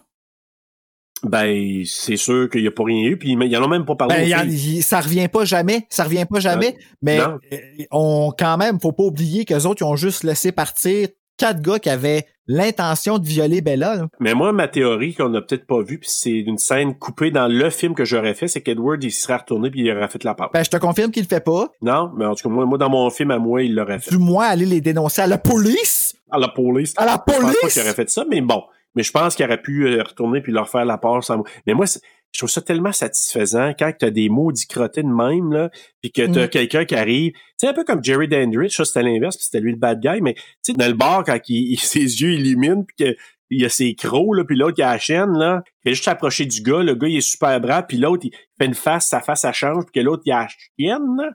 Speaker 2: Ben, c'est sûr qu'il n'y a pas rien eu. Puis ils n'en ont même pas parlé.
Speaker 1: Ben,
Speaker 2: aux
Speaker 1: y en-
Speaker 2: filles.
Speaker 1: y- ça revient pas jamais, ça revient pas jamais, mais
Speaker 2: Oh, Non.
Speaker 1: euh, on quand même, faut pas oublier qu'eux autres, ils ont juste laissé partir quatre gars qui avaient l'intention de violer Bella. là.
Speaker 2: Mais moi, ma théorie qu'on n'a peut-être pas vue, puis c'est une scène coupée dans le film que j'aurais fait, c'est qu'Edward, il se serait retourné puis il aurait fait la part.
Speaker 1: Ben, je te confirme qu'il le fait pas.
Speaker 2: Non, mais en tout cas, moi, moi, dans mon film, à moi, il l'aurait fait.
Speaker 1: Du moins, aller les dénoncer à la police.
Speaker 2: À la police.
Speaker 1: À la
Speaker 2: Je pense pas
Speaker 1: police?
Speaker 2: qu'il aurait fait ça, mais bon. Mais je pense qu'il aurait pu euh, retourner puis leur faire la part sans moi. Mais moi, c'est- je trouve ça tellement satisfaisant quand t'as des maudits crottés de même, là, puis que t'as
Speaker 1: Mm.
Speaker 2: quelqu'un qui arrive. C'est un peu comme Jerry Dandridge, ça c'était l'inverse, puis c'était lui le bad guy, mais tu sais, dans le bar, quand il, [LAUGHS] il- ses yeux illuminent, puis que il y a ses crocs, là, puis l'autre, il a la chaîne, là. Il fait juste s'approcher du gars, le gars, il est super brave, puis l'autre, il fait une face, sa face, ça change, puis que l'autre, il a la chienne, là.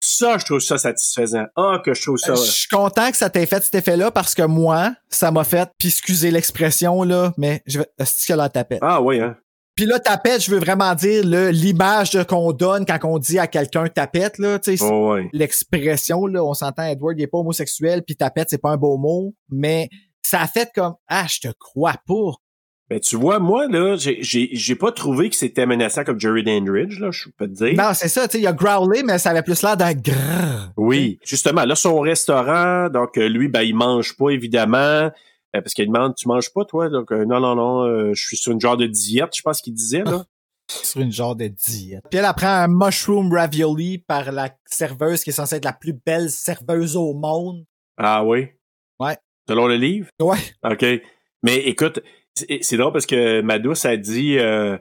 Speaker 2: Ça, je trouve ça satisfaisant. Ah, que je trouve ça...
Speaker 1: Ben, Euh, Je suis content que ça t'ait fait cet effet-là parce que moi, ça m'a fait, puis excusez l'expression, là, mais je vais, est-ce que là, tapette?
Speaker 2: Ah oui, hein.
Speaker 1: Puis là, tapette, je veux vraiment dire le, l'image de- qu'on donne quand on dit à quelqu'un tapette, là, tu sais,
Speaker 2: Oh, ouais.
Speaker 1: l'expression, là, on s'entend, Edward, il est pas homosexuel, puis tapette, c'est pas un beau mot, mais ça a fait comme, ah, je te crois pas.
Speaker 2: Ben, tu vois, moi, là, j'ai- j'ai j'ai pas trouvé que c'était menaçant comme Jerry Dandridge, là, je peux te dire.
Speaker 1: Non, c'est ça, tu sais, il a growlé, mais ça avait plus l'air d'un grrr.
Speaker 2: Oui, justement, là, son restaurant, donc euh, lui, ben, il mange pas, évidemment, euh, parce qu'il demande, tu manges pas, toi? Donc, euh, non, non, non, euh, je suis sur une genre de diète, je pense qu'il disait, là.
Speaker 1: sur une genre de diète. Puis elle apprend un mushroom ravioli par la serveuse qui est censée être la plus belle serveuse au monde.
Speaker 2: [LAUGHS] ah oui?
Speaker 1: Ouais.
Speaker 2: Selon le livre?
Speaker 1: Ouais.
Speaker 2: OK. Mais écoute, c'est c'est drôle parce que Madouce a dit euh,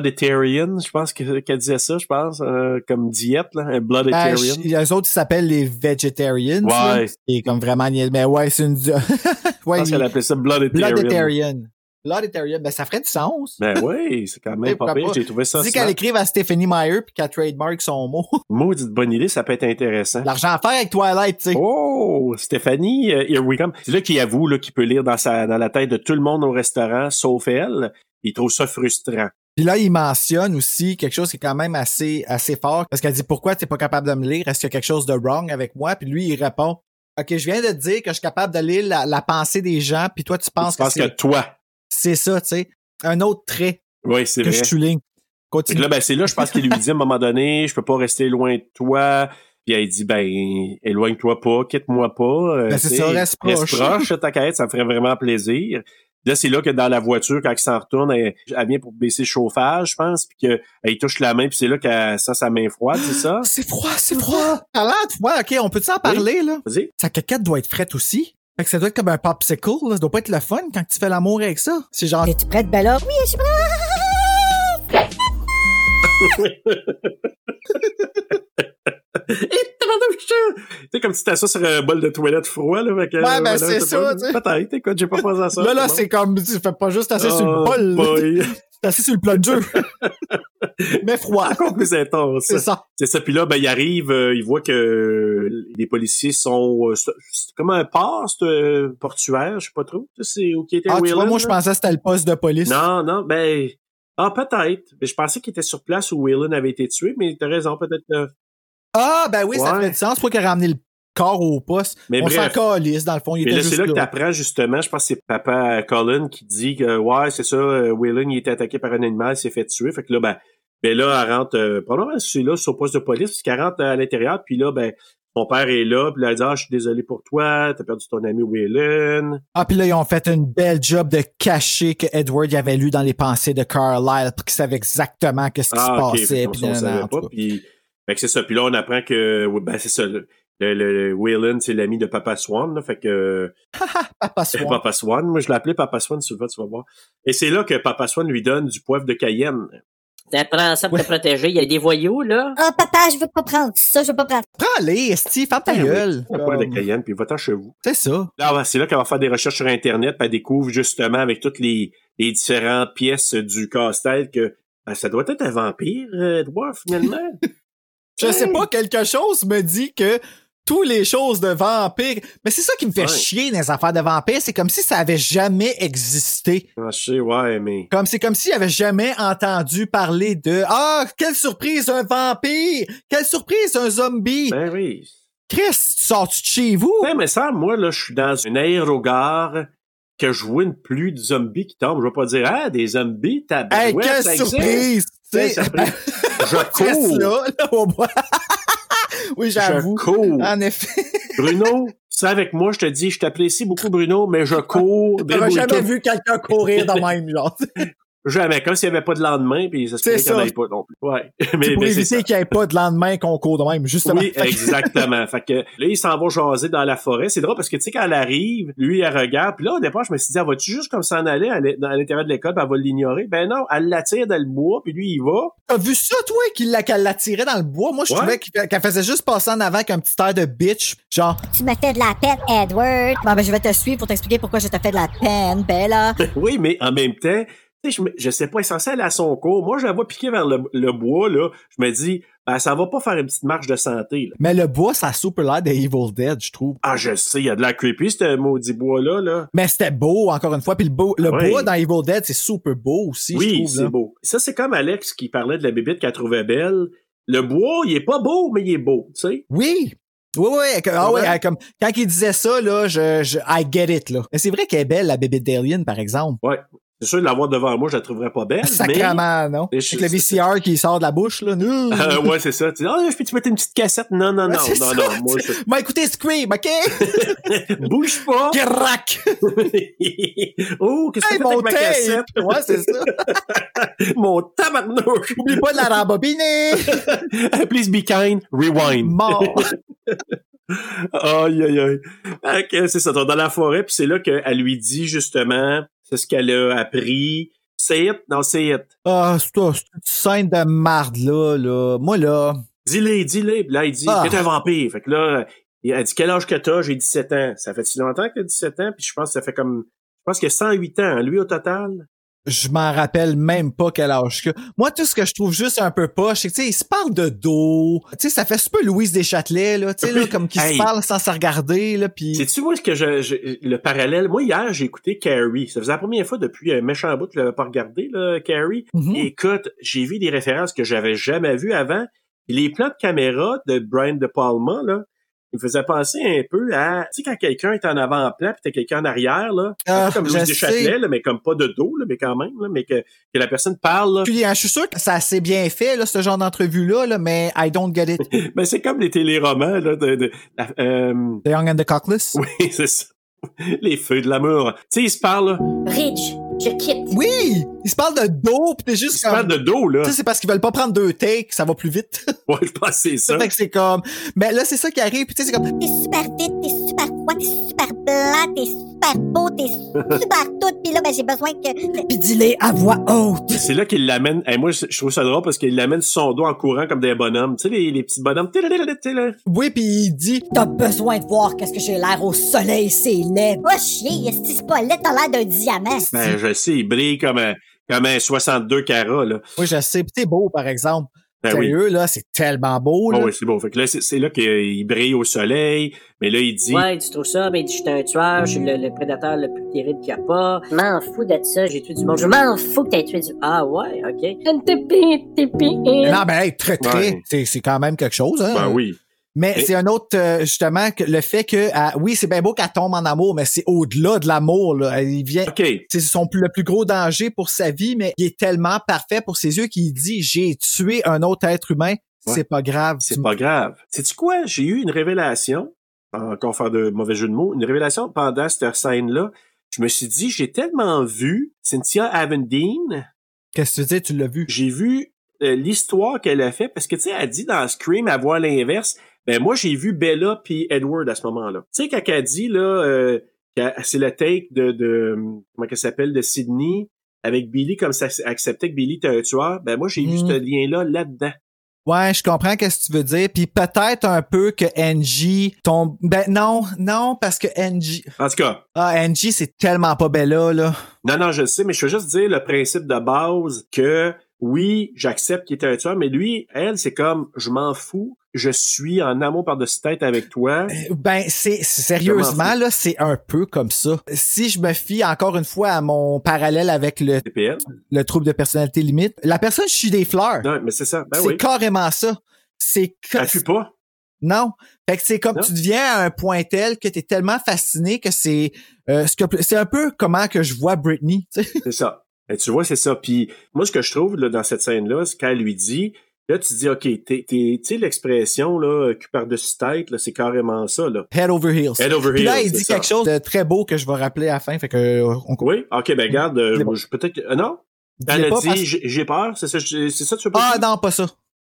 Speaker 2: Blooditarian, je pense que- qu'elle disait ça, je pense, euh, comme diète, là, un
Speaker 1: Ben,
Speaker 2: Blooditarian.
Speaker 1: je- les autres, ils s'appellent les vegetarians. là.
Speaker 2: ouais,
Speaker 1: C'est comme vraiment... niais- Mais [LAUGHS] ouais, c'est une... di-
Speaker 2: je
Speaker 1: ouais,
Speaker 2: pense qu'elle appelait ça
Speaker 1: blooditarian. Blooditarian, ben ça ferait du sens.
Speaker 2: Ben oui, c'est quand
Speaker 1: Et
Speaker 2: même pas
Speaker 1: pourquoi
Speaker 2: pire.
Speaker 1: pas?
Speaker 2: J'ai trouvé ça
Speaker 1: Dis qu'elle
Speaker 2: smart.
Speaker 1: écrive à Stephanie Meyer puis qu'elle trademark son mot. [LAUGHS]
Speaker 2: Maudite bonne idée, ça peut être intéressant.
Speaker 1: L'argent à faire avec Twilight, tu sais.
Speaker 2: Oh, Stéphanie, euh, here we come. C'est là qu'il avoue là, qu'il peut lire dans, sa, dans la tête de tout le monde au restaurant, sauf elle. Il trouve ça frustrant.
Speaker 1: Puis là, il mentionne aussi quelque chose qui est quand même assez, assez fort. Parce qu'elle dit Pourquoi t'es pas capable de me lire? Est-ce qu'il y a quelque chose de wrong avec moi? Puis lui, il répond OK, je viens de te dire que je suis capable de lire la, la pensée des gens, puis toi, tu penses
Speaker 2: Je pense
Speaker 1: que,
Speaker 2: que,
Speaker 1: c'est-
Speaker 2: toi.
Speaker 1: c'est ça, tu sais. Un autre trait
Speaker 2: Oui, c'est
Speaker 1: que
Speaker 2: vrai.
Speaker 1: je
Speaker 2: Fait
Speaker 1: souligne.
Speaker 2: que
Speaker 1: Continue.
Speaker 2: là, ben, c'est là, je pense qu'il lui dit à un moment donné, je peux pas rester loin de toi. Puis elle dit, ben, éloigne-toi pas, quitte-moi pas. euh,
Speaker 1: Ben, c'est
Speaker 2: tu sais,
Speaker 1: ça, reste proche.
Speaker 2: proche de ta quête, ça me ferait vraiment plaisir. Là, c'est là que dans la voiture, quand il s'en retourne, elle, elle vient pour baisser le chauffage, je pense, puis que elle touche la main, puis c'est là qu'elle sent sa main froide, c'est
Speaker 1: [LAUGHS]
Speaker 2: ça?
Speaker 1: Ah, C'est froid, c'est froid. Alors, tu vois, OK, on peut s'en parler, là?
Speaker 2: Vas-y.
Speaker 1: Sa caquette doit être frette aussi. Fait que ça doit être comme un popsicle, là. Ça doit pas être le fun quand tu fais l'amour avec ça. C'est genre.
Speaker 10: Es-tu prête, Bella?
Speaker 6: Oui, je suis prête.
Speaker 2: tu sais, comme si t'as ça sur un bol de toilette froid, là. Fait que,
Speaker 1: Ouais, ben,
Speaker 2: euh,
Speaker 1: c'est ça, tu sais.
Speaker 2: Peut-être, écoute, j'ai pas pensé à ça.
Speaker 1: Là, là,
Speaker 2: bon.
Speaker 1: c'est comme. Tu fais pas juste assez sur
Speaker 2: Oh,
Speaker 1: le bol, là. [LAUGHS]
Speaker 2: boy.
Speaker 1: T'es assis sur
Speaker 2: [LAUGHS]
Speaker 1: le plunger. Mais froid.
Speaker 2: Encore plus
Speaker 1: [LAUGHS]
Speaker 2: intense.
Speaker 1: C'est ça.
Speaker 2: C'est ça. Puis là, ben, il arrive, euh, il voit que euh, les policiers sont... euh, c'est c'est comme un port, c'est, euh, portuaire, je sais pas trop. Ça, C'est au Cater
Speaker 1: Ah, tu vois,
Speaker 2: Whelan,
Speaker 1: moi, je
Speaker 2: là.
Speaker 1: pensais que c'était le poste de police.
Speaker 2: Non, non, ben... Ah, peut-être. Mais je pensais qu'il était sur place où Whelan avait été tué, mais t'as raison, peut-être... euh,
Speaker 1: Ah, ben oui, ça
Speaker 2: Ouais.
Speaker 1: fait du sens. Toi qui as ramené le corps au poste.
Speaker 2: Mais
Speaker 1: on s'en
Speaker 2: bref.
Speaker 1: calisse, dans le fond. Il
Speaker 2: Mais
Speaker 1: était
Speaker 2: là,
Speaker 1: juste
Speaker 2: c'est là que
Speaker 1: là.
Speaker 2: t'apprends justement, je pense que c'est papa Colin qui dit que ouais, c'est ça, euh, Waylon il était attaqué par un animal, il s'est fait tuer. Fait que là, ben, Mais là, elle rentre, euh, probablement, c'est là, sur le poste de police, parce qu'elle rentre à l'intérieur, puis là, ben, mon père est là, puis là, elle dit, ah, je suis désolé pour toi, t'as perdu ton ami Waylon.
Speaker 1: Ah, puis là, ils ont fait une belle job de cacher que Edward y avait lu dans les pensées de Carlyle pour qu'il savait exactement que ce qui
Speaker 2: Ah,
Speaker 1: se passait.
Speaker 2: ok,
Speaker 1: puis
Speaker 2: on, on
Speaker 1: nanana,
Speaker 2: savait
Speaker 1: en
Speaker 2: pas,
Speaker 1: tout cas.
Speaker 2: puis, fait que c'est ça, puis là, on apprend que, ouais, ben, c'est ça, le, le, le- Waylon, c'est l'ami de Papa Swan, là, fait que,
Speaker 1: Papa Swan.
Speaker 2: Papa Swan, moi, je l'appelais Papa Swan, Sylvain, tu vas voir. Et c'est là que Papa Swan lui donne du poivre de Cayenne.
Speaker 10: T'apprends ça pour te protéger. Il y a des voyous, là.
Speaker 6: Oh, papa, je veux pas prendre ça, je veux pas prendre.
Speaker 1: Prends-les, Esti, ferme ta
Speaker 2: Ben
Speaker 1: gueule.
Speaker 2: Un poivre de
Speaker 1: Comme-
Speaker 2: Cayenne, puis va-t'en chez vous.
Speaker 1: C'est ça.
Speaker 2: Là, ouais, c'est là qu'elle va faire des recherches sur Internet, puis elle découvre justement avec toutes les, les différentes pièces du casse-tête que ben, ça doit être un vampire, euh, Edouard, finalement.
Speaker 1: [LAUGHS] Je sais pas, quelque chose me dit que toutes les choses de vampires. Mais c'est ça qui me fait
Speaker 2: Ouais.
Speaker 1: chier dans les affaires de vampires. C'est comme si ça avait jamais existé.
Speaker 2: Ah, Je sais, ouais, mais.
Speaker 1: Comme c'est comme s'il avait jamais entendu parler de Ah, quelle surprise un vampire! Quelle surprise un zombie!
Speaker 2: Ben oui.
Speaker 1: Chris, tu sors-tu de chez vous?
Speaker 2: Ben, mais ça, moi, là, je suis dans une aérogare que je vois une pluie de zombies qui tombe. Je vais pas dire, ah, des zombies, t'as
Speaker 1: Hey, quelle surprise! Tu sais,
Speaker 2: Quelle surprise!
Speaker 1: [LAUGHS]
Speaker 2: Je
Speaker 1: Chris,
Speaker 2: cours!
Speaker 1: là, là, au bois. [LAUGHS] oui,
Speaker 2: Je
Speaker 1: j'avoue.
Speaker 2: cours!
Speaker 1: En effet,
Speaker 2: Bruno, c'est avec moi, je te dis, je t'apprécie beaucoup, Bruno, mais je cours.
Speaker 1: j'aurais jamais
Speaker 2: débrouille-toi.
Speaker 1: vu quelqu'un courir de
Speaker 2: [LAUGHS]
Speaker 1: même, genre.
Speaker 2: Jamais, comme s'il n'y avait pas de lendemain, puis ça se
Speaker 1: C'est
Speaker 2: pourrait qu'il n'y en
Speaker 1: ça.
Speaker 2: avait pas non plus. Ouais.
Speaker 1: C'est
Speaker 2: Mais,
Speaker 1: pour
Speaker 2: mais c'est
Speaker 1: éviter
Speaker 2: ça.
Speaker 1: qu'il n'y ait pas de lendemain qu'on court de même, justement.
Speaker 2: Oui, exactement. fait que là, il s'en va jaser dans la forêt. C'est drôle parce que, tu sais, quand elle arrive, lui, elle regarde. Puis là, au départ, je me suis dit, elle va-tu juste comme s'en aller à l'é- à l'intérieur de l'école, puis elle va l'ignorer? Ben non, elle l'attire dans le bois, puis lui, il va.
Speaker 1: [LAUGHS] T'as vu ça, toi, qu'il la- qu'elle l'attirait dans le bois? Moi, je
Speaker 2: Ouais.
Speaker 1: trouvais qu'il fa- qu'elle faisait juste passer en avant avec un petit air de bitch. Genre,
Speaker 6: Tu me fais de la peine, Edward. Bon, ben, je vais te suivre pour t'expliquer pourquoi je te fais de la peine, ben, Bella.
Speaker 2: Oui, mais en même temps, tu sais, je, me- je sais pas, elle est censée aller à son cours. Moi, je la vois piquer vers le, le bois, là. Je me dis, ben, ça va pas faire une petite marche de santé, là.
Speaker 1: mais le bois, ça a super l'air de Evil Dead, je trouve.
Speaker 2: Ah, je sais, il y a de la creepy, ce maudit bois-là, là.
Speaker 1: Mais c'était beau, encore une fois. Puis le, beau, le
Speaker 2: Ouais.
Speaker 1: bois dans Evil Dead, c'est super beau aussi, je
Speaker 2: oui,
Speaker 1: trouve. là.
Speaker 2: c'est beau. Ça, c'est comme Alex qui parlait de la bébite qu'elle trouvait belle. Le bois, il est pas beau, mais il est beau, tu sais.
Speaker 1: Oui. Oui, oui, elle- ah
Speaker 2: Ouais.
Speaker 1: oui, elle- comme, quand il disait ça, là, je, je, I get it, là. Mais c'est vrai qu'elle est belle, la bébé d'Alien, par exemple.
Speaker 2: C'est sûr, de l'avoir devant moi, je la trouverais pas belle, mais... [LAUGHS]
Speaker 1: Sacrement, non?
Speaker 2: Et
Speaker 1: Avec
Speaker 2: je-
Speaker 1: le VCR qui sort de la bouche, là. Nous.
Speaker 2: Euh, ouais, c'est ça. Tu dis, oh, je peux-tu mettre une petite cassette? Non, non, non,
Speaker 1: Ouais, c'est
Speaker 2: non,
Speaker 1: ça.
Speaker 2: non. Moi, je...
Speaker 1: M'a écouté Scream, OK?
Speaker 2: [LAUGHS] Bouge
Speaker 1: [LAUGHS]
Speaker 2: pas! [LAUGHS]
Speaker 1: Crac!
Speaker 2: oh, qu'est-ce que
Speaker 1: Hey,
Speaker 2: tu fais avec
Speaker 1: mon
Speaker 2: ma
Speaker 1: tape!
Speaker 2: cassette?
Speaker 1: Ouais, c'est
Speaker 2: [LAUGHS]
Speaker 1: ça.
Speaker 2: mon
Speaker 1: [LAUGHS]
Speaker 2: tabarnouche!
Speaker 1: N'oublie pas de la
Speaker 2: [LAUGHS]
Speaker 1: rembobiner!
Speaker 2: Please be kind. Rewind.
Speaker 1: Mort!
Speaker 2: Aïe, aïe, aïe. Fait que C'est ça, t'es dans la forêt, puis c'est là qu'elle lui dit, justement, c'est ce qu'elle a appris. C'est it? Non, c'est it.
Speaker 1: Ah, c'est ça, cette scène de marde, là, là. Moi, là.
Speaker 2: Dis-le, dis-le. Puis là, il dit,
Speaker 1: Ah.
Speaker 2: t'es un vampire. Fait que là, il- elle dit, quel âge que t'as? J'ai 17 ans. Ça fait si longtemps que t'as 17 ans? Puis je pense que ça fait comme, je pense que 108 ans, hein, lui, au total.
Speaker 1: Je m'en rappelle même pas quel âge que. Moi, tout ce que je trouve juste un peu poche, c'est que, tu sais, il se parle de dos. Tu sais, ça fait super Louise Deschâtelet, là. Tu sais, là, comme qu'ils
Speaker 2: Hey.
Speaker 1: se parlent sans se regarder, là, pis.
Speaker 2: Sais-tu, moi, ce que je, je- le parallèle? Moi, hier, j'ai écouté Carrie. Ça faisait la première fois depuis un méchant bout que je l'avais pas regardé, là, Carrie.
Speaker 1: Mhm.
Speaker 2: Écoute, j'ai vu des références que j'avais jamais vues avant. Puis Les plans de caméra de Brian De Palma, là, il me faisait penser un peu à, tu sais, quand quelqu'un est en avant-plan puis t'as quelqu'un en arrière, là, un
Speaker 1: Ah,
Speaker 2: peu comme
Speaker 1: je
Speaker 2: Louis
Speaker 1: sais.
Speaker 2: Deschâtelet, là, mais comme pas de dos, là, mais quand même, là, mais que, que la personne parle, là.
Speaker 1: Puis, hein, je suis sûr que ça s'est bien fait, là, ce genre d'entrevue-là, là, mais I don't get it.
Speaker 2: Ben, c'est comme les téléromans, là, de, de- la- euh, [LAUGHS]
Speaker 1: The Young and the Cockless.
Speaker 2: oui, c'est ça. Les feux de l'amour. Tu sais, ils se parlent, là.
Speaker 10: Ridge, je quitte.
Speaker 1: Oui! Ils se parlent de dos, pis t'es
Speaker 2: Ils
Speaker 1: juste
Speaker 2: se
Speaker 1: comme.
Speaker 2: parlent de dos, là.
Speaker 1: Tu sais, c'est parce qu'ils veulent pas prendre deux takes, ça va plus vite.
Speaker 2: Ouais, je pense que c'est ça.
Speaker 1: [LAUGHS] Fait que c'est comme. Mais là, c'est ça qui arrive, pis tu sais, c'est comme.
Speaker 6: T'es super vite, t'es super froid, t'es super blanc, t'es super beau, t'es super tout. Puis là, ben, j'ai besoin que...
Speaker 9: Puis dis-les à voix haute.
Speaker 2: C'est là qu'il l'amène. et moi, je je trouve ça drôle parce qu'il l'amène sur son dos en courant comme des bonhommes. Tu sais, les, les petits bonhommes. Tu sais, là.
Speaker 1: Oui, puis il dit.
Speaker 9: T'as besoin de voir qu'est-ce que j'ai l'air au soleil, c'est laid.
Speaker 6: Va chier, si c'est pas laid, t'as l'air d'un diamant.
Speaker 2: Ben, je sais, il brille comme un, comme un 62 carats, là.
Speaker 1: Oui, je sais. Puis t'es beau, par exemple.
Speaker 2: Ben oui.
Speaker 1: Sérieux, là, c'est tellement beau, là.
Speaker 2: Oh, oui, c'est beau. Fait que là, c'est c'est là qu'il brille au soleil. Mais là, il dit,
Speaker 10: Ouais, tu trouves ça? Mais il dit, je suis un tueur, je suis le, le prédateur le plus terrible qu'il n'y a pas. Je m'en fous de ça, j'ai tué du monde. Je m'en fous que t'aies tué du... Ah ouais, ok. Un tipi, tipi,
Speaker 1: Mais
Speaker 10: un.
Speaker 1: non, ben, hey, très, très.
Speaker 2: Ouais.
Speaker 1: C'est, c'est quand même quelque chose, hein.
Speaker 2: ben oui.
Speaker 1: Mais c'est un autre, euh, justement, que le fait que, ah, oui, c'est bien beau qu'elle tombe en amour, mais c'est au-delà de l'amour, là. Elle- Il vient.
Speaker 2: OK.
Speaker 1: C'est son, le plus gros danger pour sa vie, mais il est tellement parfait pour ses yeux qu'il dit, j'ai tué un autre être humain.
Speaker 2: Ouais.
Speaker 1: C'est pas grave.
Speaker 2: C'est pas grave. Sais-tu quoi? J'ai eu une révélation, encore faire de mauvais jeu de mots, une révélation pendant cette scène-là. Je me suis dit, j'ai tellement vu Cynthia Avendine,
Speaker 1: Qu'est-ce que tu dis? Tu l'as vu?
Speaker 2: j'ai vu euh, l'histoire qu'elle a fait, parce que tu sais, elle dit dans Scream, à voit l'inverse, ben moi j'ai vu Bella puis Edward à ce moment-là. Tu sais, quand elle dit, là, euh, qu'elle- c'est le take de, de comment qu'elle s'appelle, de Sydney, avec Billy, comme ça acceptait que Billy était un tueur, ben moi j'ai vu
Speaker 1: Mm.
Speaker 2: ce lien-là là-dedans.
Speaker 1: Ouais, je comprends qu'est-ce que tu veux dire. Puis peut-être un peu que Angie tombe. Ben non, non, parce que Angie.
Speaker 2: En tout cas,
Speaker 1: Ah, Angie, c'est tellement pas Bella, là.
Speaker 2: Non, non, je le sais, mais je veux juste dire le principe de base que oui, j'accepte qu'il était un tueur, mais lui, elle, c'est comme je m'en fous, je suis en amour par-dessus tête avec toi.
Speaker 1: Ben, c'est c'est- sérieusement, là, c'est un peu comme ça. Si je me fie encore une fois à mon parallèle avec le,
Speaker 2: TPL.
Speaker 1: le trouble de personnalité limite, la personne chie des fleurs.
Speaker 2: Non, mais c'est ça. Ben
Speaker 1: c'est
Speaker 2: oui.
Speaker 1: carrément ça. C'est ca-
Speaker 2: Elle pue pas.
Speaker 1: Non. Fait que c'est comme
Speaker 2: Non.
Speaker 1: tu deviens à un point tel que t'es tellement fasciné que c'est euh, ce que- c'est un peu comment que je vois Britney. tu sais.
Speaker 2: [LAUGHS] C'est ça. Et tu vois, c'est ça. Puis moi, ce que je trouve là, dans cette scène-là, c'est qu'elle lui dit, là, tu dis, OK, t'es- t'es- tu sais, l'expression, là, euh, cul par-dessus tête, là, c'est carrément ça, là.
Speaker 1: Head over heels.
Speaker 2: Head over
Speaker 1: Puis là,
Speaker 2: heels,
Speaker 1: il dit
Speaker 2: c'est
Speaker 1: quelque
Speaker 2: ça.
Speaker 1: chose de très beau que je vais rappeler à la fin. Fait que euh, on
Speaker 2: Oui? OK, ben garde, euh,
Speaker 1: Dis-le
Speaker 2: moi, je- peut-être que... euh, non?
Speaker 1: Dis-le
Speaker 2: Elle a
Speaker 1: pas
Speaker 2: dit,
Speaker 1: parce-
Speaker 2: j'ai j'ai peur, c'est ça, je- c'est ça que tu veux pas
Speaker 1: Ah
Speaker 2: dire?
Speaker 1: non, pas ça.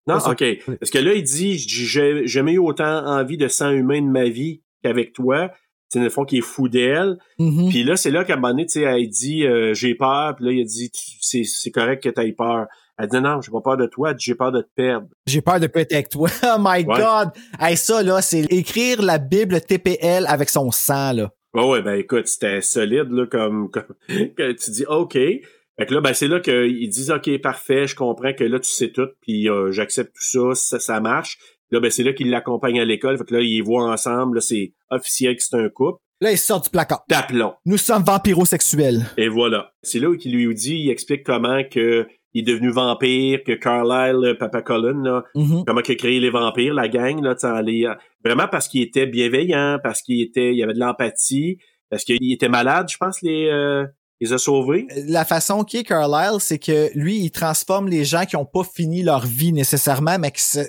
Speaker 2: Non,
Speaker 1: Pas ça.
Speaker 2: OK. Parce que là, il dit, j- j'ai jamais eu autant envie de sang humain de ma vie qu'avec toi. C'est dans le fond qui est fou d'elle.
Speaker 1: Mhm.
Speaker 2: Puis là, c'est là qu'à un moment donné, tu sais, elle dit, euh, j'ai peur. Puis là, il a dit, Tu- c'est c'est correct que tu aies peur. Elle dit, non, j'ai pas peur de toi. Elle dit, J'ai peur de te perdre.
Speaker 1: J'ai peur de péter avec toi. [LAUGHS] Oh my
Speaker 2: Ouais.
Speaker 1: God! Hey, ça, là, c'est écrire la Bible TPL avec son sang, là.
Speaker 2: Ouais, ouais, ben écoute, c'était solide, là, comme, [LAUGHS] comme que tu dis, OK. Fait que là, ben c'est là qu'ils disent, OK, parfait, je comprends que là, tu sais tout, puis euh, j'accepte tout ça, ça, ça marche. Là, ben c'est là qu'ils l'accompagnent à l'école. Fait que là, ils les voient ensemble. Là, c'est officiel que c'est un couple.
Speaker 1: Là, il sort du placard.
Speaker 2: D'aplomb.
Speaker 1: Nous sommes vampirosexuels.
Speaker 2: Et voilà. C'est là qu'il lui dit, il explique comment que il est devenu vampire, que Carlyle, euh, Papa Colin, là,
Speaker 1: Mhm.
Speaker 2: comment qu'il a créé les vampires, la gang, là, tu sais, en les- euh, vraiment parce qu'il était bienveillant, parce qu'il était, il avait de l'empathie, parce qu'il était malade, je pense, les, euh, les a sauvés.
Speaker 1: La façon qui est Carlyle, c'est que lui, il transforme les gens qui ont pas fini leur vie nécessairement, mais qui se,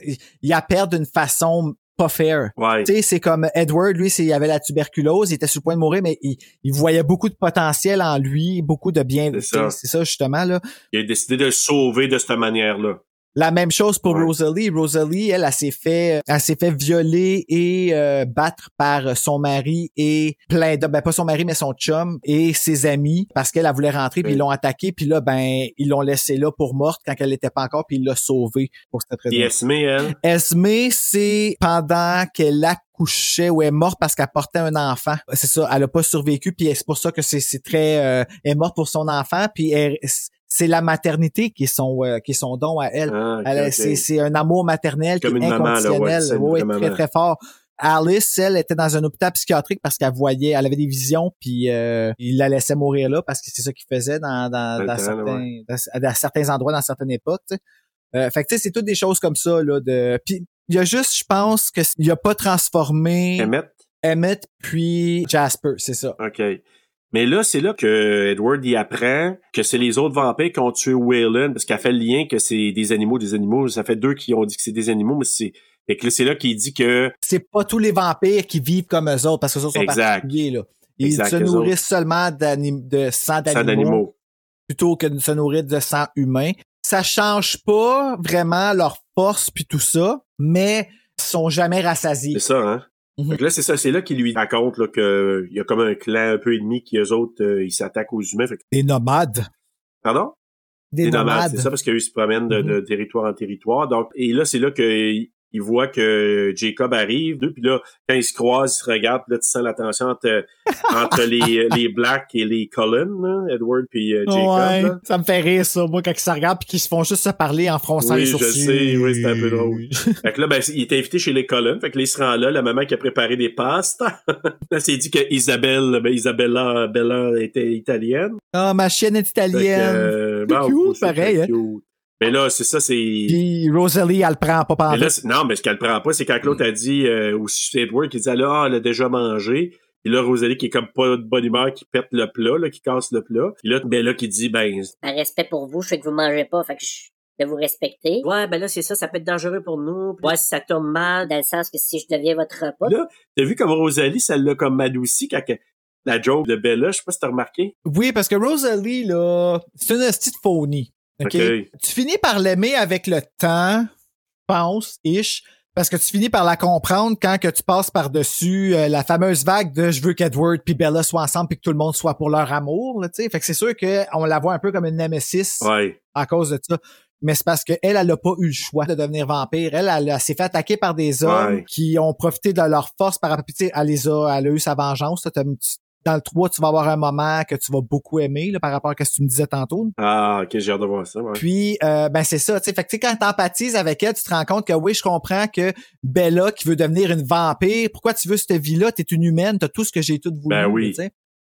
Speaker 1: ils perdent d'une façon pas fair.
Speaker 2: Ouais.
Speaker 1: Tu sais, c'est comme Edward, lui, c'est- il avait la tuberculose, il était sur le point de mourir, mais il, il voyait beaucoup de potentiel en lui, beaucoup de bien.
Speaker 2: C'est ça.
Speaker 1: tu sais, C'est ça, justement, là.
Speaker 2: Il a décidé de le sauver de cette manière-là.
Speaker 1: La même chose pour
Speaker 2: Ouais.
Speaker 1: Rosalie. Rosalie, elle, elle s'est fait, elle s'est fait violer et euh, battre par son mari et plein de, ben pas son mari mais son chum et ses amis parce qu'elle elle voulait rentrer puis
Speaker 2: Ouais.
Speaker 1: ils l'ont attaquée puis là ben ils l'ont laissée là pour morte quand elle n'était pas encore puis il l'a sauvée pour cette raison.
Speaker 2: Et Esme, elle.
Speaker 1: Esme, c'est pendant qu'elle accouchait ou est morte parce qu'elle portait un enfant. C'est ça, elle a pas survécu, puis c'est pour ça que c'est c'est très... euh, elle est morte pour son enfant, puis elle- c'est la maternité qui est son, euh, qui est son don à elle.
Speaker 2: Ah, ok,
Speaker 1: Elle,
Speaker 2: ok.
Speaker 1: C'est c'est un amour maternel
Speaker 2: Comme
Speaker 1: qui est
Speaker 2: une maman, là, ouais,
Speaker 1: inconditionnel,
Speaker 2: c'est une
Speaker 1: ouais,
Speaker 2: vraie
Speaker 1: très
Speaker 2: maman.
Speaker 1: très fort. Alice, elle était dans un hôpital psychiatrique parce qu'elle voyait, elle avait des visions, puis euh, il la laissait mourir là parce que c'est ça qu'il faisait dans, dans,
Speaker 2: Dans le
Speaker 1: dans
Speaker 2: temps,
Speaker 1: certains,
Speaker 2: là,
Speaker 1: dans- dans certains endroits, dans certaines époques. tu sais. Euh, fait que tu sais, c'est toutes des choses comme ça là. De, puis il y a juste, je pense que il a pas transformé
Speaker 2: Emmett.
Speaker 1: Emmett puis Jasper, c'est ça.
Speaker 2: OK. Mais là, c'est là que Edward y apprend que c'est les autres vampires qui ont tué Wayland, parce qu'elle fait le lien que c'est des animaux, des animaux. Ça fait deux qui ont dit que c'est des animaux, mais c'est. Fait que là, c'est là qu'il dit que.
Speaker 1: C'est pas tous les vampires qui vivent comme eux autres parce que ça sont
Speaker 2: Exact.
Speaker 1: particuliers là. Ils
Speaker 2: Exact,
Speaker 1: se
Speaker 2: eux
Speaker 1: nourrissent seulement d'anim- de sang
Speaker 2: Ça
Speaker 1: d'animaux.
Speaker 2: d'animaux.
Speaker 1: plutôt que de se nourrir de sang humain. Ça change pas vraiment leur force puis tout ça, mais ils sont jamais rassasiés.
Speaker 2: C'est ça, hein?
Speaker 1: Mhm.
Speaker 2: Fait que là, c'est ça, c'est là qu'il lui raconte là, que il y a comme un clan un peu ennemi qui, eux autres, euh, ils s'attaquent aux humains. Fait que-
Speaker 1: Des nomades.
Speaker 2: Pardon?
Speaker 1: Des,
Speaker 2: Des nomades,
Speaker 1: nomades.
Speaker 2: c'est ça, parce qu'ils se promènent
Speaker 1: Mhm.
Speaker 2: de, de territoire en territoire. Donc, et là, c'est là que il voit que Jacob arrive. Puis là, quand ils se croisent, ils se regardent. puis là, tu sens la tension
Speaker 1: [LAUGHS]
Speaker 2: entre, entre les, euh, les Blacks et les Cullen, là, Edward puis euh, Jacob.
Speaker 1: Ouais,
Speaker 2: là.
Speaker 1: ça me fait rire, ça, moi, quand ils se regardent puis qu'ils se font juste se parler en fronçant
Speaker 2: Oui,
Speaker 1: les
Speaker 2: je
Speaker 1: sourcils.
Speaker 2: sais, oui, c'est un peu drôle. Fait que là, ben, il est invité chez les Cullen. Fait que là, il se rend là, la maman qui a préparé des pastes. [LAUGHS] là, c'est dit que Isabelle, ben, Isabella Bella était italienne.
Speaker 1: Ah, ma chienne est
Speaker 2: Fait que,
Speaker 1: italienne.
Speaker 2: euh,
Speaker 1: C'est
Speaker 2: bon,
Speaker 1: cute,
Speaker 2: c'est
Speaker 1: pareil,
Speaker 2: très
Speaker 1: hein.
Speaker 2: cute. Mais là, c'est ça, c'est.
Speaker 1: Puis Rosalie, elle le prend pas
Speaker 2: Mais
Speaker 1: pendant.
Speaker 2: là, c'est- non, mais ce qu'elle prend pas, c'est quand
Speaker 1: Mm.
Speaker 2: Claude a dit euh, au sujet de Work, il dit là, Ah, elle a déjà mangé. Et là, Rosalie qui est comme pas de bonne humeur, qui pète le plat, là, qui casse le plat. Et là, ben là, qui dit ben
Speaker 10: Par respect pour vous, je sais que vous mangez pas, fait que je de vous respecter. Ouais, ben là, c'est ça, ça peut être dangereux pour nous. Ouais, si ça tombe mal, dans le sens que si je deviens votre repas.
Speaker 2: là, t'as vu comme Rosalie, ça l'a comme adouci quand que- la joke de Bella, je sais pas si t'as remarqué.
Speaker 1: Oui, parce que Rosalie, là, c'est une petite phonie. OK?
Speaker 2: Ok.
Speaker 1: Tu finis par l'aimer avec le temps, je pense, ish, parce que tu finis par la comprendre quand que tu passes par-dessus euh, la fameuse vague de je veux qu'Edward puis Bella soient ensemble puis que tout le monde soit pour leur amour, là, tu sais. Fait que c'est sûr qu'on la voit un peu comme une nemesis
Speaker 2: Ouais.
Speaker 1: à cause de ça. Mais c'est parce qu'elle, elle n'a pas eu le choix de devenir vampire. Elle, elle, elle s'est fait attaquer par des hommes
Speaker 2: Ouais.
Speaker 1: qui ont profité de leur force par rapport. puis tu sais, Elle les a, elle a eu sa vengeance. là. T'as- tu- Dans le 3, tu vas avoir un moment que tu vas beaucoup aimer là, par rapport à ce que tu me disais tantôt.
Speaker 2: Ah, ok, j'ai hâte de voir ça. ouais.
Speaker 1: Puis, euh, ben c'est ça, tu sais. Fait que, tu sais, quand t'empathises avec elle, tu te rends compte que oui, je comprends que Bella, qui veut devenir une vampire, pourquoi tu veux cette vie-là? T'es une humaine, t'as tout ce que j'ai tout voulu.
Speaker 2: Ben oui.
Speaker 1: tu sais.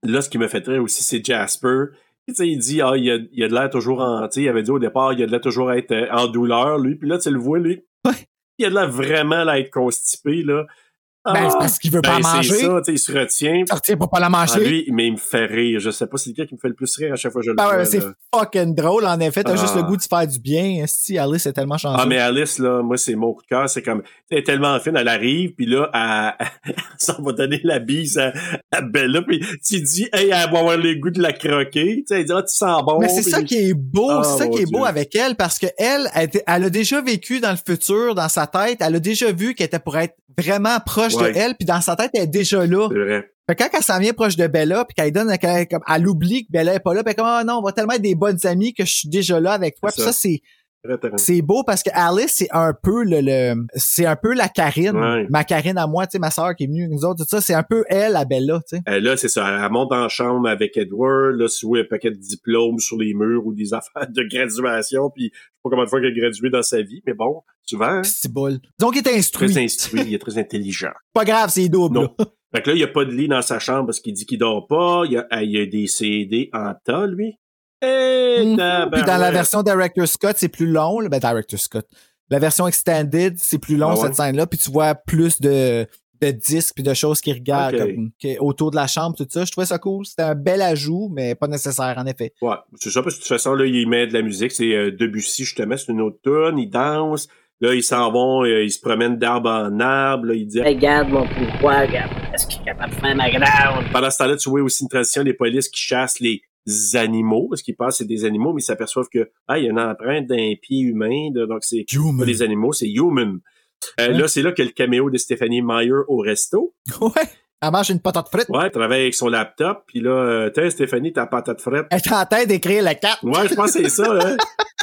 Speaker 2: Là, ce qui me fait très aussi, c'est Jasper. Tu sais, il dit, ah, il a, il a de l'air toujours en, tu sais, il avait dit au départ, il a de l'air toujours à être euh, en douleur, lui. Puis là, tu le vois, lui. Il a de l'air vraiment là, à être constipé, là.
Speaker 1: Ben, c'est parce qu'il veut pas
Speaker 2: ben,
Speaker 1: manger.
Speaker 2: C'est ça, tu sais, il se retient.
Speaker 1: Sortir pour pas la manger.
Speaker 2: Ah, lui, mais il me fait rire. Je sais pas, c'est le gars qui me fait le plus rire à chaque fois que je le
Speaker 1: Ben ouais,
Speaker 2: vois.
Speaker 1: c'est
Speaker 2: là.
Speaker 1: fucking drôle, en effet. T'as
Speaker 2: Ah.
Speaker 1: juste le goût de faire du bien. Si Alice est tellement chanceuse.
Speaker 2: Ah, mais Alice, là, moi, c'est mon coup de cœur. C'est comme, elle est tellement fine, elle arrive, puis là, elle, elle [LAUGHS] s'en va donner la bise à, à Bella, puis tu dis, hey, elle va avoir le goût de la croquer. Tu sais, elle dit, ah, tu sens bon.
Speaker 1: Mais c'est
Speaker 2: Puis-
Speaker 1: ça qui est beau,
Speaker 2: Ah,
Speaker 1: c'est ça
Speaker 2: mon
Speaker 1: qui est
Speaker 2: Dieu.
Speaker 1: beau avec elle, parce que elle, elle, était- elle a déjà vécu dans le futur, dans sa tête, elle a déjà vu qu'elle était pour être vraiment proche
Speaker 2: Ouais.
Speaker 1: de elle, puis dans sa tête, elle est déjà là.
Speaker 2: C'est vrai.
Speaker 1: Fait que quand elle s'en vient proche de Bella, puis qu'elle donne, qu'elle- comme- elle oublie que Bella est pas là, puis elle est comme, ah non, on va tellement être des bonnes amies que je suis déjà là avec toi.
Speaker 2: C'est
Speaker 1: Puis
Speaker 2: ça.
Speaker 1: ça, c'est
Speaker 2: Très, très bien.
Speaker 1: c'est beau parce que Alice, c'est un peu le, le- c'est un peu la Karine,
Speaker 2: Ouais.
Speaker 1: ma Karine à moi, tu sais, ma sœur qui est venue avec nous autres, tout ça, c'est un peu elle à Bella, tu sais.
Speaker 2: Euh, là, c'est ça. Elle monte en chambre avec Edward, là, sous un paquet de diplômes sur les murs ou des [LAUGHS] affaires de graduation, puis je sais pas combien de fois qu'elle a gradué dans sa vie, mais bon, souvent, hein,
Speaker 1: C'est bol. Donc il est instruit.
Speaker 2: très
Speaker 1: C'est
Speaker 2: instruit, il est très intelligent.
Speaker 1: pas grave, c'est double.
Speaker 2: Non. Fait que là, il n'y a pas de lit dans sa chambre parce qu'il dit qu'il dort pas. Il y a, ah, il y a des CD en tas, lui. Eh,
Speaker 1: Mhm. Puis
Speaker 2: tabarouette.
Speaker 1: dans la version Director Scott, c'est plus long. là. Ben, Director Scott. La version Extended, c'est plus long,
Speaker 2: Ah ouais?
Speaker 1: cette scène-là. Puis tu vois plus de, de disques puis de choses qui regardent
Speaker 2: Ok.
Speaker 1: comme- qui- autour de la chambre, tout ça. Je trouvais ça cool. C'était un bel ajout, mais pas nécessaire, en effet.
Speaker 2: Ouais, c'est ça, parce que de toute façon, là, il met de la musique. C'est euh, Debussy, justement, c'est une autre tune. Il danse. Là, ils s'en vont, euh, ils se promènent d'arbre en arbre. Là, il dit...
Speaker 10: Regarde mon pouvoir, regarde. Est-ce que je suis capable de faire ma grande?
Speaker 2: Pendant ce temps-là, tu vois aussi une tradition des polices qui chassent les animaux, parce qu'ils pensent que c'est des animaux, mais ils s'aperçoivent que ah, il y a une empreinte d'un pied humain, de- donc c'est pas
Speaker 1: Human.
Speaker 2: des animaux, c'est human. Euh,
Speaker 1: Hmm. Ouais.
Speaker 2: Là, c'est là que le caméo de Stéphanie Meyer au resto.
Speaker 1: [LAUGHS] Ouais. Elle mange une patate frite.
Speaker 2: Ouais, elle travaille avec son laptop, puis là, euh, Tiens, Stéphanie, ta patate frette.
Speaker 1: Elle est en train d'écrire la carte.
Speaker 2: Ouais, je pense que c'est ça, là.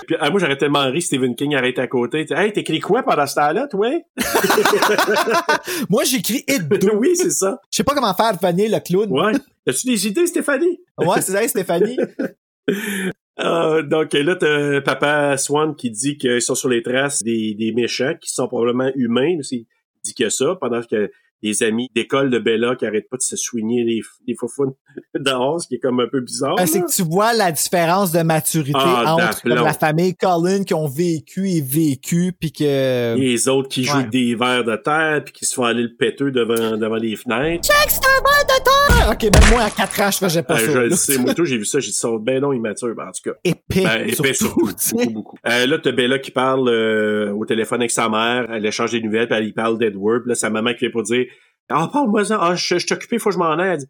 Speaker 2: Puis, ah, moi, j'aurais tellement ri, Stephen King arrête à côté. Hey, t'écris quoi pendant ce temps-là, toi?
Speaker 1: Moi, j'écris It.
Speaker 2: oui, c'est ça.
Speaker 1: Je sais pas comment faire venir le clown. Ouais,
Speaker 2: Ouais. As-tu des idées, Stéphanie?
Speaker 1: c'est
Speaker 2: [LAUGHS]
Speaker 1: ça, Stéphanie.
Speaker 2: Euh, donc là, t'as Papa Swan qui dit qu'ils sont sur les traces des, des méchants, qui sont probablement humains. C'est- Il dit que ça, pendant que les amis d'école de Bella qui arrêtent pas de se soigner les, les faufounes [LAUGHS] dehors, ce qui est comme un peu bizarre.
Speaker 1: Ben, c'est
Speaker 2: là.
Speaker 1: que tu vois la différence de maturité
Speaker 2: Ah,
Speaker 1: entre comme,
Speaker 2: d'aplomb.
Speaker 1: la famille Colin qui ont vécu et vécu, puis que... euh,
Speaker 2: Les autres qui jouent
Speaker 1: Ouais.
Speaker 2: avec des verres de terre puis qui se font aller le péteux devant, devant les fenêtres.
Speaker 1: Ah, [LAUGHS] ok, ben moi, à 4 ans, je faisais pas
Speaker 2: Euh,
Speaker 1: ça.
Speaker 2: je
Speaker 1: là.
Speaker 2: le sais, moi tout, j'ai vu ça, j'ai dit ça, ben non, immature, ben, en tout cas.
Speaker 1: Épais,
Speaker 2: Ben, épais [LAUGHS] surtout,
Speaker 1: tu sais.
Speaker 2: beaucoup, beaucoup. Euh, là, t'as Bella qui parle euh, au téléphone avec sa mère, elle échange des nouvelles, puis elle y parle d'Edward, puis là, sa maman qui vient pour dire « Ah, parle-moi ça, ah, je, je suis occupé, faut que je m'en aide. »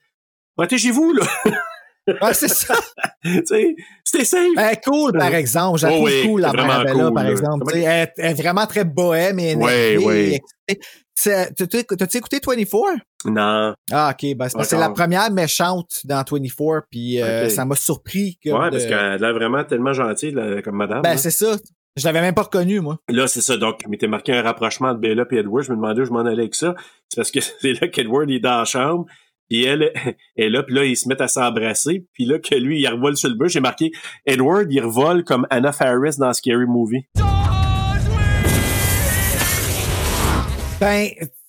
Speaker 2: Protégez-vous, là! [LAUGHS]
Speaker 1: Ouais, c'est ça.
Speaker 2: tu sais, c'était safe!
Speaker 1: Ben, cool, par exemple. J'appelle
Speaker 2: Oh oui,
Speaker 1: cool la
Speaker 2: c'est vraiment
Speaker 1: mère à Bella,
Speaker 2: cool,
Speaker 1: par
Speaker 2: là.
Speaker 1: exemple.
Speaker 2: Comment-
Speaker 1: Tu sais, Elle, elle est vraiment très bohème et
Speaker 2: Ouais,
Speaker 1: énervée.
Speaker 2: ouais.
Speaker 1: et excitée. C'est- t'as- t'as- T'as-tu écouté 24?
Speaker 2: Non.
Speaker 1: Ah, ok, ben c'est parce que c'est la
Speaker 2: Encore.
Speaker 1: première méchante dans 24, puis euh,
Speaker 2: Ok.
Speaker 1: ça m'a surpris. Que
Speaker 2: Ouais,
Speaker 1: de-
Speaker 2: parce hein? qu'elle a l'air vraiment tellement gentille, là, comme madame.
Speaker 1: Ben,
Speaker 2: là.
Speaker 1: c'est ça. Je l'avais même pas reconnu, moi.
Speaker 2: Là, c'est ça. Donc, il m'était marqué un rapprochement de Bella et Edward. Je me demandais où je m'en allais avec ça. C'est parce que [LAUGHS] c'est là qu'Edward est dans la chambre. Puis elle [LAUGHS] est là, puis là, ils se mettent à s'embrasser. Puis là, que lui, il revole sur le bus. J'ai marqué Edward, il revole comme Anna Faris dans Scary Movie.
Speaker 1: Ben,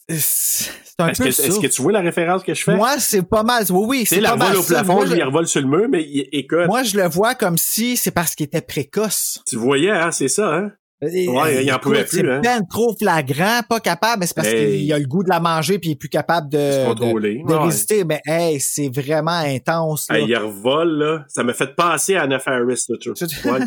Speaker 1: C'est un
Speaker 2: Est-ce
Speaker 1: peu
Speaker 2: que,
Speaker 1: ça.
Speaker 2: est-ce que tu vois la référence que je fais?
Speaker 1: Moi, c'est pas mal. Oui, oui,
Speaker 2: tu sais,
Speaker 1: c'est
Speaker 2: la
Speaker 1: pas mal.
Speaker 2: revole au
Speaker 1: ça.
Speaker 2: plafond,
Speaker 1: Moi,
Speaker 2: lui,
Speaker 1: je-
Speaker 2: il revole sur le mur, mais il- écoute,
Speaker 1: Moi, je le vois comme si c'est parce qu'il était précoce.
Speaker 2: tu voyais, hein, c'est ça, hein?
Speaker 1: Et- euh,
Speaker 2: Ouais, il en
Speaker 1: écoute,
Speaker 2: pouvait
Speaker 1: C'est
Speaker 2: plus, hein?
Speaker 1: ben trop flagrant, pas capable, mais c'est parce
Speaker 2: Hey.
Speaker 1: qu'il a le goût de la manger puis il est plus capable euh, de,
Speaker 2: contrôler.
Speaker 1: de, de
Speaker 2: hein? Ouais.
Speaker 1: résister. Mais hey, c'est vraiment intense. là.
Speaker 2: Hey, il revole, là. Ça m'a fait passer à Anna Faris, là, tu
Speaker 1: [LAUGHS]
Speaker 2: vois. Ouais.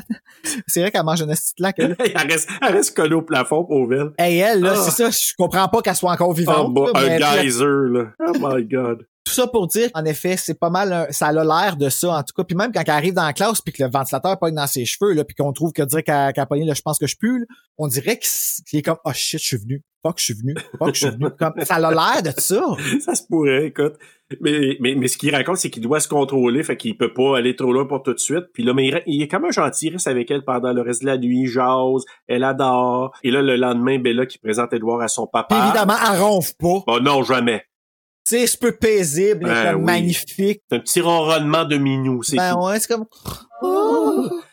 Speaker 1: C'est vrai qu'elle mange une petite claque. elle.
Speaker 2: elle, reste, elle reste collée au plafond, pauvre
Speaker 1: Hey, elle, là,
Speaker 2: Ah.
Speaker 1: c'est ça, je comprends pas qu'elle soit encore
Speaker 2: elle. Oh,
Speaker 1: vivante.
Speaker 2: bah,
Speaker 1: là, mais-
Speaker 2: un geyser, là. Oh my God. [LAUGHS]
Speaker 1: Tout ça pour dire, en effet, c'est pas mal, un- ça a l'air de ça, en tout cas. Puis même quand elle arrive dans la classe, puis que le ventilateur pogne dans ses cheveux, là, puis qu'on trouve que dire qu'elle qu'elle a pogné, là, je pense que je pue, là, on dirait qu'il s- qu'il est comme, oh shit, je suis venu. Fuck, je suis venu. Fuck, je suis venu. Comme, ça a l'air de ça.
Speaker 2: Ça se pourrait, écoute. Mais, mais, mais ce qu'il raconte, c'est qu'il doit se contrôler, fait qu'il peut pas aller trop loin pour tout de suite. Puis là, mais il, re- il est quand même gentil, il reste avec elle pendant le reste de la nuit, il jase, elle adore. Et là, le lendemain, Bella qui présente Edouard à son
Speaker 1: Puis
Speaker 2: papa.
Speaker 1: évidemment, elle ronfle pas.
Speaker 2: Oh non, jamais.
Speaker 1: Tu sais, c'est peu paisible, elle est
Speaker 2: Ben
Speaker 1: comme
Speaker 2: oui.
Speaker 1: magnifique.
Speaker 2: C'est un petit ronronnement de minou, c'est
Speaker 1: Ben
Speaker 2: tout.
Speaker 1: ouais, c'est comme,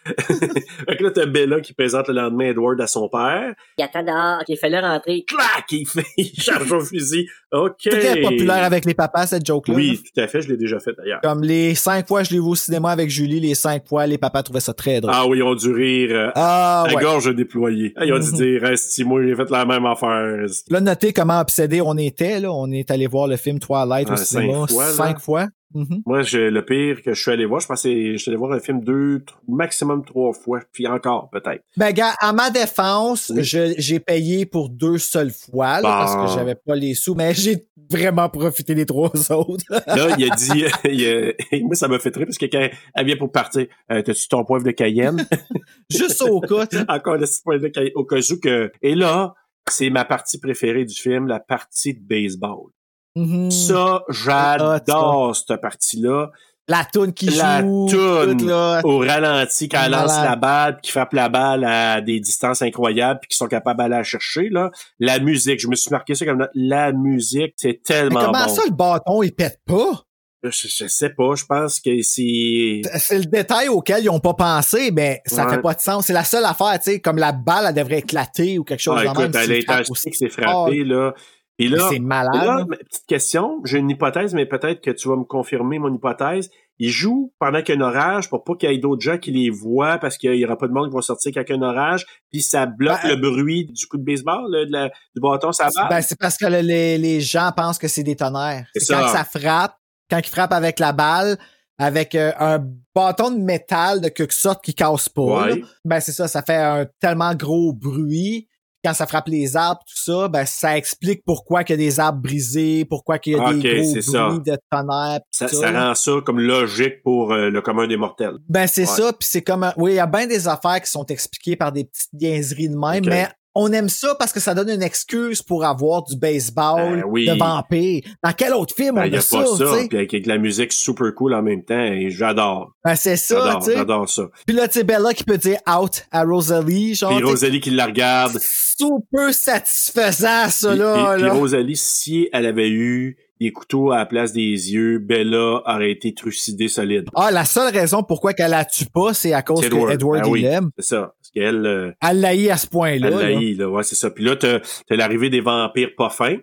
Speaker 2: Fait que là, t'as Bella qui présente le lendemain Edward à son père.
Speaker 10: Il attend dehors, qu'il fallait rentrer.
Speaker 2: Clac! Il, fait, il charge au fusil. OK.
Speaker 1: très populaire avec les papas, cette joke-là.
Speaker 2: Oui, tout à fait, je l'ai déjà fait d'ailleurs.
Speaker 1: Comme les cinq fois, je l'ai vu au cinéma avec Julie, les cinq fois, les papas trouvaient ça très drôle.
Speaker 2: Ah oui, on du rire. euh,
Speaker 1: Ah,
Speaker 2: la
Speaker 1: ouais.
Speaker 2: gorge déployée. Ah, Ils ont dû
Speaker 1: Mhm.
Speaker 2: dire, reste moi, j'ai fait la même affaire. esti.
Speaker 1: Là, notez comment obsédé on était. Là. On est allé voir le film Twilight
Speaker 2: Ah,
Speaker 1: au cinéma
Speaker 2: cinq fois, là.
Speaker 1: cinq fois. Mhm.
Speaker 2: Moi, j'ai- le pire que je suis allé voir, je pense que c'est- je suis allé voir un film deux, tr- maximum trois fois, puis encore, peut-être.
Speaker 1: Ben, gars, à ma défense,
Speaker 2: Oui.
Speaker 1: je- j'ai payé pour deux seules fois là,
Speaker 2: Bon.
Speaker 1: parce que j'avais pas les sous, mais j'ai vraiment profité des trois [LAUGHS] autres.
Speaker 2: Là, il a dit, [LAUGHS] il a- moi, ça m'a fait très parce que quand elle vient pour partir, Euh, t'as-tu ton poivre de Cayenne? [LAUGHS]
Speaker 1: Juste au cas. tu sais.
Speaker 2: encore le petit poivre de Cayenne, au cas où que, et là, c'est ma partie préférée du film, la partie de baseball.
Speaker 1: Mhm.
Speaker 2: Ça, j'adore cette partie-là.
Speaker 1: La toune qui
Speaker 2: La
Speaker 1: joue.
Speaker 2: toune.
Speaker 1: tout, là.
Speaker 2: au ralenti quand elle lance
Speaker 1: Malade.
Speaker 2: la balle, puis qui frappe la balle à des distances incroyables, puis qui sont capables d'aller la chercher là. La musique, je me suis marqué ça comme note. la musique, c'est
Speaker 1: Mais
Speaker 2: tellement
Speaker 1: comment
Speaker 2: bon.
Speaker 1: ça, le bâton, il pète pas?
Speaker 2: Je, je sais pas, je pense que c'est
Speaker 1: C'est le détail auquel ils ont pas pensé, mais ça
Speaker 2: Ouais.
Speaker 1: fait pas de sens. C'est la seule affaire, tu sais, comme la balle, elle devrait éclater ou quelque chose
Speaker 2: Ah,
Speaker 1: de même,
Speaker 2: écoute,
Speaker 1: si
Speaker 2: elle
Speaker 1: tu
Speaker 2: est
Speaker 1: frappes
Speaker 2: achetée,
Speaker 1: aussi
Speaker 2: que c'est
Speaker 1: fort.
Speaker 2: frappé là. Et là,
Speaker 1: C'est malade.
Speaker 2: là,
Speaker 1: là.
Speaker 2: ma petite question, j'ai une hypothèse, mais peut-être que tu vas me confirmer mon hypothèse. Ils jouent pendant qu'il y a un orage pour pas qu'il y ait d'autres gens qui les voient parce qu'il y aura pas de monde qui va sortir quand il y a un orage, puis ça bloque
Speaker 1: Ben,
Speaker 2: le bruit du coup de baseball, là, de la- du bâton, ça va.
Speaker 1: Ben, c'est parce que le- les, les gens pensent que c'est des tonnerres.
Speaker 2: C'est
Speaker 1: C'est quand
Speaker 2: ça.
Speaker 1: ça frappe, quand ils frappent avec la balle, avec euh, un bâton de métal de quelque sorte qui casse pas. là,
Speaker 2: Ouais.
Speaker 1: Ben, c'est ça, ça fait un tellement gros bruit. Quand ça frappe les arbres, tout ça, ben, ça explique pourquoi qu'il y a des arbres brisés, pourquoi qu'il y a
Speaker 2: Ok,
Speaker 1: des gros
Speaker 2: c'est ça.
Speaker 1: bruits de tonnerre. pis
Speaker 2: Ça,
Speaker 1: tout
Speaker 2: ça
Speaker 1: là.
Speaker 2: rend ça comme logique pour euh, le commun des mortels.
Speaker 1: Ben, c'est
Speaker 2: Ouais.
Speaker 1: ça, puis c'est comme... un- Oui, il y a bien des affaires qui sont expliquées par des petites niaiseries de même,
Speaker 2: Ok.
Speaker 1: mais on aime ça parce que ça donne une excuse pour avoir du baseball
Speaker 2: Ben oui.
Speaker 1: de vampire. Dans quel autre film
Speaker 2: Il
Speaker 1: on
Speaker 2: n'y
Speaker 1: a,
Speaker 2: Ben, a
Speaker 1: ça,
Speaker 2: pas ça,
Speaker 1: tu sais?
Speaker 2: puis avec, avec de la musique super cool en même temps, et j'adore.
Speaker 1: Ben, c'est ça,
Speaker 2: J'adore,
Speaker 1: tu sais.
Speaker 2: j'adore ça.
Speaker 1: Puis là, tu sais, Bella qui peut dire « out » à Rosalie, genre,
Speaker 2: Puis
Speaker 1: tu sais,
Speaker 2: Rosalie qui la regarde.
Speaker 1: super satisfaisant, ça,
Speaker 2: Puis,
Speaker 1: là.
Speaker 2: puis-
Speaker 1: là.
Speaker 2: puis Rosalie, si elle avait eu des couteaux à la place des yeux, Bella aurait été trucidée solide.
Speaker 1: Ah, la seule raison pourquoi qu'elle la tue pas, c'est à cause
Speaker 2: C'est
Speaker 1: que
Speaker 2: Edward.
Speaker 1: Edward,
Speaker 2: Ah
Speaker 1: il
Speaker 2: oui.
Speaker 1: l'aime.
Speaker 2: C'est ça. Parce qu'elle, euh,
Speaker 1: Elle l'haït à ce point-là.
Speaker 2: elle
Speaker 1: là.
Speaker 2: l'haït, là. Ouais, c'est ça. Puis là, t'as t'as l'arrivée des vampires pas fins.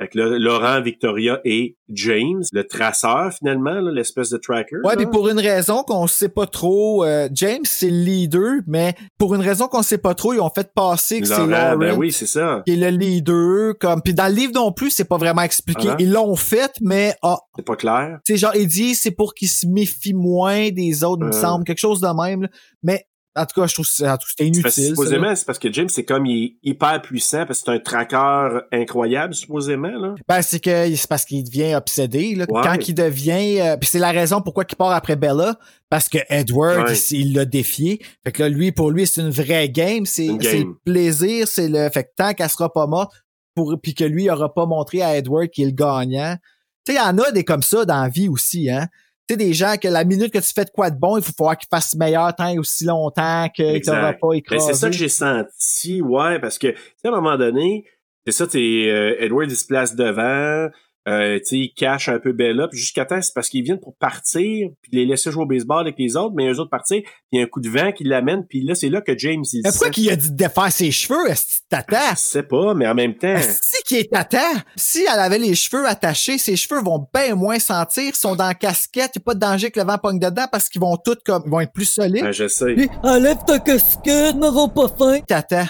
Speaker 2: Fait que là, Laurent, Victoria et James, le traceur finalement, là, l'espèce de tracker.
Speaker 1: Ouais,
Speaker 2: là.
Speaker 1: puis pour une raison qu'on sait pas trop, euh, James c'est le leader, mais pour une raison qu'on sait pas trop, ils ont fait passer que c'est
Speaker 2: Laurent,
Speaker 1: Laurent
Speaker 2: ben oui, c'est ça.
Speaker 1: qui est le leader. Comme puis dans le livre non plus, c'est pas vraiment expliqué.
Speaker 2: Ah.
Speaker 1: Ils l'ont fait, mais ah,
Speaker 2: C'est pas clair.
Speaker 1: c'est genre il dit c'est pour qu'ils se méfient moins des autres, il me
Speaker 2: Euh.
Speaker 1: semble quelque chose de même. là. Mais en tout cas, je trouve que c'est- en tout cas, c'était
Speaker 2: C'est parce-
Speaker 1: inutile. ça, là.
Speaker 2: supposément, c'est parce que James, c'est comme il est hyper puissant parce que c'est un traqueur incroyable, supposément, là.
Speaker 1: Ben, c'est que c'est parce qu'il devient obsédé. Là.
Speaker 2: Ouais.
Speaker 1: Quand il devient. euh, puis c'est la raison pourquoi il part après Bella. Parce que Edward,
Speaker 2: Ouais.
Speaker 1: il, il l'a défié. Fait que là, lui, pour lui, c'est une vraie game. C'est
Speaker 2: Une
Speaker 1: c'est
Speaker 2: game.
Speaker 1: le plaisir. C'est le. Fait que tant qu'elle sera pas morte, pour, puis que lui aura pas montré à Edward qu'il est le gagnant. Tu sais, il y en a des comme ça dans la vie aussi, hein. Tu sais, des gens que la minute que tu fais de quoi de bon, il faut falloir qu'ils fassent meilleur temps et aussi longtemps que
Speaker 2: Exact.
Speaker 1: t'auras pas
Speaker 2: Ben,
Speaker 1: écrasé.
Speaker 2: c'est ça que j'ai senti, ouais, parce que, tu sais, à un moment donné, c'est ça, t'es, euh, Edward, il se place devant, Euh, tu sais, il cache un peu Bella, puis jusqu'à temps, c'est parce qu'ils viennent pour partir, puis les laisser jouer au baseball avec les autres, mais eux autres partir, puis il y a un coup de vent qui l'amène, puis là, c'est là que James, il
Speaker 1: Mais pourquoi
Speaker 2: sent-
Speaker 1: qu'il a dit de défaire ses cheveux? Est-ce que t'attends?
Speaker 2: Je sais pas, mais en même temps...
Speaker 1: Si qui est tata, si elle avait les cheveux attachés, ses cheveux vont bien moins sentir, ils sont dans la casquette, il n'y a pas de danger que le vent pogne dedans parce qu'ils vont tous comme, ils vont être plus solides.
Speaker 2: Ben, je sais.
Speaker 1: Puis, enlève ta casquette, m'aurons pas faim. Tata.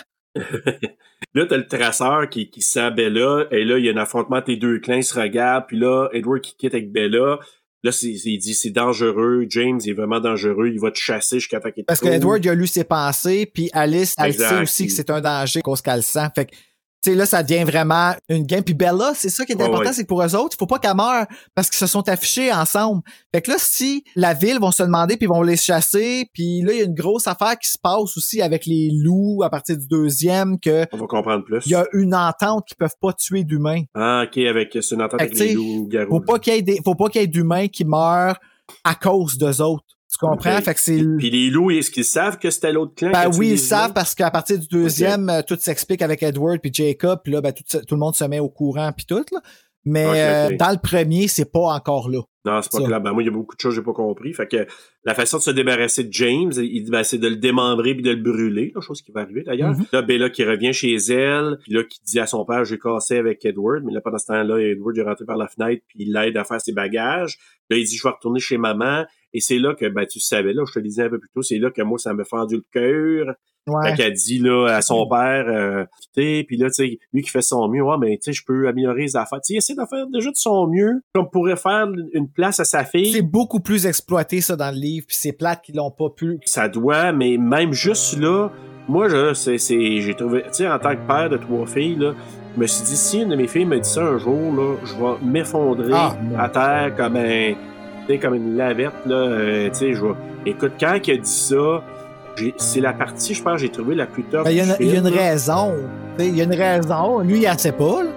Speaker 2: Là, t'as le traceur qui, qui sent Bella, et là, il y a un affrontement, tes deux clans ils se regardent, puis là, Edward qui quitte avec Bella. Là, c'est- c'est- il dit c'est dangereux, James est vraiment dangereux, il va te chasser jusqu'à temps qu'il te
Speaker 1: Parce que
Speaker 2: trouve.
Speaker 1: Edward, il a lu ses pensées, puis Alice, elle
Speaker 2: Exact.
Speaker 1: sait aussi que c'est un danger à cause qu'elle sent. Fait que, tu sais, là, ça devient vraiment une game. Puis Bella, c'est ça qui est
Speaker 2: Ouais,
Speaker 1: important,
Speaker 2: ouais.
Speaker 1: c'est que pour eux autres, il faut pas qu'elle meure parce qu'ils se sont affichés ensemble. Fait que là, si la ville vont se demander, puis ils vont les chasser, puis là, il y a une grosse affaire qui se passe aussi avec les loups à partir du deuxième, que
Speaker 2: On va comprendre plus.
Speaker 1: il y a une entente qu'ils peuvent pas tuer d'humains.
Speaker 2: Ah, ok, avec c'est une entente
Speaker 1: Fait
Speaker 2: avec
Speaker 1: que,
Speaker 2: les
Speaker 1: t'sais,
Speaker 2: loups garous.
Speaker 1: Faut pas qu'il y ait des, faut pas qu'il y ait d'humains qui meurent à cause d'eux autres. Tu comprends?
Speaker 2: Ok.
Speaker 1: Fait que c'est
Speaker 2: Puis les loups, est-ce qu'ils savent que c'était l'autre clan?
Speaker 1: Ben
Speaker 2: qui a
Speaker 1: oui,
Speaker 2: tué
Speaker 1: ils
Speaker 2: les
Speaker 1: savent
Speaker 2: humains?
Speaker 1: parce qu'à partir du deuxième, euh, tout s'explique avec Edward puis Jacob, puis là, ben, tout, se- tout le monde se met au courant puis tout. Là. Mais
Speaker 2: Ok,
Speaker 1: euh,
Speaker 2: ok.
Speaker 1: dans le premier, c'est pas encore là.
Speaker 2: Non, c'est pas
Speaker 1: Ça.
Speaker 2: clair. Ben moi, il y a beaucoup de choses que j'ai pas compris. Fait que la façon de se débarrasser de James, il dit ben, c'est de le démembrer puis de le brûler, la chose qui va arriver d'ailleurs.
Speaker 1: Mhm.
Speaker 2: Là, Bella qui revient chez elle, puis là qui dit à son père j'ai cassé avec Edward, mais là pendant ce temps-là, Edward est rentré par la fenêtre puis il l'aide à faire ses bagages. Là, il dit je vais retourner chez maman. Et c'est là que ben tu savais là, je te le disais un peu plus tôt, c'est là que moi ça me fendu le cœur. Fait
Speaker 1: Ouais.
Speaker 2: qu'elle dit là à son père, euh, T'sais, puis là, tu sais, lui qui fait son mieux, ouais, mais tu sais, je peux améliorer les affaires. Tu sais, il essaie de faire déjà de son mieux, comme pourrait faire une place à sa
Speaker 1: C'est
Speaker 2: fille.
Speaker 1: beaucoup plus exploité ça dans le livre, puis c'est plate qu'ils l'ont pas pu.
Speaker 2: Ça doit, mais même juste là, moi, je, c'est, c'est, j'ai trouvé, tu sais, en tant que père de trois filles, là, je me suis dit, si une de mes filles me dit ça un jour, là, je vais m'effondrer
Speaker 1: Ah,
Speaker 2: à terre comme un, tu sais, comme une lavette, là, euh, tu sais, je vais. Écoute, quand il a dit ça, j'ai- c'est la partie, je pense, que j'ai trouvé la plus tough.
Speaker 1: Ben, Il y, a
Speaker 2: du
Speaker 1: une- il y a
Speaker 2: film,
Speaker 1: une
Speaker 2: là.
Speaker 1: raison. Tu sais, Il y a une raison. Lui, il en sait pas. là.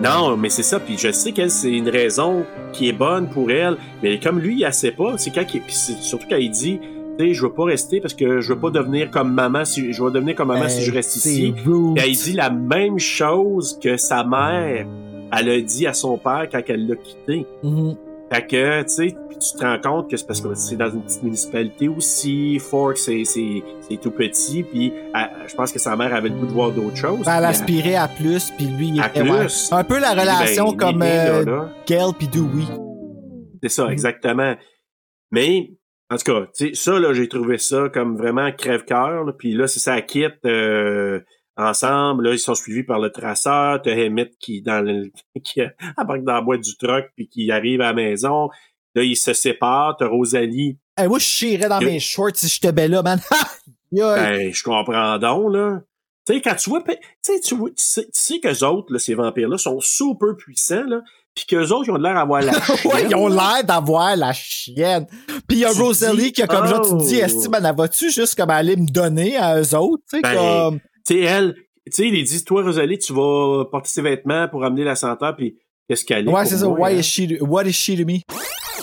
Speaker 2: Non, mais c'est ça. Puis je sais qu'elle, c'est une raison qui est bonne pour elle. Mais comme lui, il ne sait pas. C'est quand il- puis c'est surtout quand il dit, tu sais, je veux pas rester parce que je veux pas devenir comme maman. Si je vais devenir comme maman si
Speaker 1: Ben,
Speaker 2: je reste
Speaker 1: c'est
Speaker 2: ici.
Speaker 1: rude.
Speaker 2: Puis elle dit la même chose que sa mère. Elle a dit à son père quand elle l'a quitté.
Speaker 1: Mhm.
Speaker 2: Fait que, tu sais, puis tu te rends compte que c'est parce que c'est dans une petite municipalité aussi, Fork, c'est c'est- c'est tout petit, puis elle- je pense que sa mère avait le goût de voir d'autres choses.
Speaker 1: Ben, elle
Speaker 2: puis
Speaker 1: aspirait à plus, puis lui, il
Speaker 2: À
Speaker 1: était
Speaker 2: plus.
Speaker 1: ouais. un peu la
Speaker 2: Ben,
Speaker 1: relation
Speaker 2: il
Speaker 1: comme
Speaker 2: est là,
Speaker 1: euh,
Speaker 2: là.
Speaker 1: Gale puis Dewey.
Speaker 2: C'est ça, exactement. Mais, en tout cas, tu sais, ça, là, j'ai trouvé ça comme vraiment crève-cœur. là. Puis là, c'est ça, quitte euh, ensemble. Là, ils sont suivis par le traceur. T'as Emmett qui, dans le, [LAUGHS] qui embarque dans la boîte du truck puis qui arrive à la maison. Là, ils se séparent. T'as Rosalie.
Speaker 1: Hey, moi, je chierais dans
Speaker 2: Il-
Speaker 1: mes shorts si j'étais belle là, man. [LAUGHS] Yo,
Speaker 2: Ben, je comprends donc, là. Tu sais, quand tu vois... pe- Tu sais, tu vois- tu sais, tu sais qu'eux autres, là, ces vampires-là, sont super puissants, là. Puis qu'eux autres, ils ont de l'air d'avoir la
Speaker 1: Ouais,
Speaker 2: chienne,
Speaker 1: ils ont
Speaker 2: là.
Speaker 1: l'air d'avoir la chienne. Puis il y a
Speaker 2: Tu dis,
Speaker 1: Rosalie qui a comme genre, tu te dis,
Speaker 2: oh.
Speaker 1: est-ce que ben, elle va-tu juste comme aller me donner à eux autres? Tu sais,
Speaker 2: Ben,
Speaker 1: comme,
Speaker 2: tu sais, elle, tu sais, il dit, toi, Rosalie, tu vas porter ses vêtements pour amener la senteur, puis qu'est-ce qu'elle est.
Speaker 1: ouais,
Speaker 2: pour
Speaker 1: c'est ça.
Speaker 2: moi,
Speaker 1: Why
Speaker 2: hein?
Speaker 1: is she, what is she to me?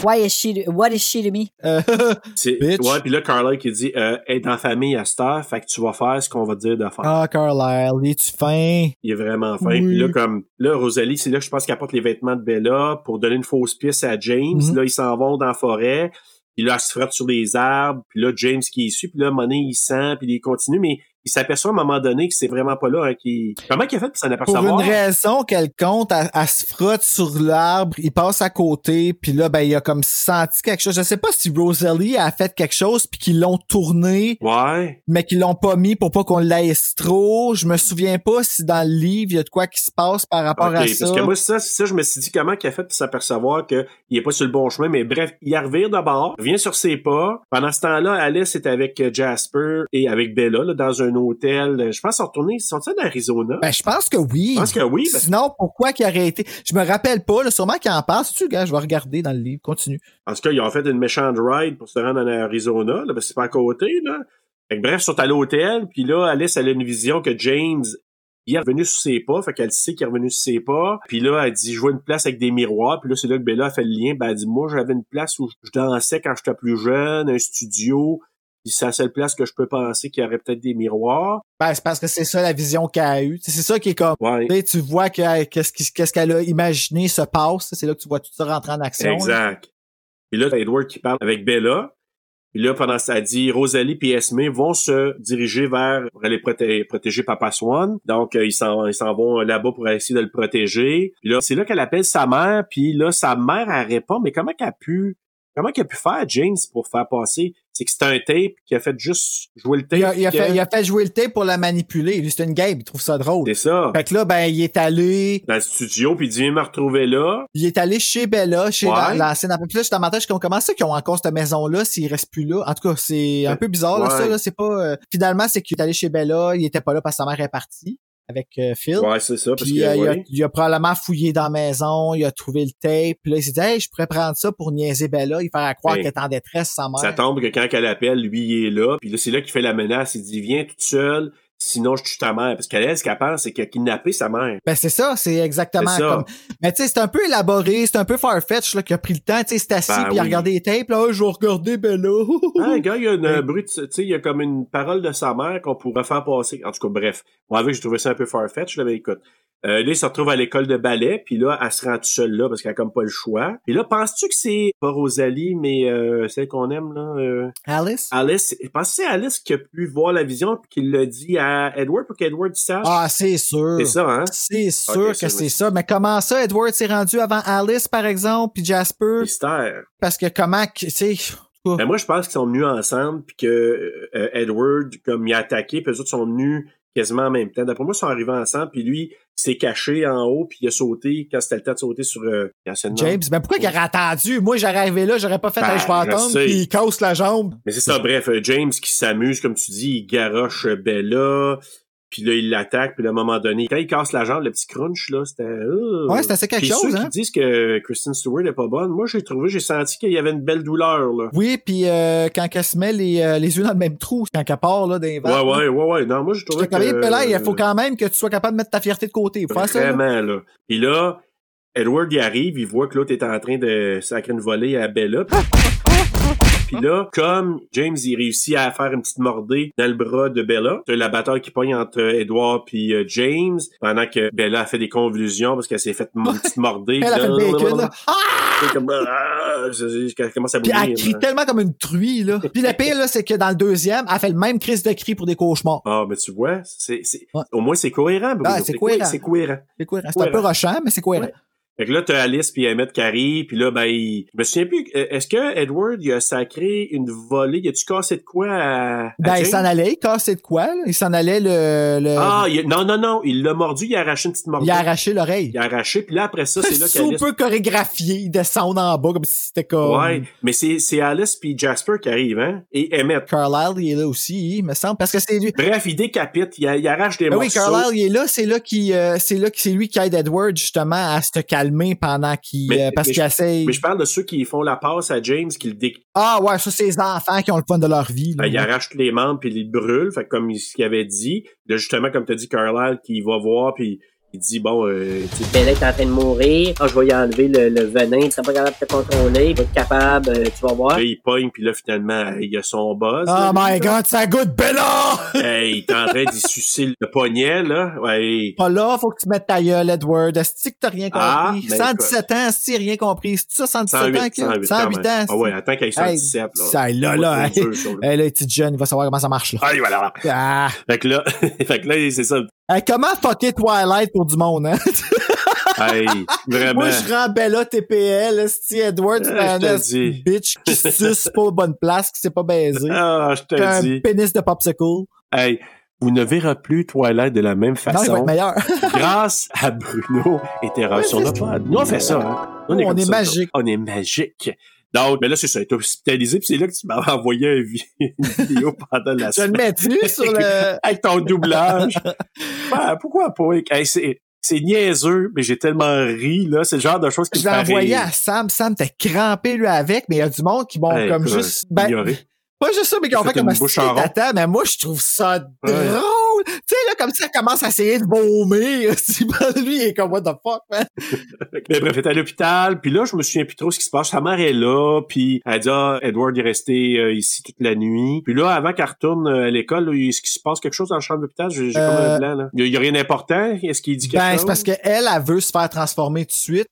Speaker 11: Why is she, what is she to me?
Speaker 1: Euh, [LAUGHS]
Speaker 2: C'est-
Speaker 1: bitch?
Speaker 2: Ouais, puis là, Carla qui dit, euh, être en famille à cette heure, fait que tu vas faire ce qu'on va te dire de faire.
Speaker 1: Ah, Carlisle, es-tu fin?
Speaker 2: Il est vraiment fin.
Speaker 1: Oui.
Speaker 2: Puis là, comme, là, Rosalie, c'est là que je pense qu'elle porte les vêtements de Bella pour donner une fausse piste à James.
Speaker 1: Mhm.
Speaker 2: Là, ils s'en vont dans la forêt. Puis là, elle se frotte sur les arbres. Puis là, James qui est suit. Puis là, Monet, il sent. Puis il continue. Mais il s'aperçoit à un moment donné que c'est vraiment pas là. Hein, qu'il- Comment qu'il a fait pour s'en
Speaker 1: Pour
Speaker 2: apercevoir?
Speaker 1: une raison qu'elle compte, elle, elle se frotte sur l'arbre, il passe à côté, puis là, ben, il a comme senti quelque chose. Je sais pas si Rosalie a fait quelque chose, puis qu'ils l'ont tourné,
Speaker 2: Ouais.
Speaker 1: mais qu'ils l'ont pas mis pour pas qu'on l'aise trop. Je me souviens pas si dans le livre, il y a de quoi qui se passe par rapport
Speaker 2: Ok,
Speaker 1: à ça.
Speaker 2: Parce que moi, ça, ça, je me suis dit comment qu'il a fait pour s'apercevoir qu'il est pas sur le bon chemin. Mais bref, il revient d'abord, revient sur ses pas. Pendant ce temps-là, Alice est avec euh, Jasper et avec Bella là, dans un hôtel. Je pense qu'ils sont retournés. Ils sont en Arizona?
Speaker 1: Ben, je pense que oui.
Speaker 2: je pense que oui. parce-
Speaker 1: Sinon, pourquoi qu'il aurait été. Je me rappelle pas, là, sûrement qu'il en passe. Tu gars, je vais regarder dans le livre. Continue.
Speaker 2: En tout cas, ils ont fait une méchante ride pour se rendre en Arizona. Là, parce que c'est pas à côté. Là. Fait que bref, ils sont allés à l'hôtel. Puis là, Alice, elle a une vision que James il est revenu sur ses pas. Fait qu'elle sait qu'il est revenu sur ses pas. Puis là, elle dit, je vois une place avec des miroirs. Puis là, c'est là que Bella a fait le lien. Ben, elle dit, moi, j'avais une place où je dansais quand j'étais plus jeune, un studio. Puis c'est la seule place que je peux penser qu'il y aurait peut-être des miroirs.
Speaker 1: Ben, c'est parce que c'est ça la vision qu'elle a eue. T'sais, C'est ça qui est comme.
Speaker 2: Ouais.
Speaker 1: tu sais, Tu vois que- qu'est-ce qui- qu'est-ce qu'elle a imaginé se passe. C'est là que tu vois tout ça rentrer en action. là.
Speaker 2: Exact. Puis là, t'as Edward qui parle avec Bella. Puis là, pendant ça, elle dit Rosalie et Esme vont se diriger vers pour aller proté- protéger Papa Swan. Donc, euh, ils s'en ils s'en vont là-bas pour essayer de le protéger. Puis là, c'est là qu'elle appelle sa mère. Puis là, sa mère, elle répond Mais comment qu'elle a pu comment qu'elle a pu faire, James, pour faire passer C'est que c'est un tape qui a fait juste jouer le tape.
Speaker 1: Il a, il a
Speaker 2: que-
Speaker 1: fait, il a fait jouer le thé pour la manipuler. Lui, c'est une game. Il trouve ça drôle.
Speaker 2: C'est ça.
Speaker 1: Fait que là, ben, il est allé.
Speaker 2: Dans le studio, puis il dit Viens me retrouver là.
Speaker 1: Il est allé chez Bella, chez la-
Speaker 2: Ouais.
Speaker 1: la, scène après. Puis là, je t'en mentais, je suis comme, comment ça qu'ils ont encore cette maison-là s'il reste plus là? En tout cas, c'est un peu bizarre, là,
Speaker 2: Ouais.
Speaker 1: ça, là. C'est pas, euh, finalement, c'est qu'il est allé chez Bella, il était pas là parce que sa mère est partie avec euh, Phil.
Speaker 2: Ouais, c'est ça. Parce
Speaker 1: Puis,
Speaker 2: que,
Speaker 1: euh, il, a,
Speaker 2: ouais.
Speaker 1: il a probablement fouillé dans la maison, il a trouvé le tape, puis là, il s'est dit, hey, je pourrais prendre ça pour niaiser Bella, il faire croire
Speaker 2: Hey.
Speaker 1: qu'elle est en détresse, sa mère.
Speaker 2: Ça tombe que quand elle appelle, lui, il est là. Puis là, c'est là qu'il fait la menace. Il dit, viens toute seule, sinon je tue ta mère. Parce qu'elle, elle, ce qu'elle pense, c'est qu'il a kidnappé sa mère.
Speaker 1: Ben c'est ça, c'est exactement
Speaker 2: C'est ça.
Speaker 1: comme. Mais tu sais, c'est un peu élaboré, c'est un peu farfetch là qui a pris le temps, tu sais, c'est assis
Speaker 2: Ben
Speaker 1: puis il a
Speaker 2: oui.
Speaker 1: regardé les tapes là, Ah, je vais regarder Bella.
Speaker 2: Ah, le gars, il y a une euh, brute, tu sais, il y a comme une parole de sa mère qu'on pourrait faire passer. En tout cas, bref. Moi, avec, j'ai trouvé ça un peu farfetch, là, mais écoute. Euh, là, il se retrouve à l'école de ballet, puis là, elle se rend toute seule là, parce qu'elle a comme pas le choix. Et là, penses-tu que c'est pas Rosalie, mais euh, celle qu'on aime, là? euh,
Speaker 1: [LAUGHS] Alice.
Speaker 2: Alice, je pense que c'est Alice qui a pu voir la vision, puis qui l'a dit à Edward pour qu'Edward sache.
Speaker 1: Ah, c'est sûr.
Speaker 2: c'est ça, hein?
Speaker 1: C'est sûr
Speaker 2: Ok,
Speaker 1: que
Speaker 2: ça, oui.
Speaker 1: c'est ça. Mais comment ça, Edward s'est rendu avant Alice, par exemple, puis Jasper?
Speaker 2: Mystère.
Speaker 1: Parce que comment, que- tu sais,
Speaker 2: Ben, moi, je pense qu'ils sont venus ensemble, puis que euh, Edward, comme il a attaqué, puis eux autres sont venus quasiment en même temps. D'après moi, ils sont arrivés ensemble, puis lui, il s'est caché en haut, puis il a sauté quand c'était le temps de sauter sur euh, Yacine.
Speaker 1: James, mais pourquoi il aurait attendu? Moi, j'aurais arrivé là, j'aurais pas fait
Speaker 2: Ben,
Speaker 1: un je vais
Speaker 2: je
Speaker 1: attendre,
Speaker 2: sais.
Speaker 1: puis il casse la jambe.
Speaker 2: Mais c'est ça, bref, euh, James qui s'amuse, comme tu dis, il garoche euh, Bella, puis là, il l'attaque, puis là, à un moment donné, quand il casse la jambe, le petit crunch, là, c'était... euh.
Speaker 1: Ouais, c'est assez quelque
Speaker 2: Puis
Speaker 1: chose,
Speaker 2: ceux
Speaker 1: hein.
Speaker 2: qui disent que Kristen Stewart est pas bonne, moi, j'ai trouvé, j'ai senti qu'il y avait une belle douleur, là.
Speaker 1: Oui, puis euh, quand elle se met les, euh, les yeux dans le même trou, quand elle part là, des
Speaker 2: Ouais, ouais, ouais, ouais, non, moi, j'ai trouvé
Speaker 1: Fait que,
Speaker 2: que-
Speaker 1: Pelé, il faut quand même que tu sois capable de mettre ta fierté de côté. Faut faire ça. là.
Speaker 2: Vraiment, là. Puis là, Edward y arrive, il voit que l'autre est en train de sacrer une volée à Bella. Puis là, comme James, il réussit à faire une petite mordée dans le bras de Bella, c'est la bataille qui pogne entre Edward puis euh, James, pendant que Bella a fait des convulsions parce qu'elle s'est faite
Speaker 1: [LAUGHS]
Speaker 2: une petite mordée.
Speaker 1: Elle a fait le bacon, là.
Speaker 2: C'est [LAUGHS] comme, ah! C'est- c'est- Elle commence à
Speaker 1: Puis elle
Speaker 2: bouillir.
Speaker 1: crie
Speaker 2: là.
Speaker 1: tellement comme une truie, là. Puis le pire, là, c'est que dans le deuxième, elle fait le même crise de cri pour des cauchemars.
Speaker 2: Ah, mais tu vois, c'est, c'est- au moins c'est cohérent. Bruno.
Speaker 1: Ah, c'est cohérent.
Speaker 2: C'est cohérent.
Speaker 1: C'est cohérent. C'est un peu
Speaker 2: Cohérent.
Speaker 1: rochant, mais c'est cohérent.
Speaker 2: Fait que là, t'as Alice puis Emmett qui arrive, puis là, ben, il... je me souviens plus, euh, est-ce que Edward, il a sacré une volée, il a-tu cassé de quoi à, à
Speaker 1: Ben, il
Speaker 2: James?
Speaker 1: s'en allait, il c'est de quoi, là? Il s'en allait le, le-
Speaker 2: Ah, il- non, non, non, il l'a mordu, il a arraché une petite mordue.
Speaker 1: il a arraché l'oreille.
Speaker 2: Il a arraché, puis là, après [LAUGHS] ça, c'est là
Speaker 1: C'est un
Speaker 2: qu'Alice...
Speaker 1: peu chorégraphié, il descend en bas comme si c'était comme.
Speaker 2: Ouais, mais c'est, c'est Alice puis Jasper qui arrivent, hein, et Emmett.
Speaker 1: Carlisle, il est là aussi, il me semble, parce que c'est lui.
Speaker 2: Bref, il décapite, il, a- il arrache des
Speaker 1: Ben oui,
Speaker 2: morceaux.
Speaker 1: Carlisle, il est là, c'est là qui, euh, c'est là que c'est lui qui aide Edward justement à se calmer pendant qu'il,
Speaker 2: Mais-
Speaker 1: euh, parce
Speaker 2: mais
Speaker 1: qu'il
Speaker 2: je-
Speaker 1: essaye.
Speaker 2: Mais je parle de ceux qui font la passe à James, qui le décapite.
Speaker 1: Ah ouais, ça c'est les enfants qui ont le fun de leur vie. là.
Speaker 2: Ben, il arrache tous les membres puis il les brûle. Fait que comme il- ce qu'il avait dit, là, justement, comme t'as dit, Carlisle, qui va voir puis il dit, bon, euh, tu sais,
Speaker 10: Bella est en train de mourir. Ah, je vais y enlever le, le venin. Tu seras pas capable de te contrôler. Tu vas être capable. euh, tu vas voir.
Speaker 2: là, il pogne puis là, finalement, il y a son boss.
Speaker 1: Oh
Speaker 2: là,
Speaker 1: my god, ça goûte Bella!
Speaker 2: Hey, il est en
Speaker 1: [LAUGHS]
Speaker 2: train d'y sucer le poignet, là. Ouais.
Speaker 1: Pas là, faut que tu mettes ta gueule, Edward. Est-ce que t'as rien
Speaker 2: Ah,
Speaker 1: compris?
Speaker 2: ben,
Speaker 1: 117 ans, si rien compris. C'est ça, 117 ans?
Speaker 2: 108,
Speaker 1: que-
Speaker 2: 108,
Speaker 1: 108
Speaker 2: quand même.
Speaker 1: ans.
Speaker 2: Ah ouais, hein. attends qu'il y ait 117,
Speaker 1: Hey,
Speaker 2: là.
Speaker 1: Ça, là,
Speaker 2: On va
Speaker 1: là, hein.
Speaker 2: trouver
Speaker 1: hey.
Speaker 2: le
Speaker 1: [LAUGHS]
Speaker 2: jeu, là.
Speaker 1: Hey, là, le petit jeune, il va savoir comment ça marche, là.
Speaker 2: Allez, voilà.
Speaker 1: Ah.
Speaker 2: Fait que là, [LAUGHS] fait que là, c'est ça.
Speaker 1: Hey, comment fucker Twilight pour du monde, hein?
Speaker 2: Hey, vraiment.
Speaker 1: Moi, je rends Bella TPL, si Edward,
Speaker 2: ben. Eh,
Speaker 1: c'est
Speaker 2: je
Speaker 1: un
Speaker 2: te le
Speaker 1: esti
Speaker 2: dis.
Speaker 1: bitch
Speaker 2: [LAUGHS]
Speaker 1: qui suce pas aux bonnes places, qui s'est pas baisé.
Speaker 2: Ah, je te
Speaker 1: T'as un
Speaker 2: dis.
Speaker 1: pénis de popsicle.
Speaker 2: Hey, vous ne verrez plus Twilight de la même
Speaker 1: Non, il va
Speaker 2: façon.
Speaker 1: être meilleur. [LAUGHS]
Speaker 2: grâce à Bruno et Terreur sur notre pod. Nous, on fait ça. hein. Nous,
Speaker 1: On
Speaker 2: comme
Speaker 1: est
Speaker 2: ça,
Speaker 1: magique.
Speaker 2: nous. On est magique. Donc, mais là, c'est ça, il est hospitalisé, puis c'est là que tu m'avais [LAUGHS] envoyé un vi- une vidéo pendant la
Speaker 1: Je le
Speaker 2: semaine.
Speaker 1: mets-tu
Speaker 2: [LAUGHS]
Speaker 1: sur le...
Speaker 2: Avec ton doublage. Ben, pourquoi pas? Hey, c'est, c'est niaiseux, mais j'ai tellement ri, là. C'est le genre de choses qui
Speaker 1: Je
Speaker 2: me
Speaker 1: l'ai
Speaker 2: fait
Speaker 1: envoyé
Speaker 2: rire.
Speaker 1: à Sam. Sam t'es crampé, lui, avec, mais il y a du monde qui vont
Speaker 2: Hey,
Speaker 1: comme
Speaker 2: quoi,
Speaker 1: juste. Ben,
Speaker 2: ignoré.
Speaker 1: pas juste ça, mais qui ont
Speaker 2: J'ai
Speaker 1: fait
Speaker 2: fait
Speaker 1: comme
Speaker 2: une
Speaker 1: un
Speaker 2: bouche en rond.
Speaker 1: tata, mais moi, je trouve ça drôle. Tu sais, là, comme ça, elle commence à essayer de baumer. [LAUGHS] Si lui, il est comme, what the fuck, man?
Speaker 2: Mais bref, elle est à l'hôpital, puis là, je me souviens plus trop ce qui se passe. Sa mère est là, puis elle dit, ah, Edward est resté euh, ici toute la nuit. Puis là, avant qu'elle retourne euh, à l'école, là, est-ce qu'il se passe quelque chose dans la chambre d'hôpital? J'ai j'ai comme
Speaker 1: Euh,
Speaker 2: un blanc, là. Il y a- il y a, rien d'important? Est-ce qu'il dit quelque
Speaker 1: Ben,
Speaker 2: chose?
Speaker 1: c'est parce qu'elle, elle veut se faire transformer tout de suite.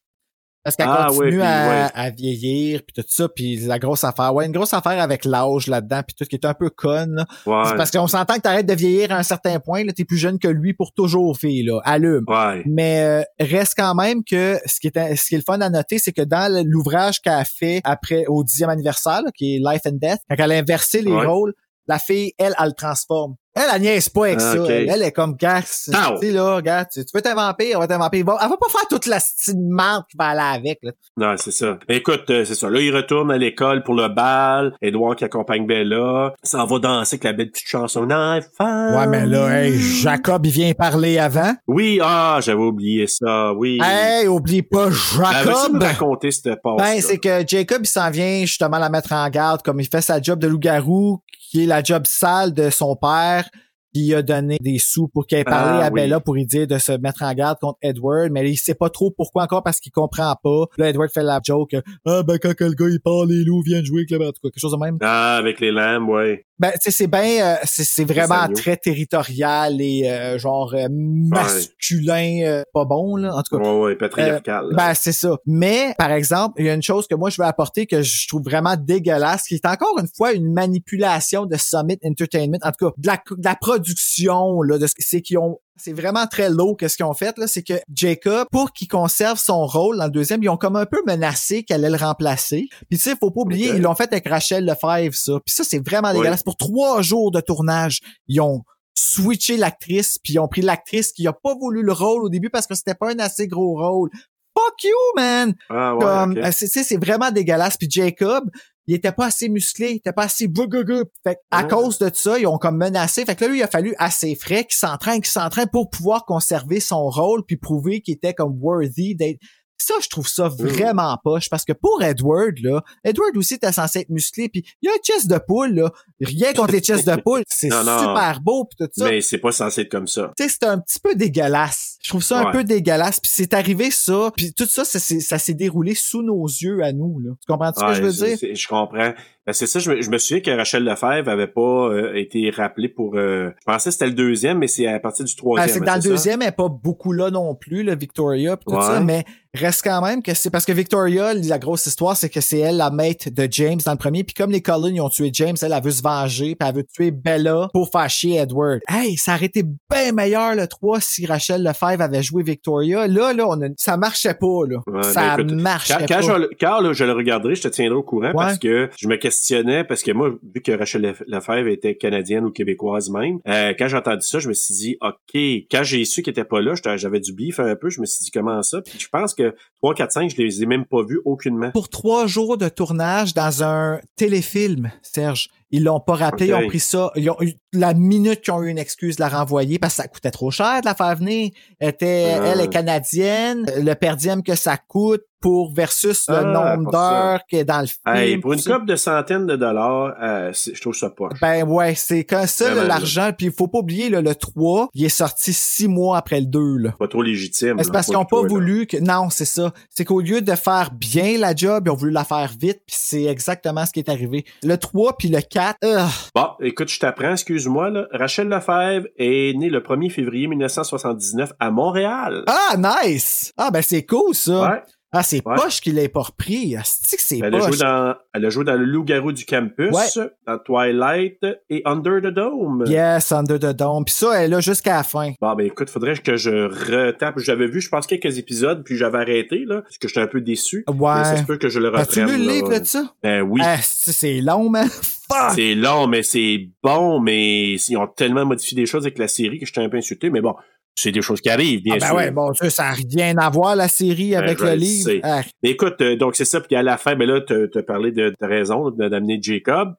Speaker 1: Parce qu'elle
Speaker 2: Ah, ouais,
Speaker 1: continue
Speaker 2: puis
Speaker 1: à,
Speaker 2: ouais.
Speaker 1: à vieillir, puis tout ça, puis la grosse affaire. Ouais, une grosse affaire avec l'âge là-dedans, puis tout, qui est un peu conne. là.
Speaker 2: Ouais.
Speaker 1: C'est parce qu'on s'entend que t'arrêtes de vieillir à un certain point, là, t'es plus jeune que lui pour toujours, fille, là. Allume.
Speaker 2: Ouais.
Speaker 1: Mais euh, reste quand même que ce qui est, ce qui est le fun à noter, c'est que dans le- l'ouvrage qu'elle a fait après au dixième anniversaire, là, qui est Life and Death, quand elle a inversé les
Speaker 2: Ouais.
Speaker 1: rôles, la fille, elle, elle le transforme. Elle, elle niaise pas avec
Speaker 2: Ah,
Speaker 1: ça.
Speaker 2: ok. Ah,
Speaker 1: Elle, elle est comme, gars, c'est-
Speaker 2: Tao.
Speaker 1: tu sais, là, gars, tu, tu veux t'inventer, on va t'invamper. Elle va elle va pas faire toute la style marque qui va aller avec, là.
Speaker 2: Non, c'est ça. Écoute, euh, c'est ça. Là, il retourne à l'école pour le bal. Edouard qui accompagne Bella. s'en va danser avec la belle petite chanson. Enfant.
Speaker 1: Ouais, mais là, hey, Jacob, il vient parler avant.
Speaker 2: Oui, ah, j'avais oublié ça, oui.
Speaker 1: Hey, oublie pas
Speaker 2: Ben, veux-tu
Speaker 1: Jacob!
Speaker 2: me raconter cette passe
Speaker 1: Ben, c'est que Jacob, il s'en vient justement la mettre en garde, comme il fait sa job de loup-garou, qui est la job sale de son père, qui lui a donné des sous pour qu'elle parle
Speaker 2: Ah,
Speaker 1: à
Speaker 2: oui.
Speaker 1: Bella pour lui dire de se mettre en garde contre Edward, mais il sait pas trop pourquoi encore parce qu'il comprend pas. Là, Edward fait la joke, ah ben quand que le gars il parle, les loups viennent jouer avec le en tout cas, quelque chose de même.
Speaker 2: Ah, avec les lames, ouais.
Speaker 1: Ben, tu sais, c'est bien, euh, c'est- c'est vraiment
Speaker 2: agneaux.
Speaker 1: très territorial et euh, genre euh, masculin, euh, pas bon, là, en tout cas.
Speaker 2: Ouais, ouais, patriarcal.
Speaker 1: Euh,
Speaker 2: là.
Speaker 1: ben, c'est ça. Mais, par exemple, il y a une chose que moi, je veux apporter que je trouve vraiment dégueulasse, qui est encore une fois une manipulation de Summit Entertainment. En tout cas, de la, de la production, là, de ce que c'est qu'ils ont c'est vraiment très low qu'est-ce qu'ils ont fait là, c'est que Jacob pour qu'il conserve son rôle dans le deuxième, ils ont comme un peu menacé qu'elle allait le remplacer. Puis tu sais, faut pas oublier, ils l'ont fait avec Rachel Lefebvre ça. Puis ça c'est vraiment
Speaker 2: Oui.
Speaker 1: dégueulasse pour trois jours de tournage, ils ont switché l'actrice, puis ils ont pris l'actrice qui a pas voulu le rôle au début parce que c'était pas un assez gros rôle. Fuck you, man!
Speaker 2: ah, ouais,
Speaker 1: Comme,
Speaker 2: ok.
Speaker 1: euh, c'est- c'est c'est vraiment dégueulasse. Puis Jacob, il était pas assez musclé, il était pas assez bougougou. Fait que à
Speaker 2: Ouais.
Speaker 1: cause de ça, ils ont comme menacé. Fait que là, lui, il a fallu assez frais qu'il s'entraîne, qu'il s'entraîne pour pouvoir conserver son rôle puis prouver qu'il était comme worthy d'être. Ça, je trouve ça
Speaker 2: Mmh.
Speaker 1: vraiment poche parce que pour Edward, là, Edward aussi était censé être musclé puis il y a un chest de poule, là. Rien contre les chests de
Speaker 2: [LAUGHS]
Speaker 1: poule. C'est
Speaker 2: Non, non.
Speaker 1: super beau puis tout ça
Speaker 2: Mais c'est pas censé être comme ça.
Speaker 1: tu sais, c'est un petit peu dégueulasse. Je trouve ça un
Speaker 2: Ouais.
Speaker 1: peu dégueulasse. Puis c'est arrivé ça, puis tout ça, ça, s'est- ça s'est déroulé sous nos yeux à nous. Là. Tu comprends ce
Speaker 2: Ouais,
Speaker 1: que je veux dire?
Speaker 2: c'est- Je comprends. Ben, c'est ça, je me, je me souviens que Rachel Lefebvre avait pas euh, été rappelée pour... euh, je pensais que c'était le deuxième, mais c'est à partir du troisième.
Speaker 1: Ah, c'est que
Speaker 2: hein,
Speaker 1: dans le
Speaker 2: ça?
Speaker 1: deuxième, elle n'est pas beaucoup là non plus, le Victoria, pis tout
Speaker 2: Ouais.
Speaker 1: ça, mais reste quand même que c'est parce que Victoria, la grosse histoire, c'est que c'est elle la mate de James dans le premier, puis comme les Collins ils ont tué James, elle, elle veut se venger, puis elle veut tuer Bella pour fâcher Edward. Hey, ça aurait été bien meilleur le 3 si Rachel Lefebvre avait joué Victoria. Là, là, on a- ça marchait pas, là.
Speaker 2: Ouais,
Speaker 1: ça
Speaker 2: ben, écoute,
Speaker 1: marchait
Speaker 2: quand,
Speaker 1: pas.
Speaker 2: quand je, le- quand, là, je le regarderai, je te tiendrai au courant parce
Speaker 1: Ouais.
Speaker 2: que je me questionnais, parce que moi, vu que Rachel Lef- Lefebvre était canadienne ou québécoise même, euh, quand j'ai entendu ça, je me suis dit, OK, quand j'ai su qu'elle était pas là, j'étais- j'avais du bif un peu, je me suis dit, comment ça? Puis je pense que 3, 4, 5, je les ai même pas vus aucunement.
Speaker 1: pour trois jours de tournage dans un téléfilm, Serge. Ils l'ont pas rappelé,
Speaker 2: Ok.
Speaker 1: ils ont pris ça. Ils ont eu, la minute qu'ils ont eu une excuse, de la renvoyer parce que ça coûtait trop cher de la faire venir. Elle Était,
Speaker 2: Ah.
Speaker 1: Elle est canadienne, le per diem que ça coûte pour versus le
Speaker 2: Ah,
Speaker 1: nombre
Speaker 2: pour ça.
Speaker 1: d'heures qui est dans le film.
Speaker 2: Hey, pour une
Speaker 1: Ça,
Speaker 2: coupe de centaines de dollars, euh, c'est- je trouve ça pas.
Speaker 1: ben ouais, c'est comme ça
Speaker 2: Vraiment,
Speaker 1: là,
Speaker 2: Ben là.
Speaker 1: l'argent. Puis il faut pas oublier là, le 3, il est sorti six mois après le 2. Là.
Speaker 2: Pas trop légitime.
Speaker 1: Mais C'est
Speaker 2: là,
Speaker 1: parce qu'ils n'ont
Speaker 2: du tout,
Speaker 1: pas
Speaker 2: là.
Speaker 1: voulu que. Non, c'est ça. C'est qu'au lieu de faire bien la job, ils ont voulu la faire vite, puis c'est exactement ce qui est arrivé. Le 3 puis le 4, euh,
Speaker 2: Bon, écoute, je t'apprends, excuse-moi. là. Rachel Lefebvre est née le 1er février 1979 à Montréal.
Speaker 1: Ah, nice! Ah, ben c'est cool ça!
Speaker 2: Ouais.
Speaker 1: Ah, c'est
Speaker 2: Ouais.
Speaker 1: poche qu'il l'ait pas repris. Asti que c'est
Speaker 2: Elle a, joué
Speaker 1: poche.
Speaker 2: dans, elle a joué dans Le Loup-garou du campus,
Speaker 1: Ouais.
Speaker 2: dans Twilight et Under the Dome.
Speaker 1: Yes, Under the Dome. Puis ça, elle est là jusqu'à la fin.
Speaker 2: Bon, ben écoute, faudrait que je retape. J'avais vu, je pense, quelques épisodes, puis j'avais arrêté, là, parce que j'étais un peu déçu.
Speaker 1: Ouais.
Speaker 2: Mais ça se peut que je le reprenne.
Speaker 1: As-tu lu le
Speaker 2: là.
Speaker 1: livre de ça? Ah,
Speaker 2: Ben oui.
Speaker 1: Asti, c'est long, man. [LAUGHS] Fuck!
Speaker 2: C'est long, mais c'est bon, mais ils ont tellement modifié des choses avec la série que j'étais un peu insulté, mais bon, c'est des choses qui arrivent, bien
Speaker 1: Ah, ben
Speaker 2: sûr. Ben,
Speaker 1: ouais, bon Dieu, ça n'a rien à voir la série avec
Speaker 2: je
Speaker 1: le
Speaker 2: le
Speaker 1: livre.
Speaker 2: sais.
Speaker 1: Ah,
Speaker 2: Mais écoute, euh, donc c'est ça, puis à la fin, ben là, t'as t'as parlé de, de raison là, d'amener Jacob.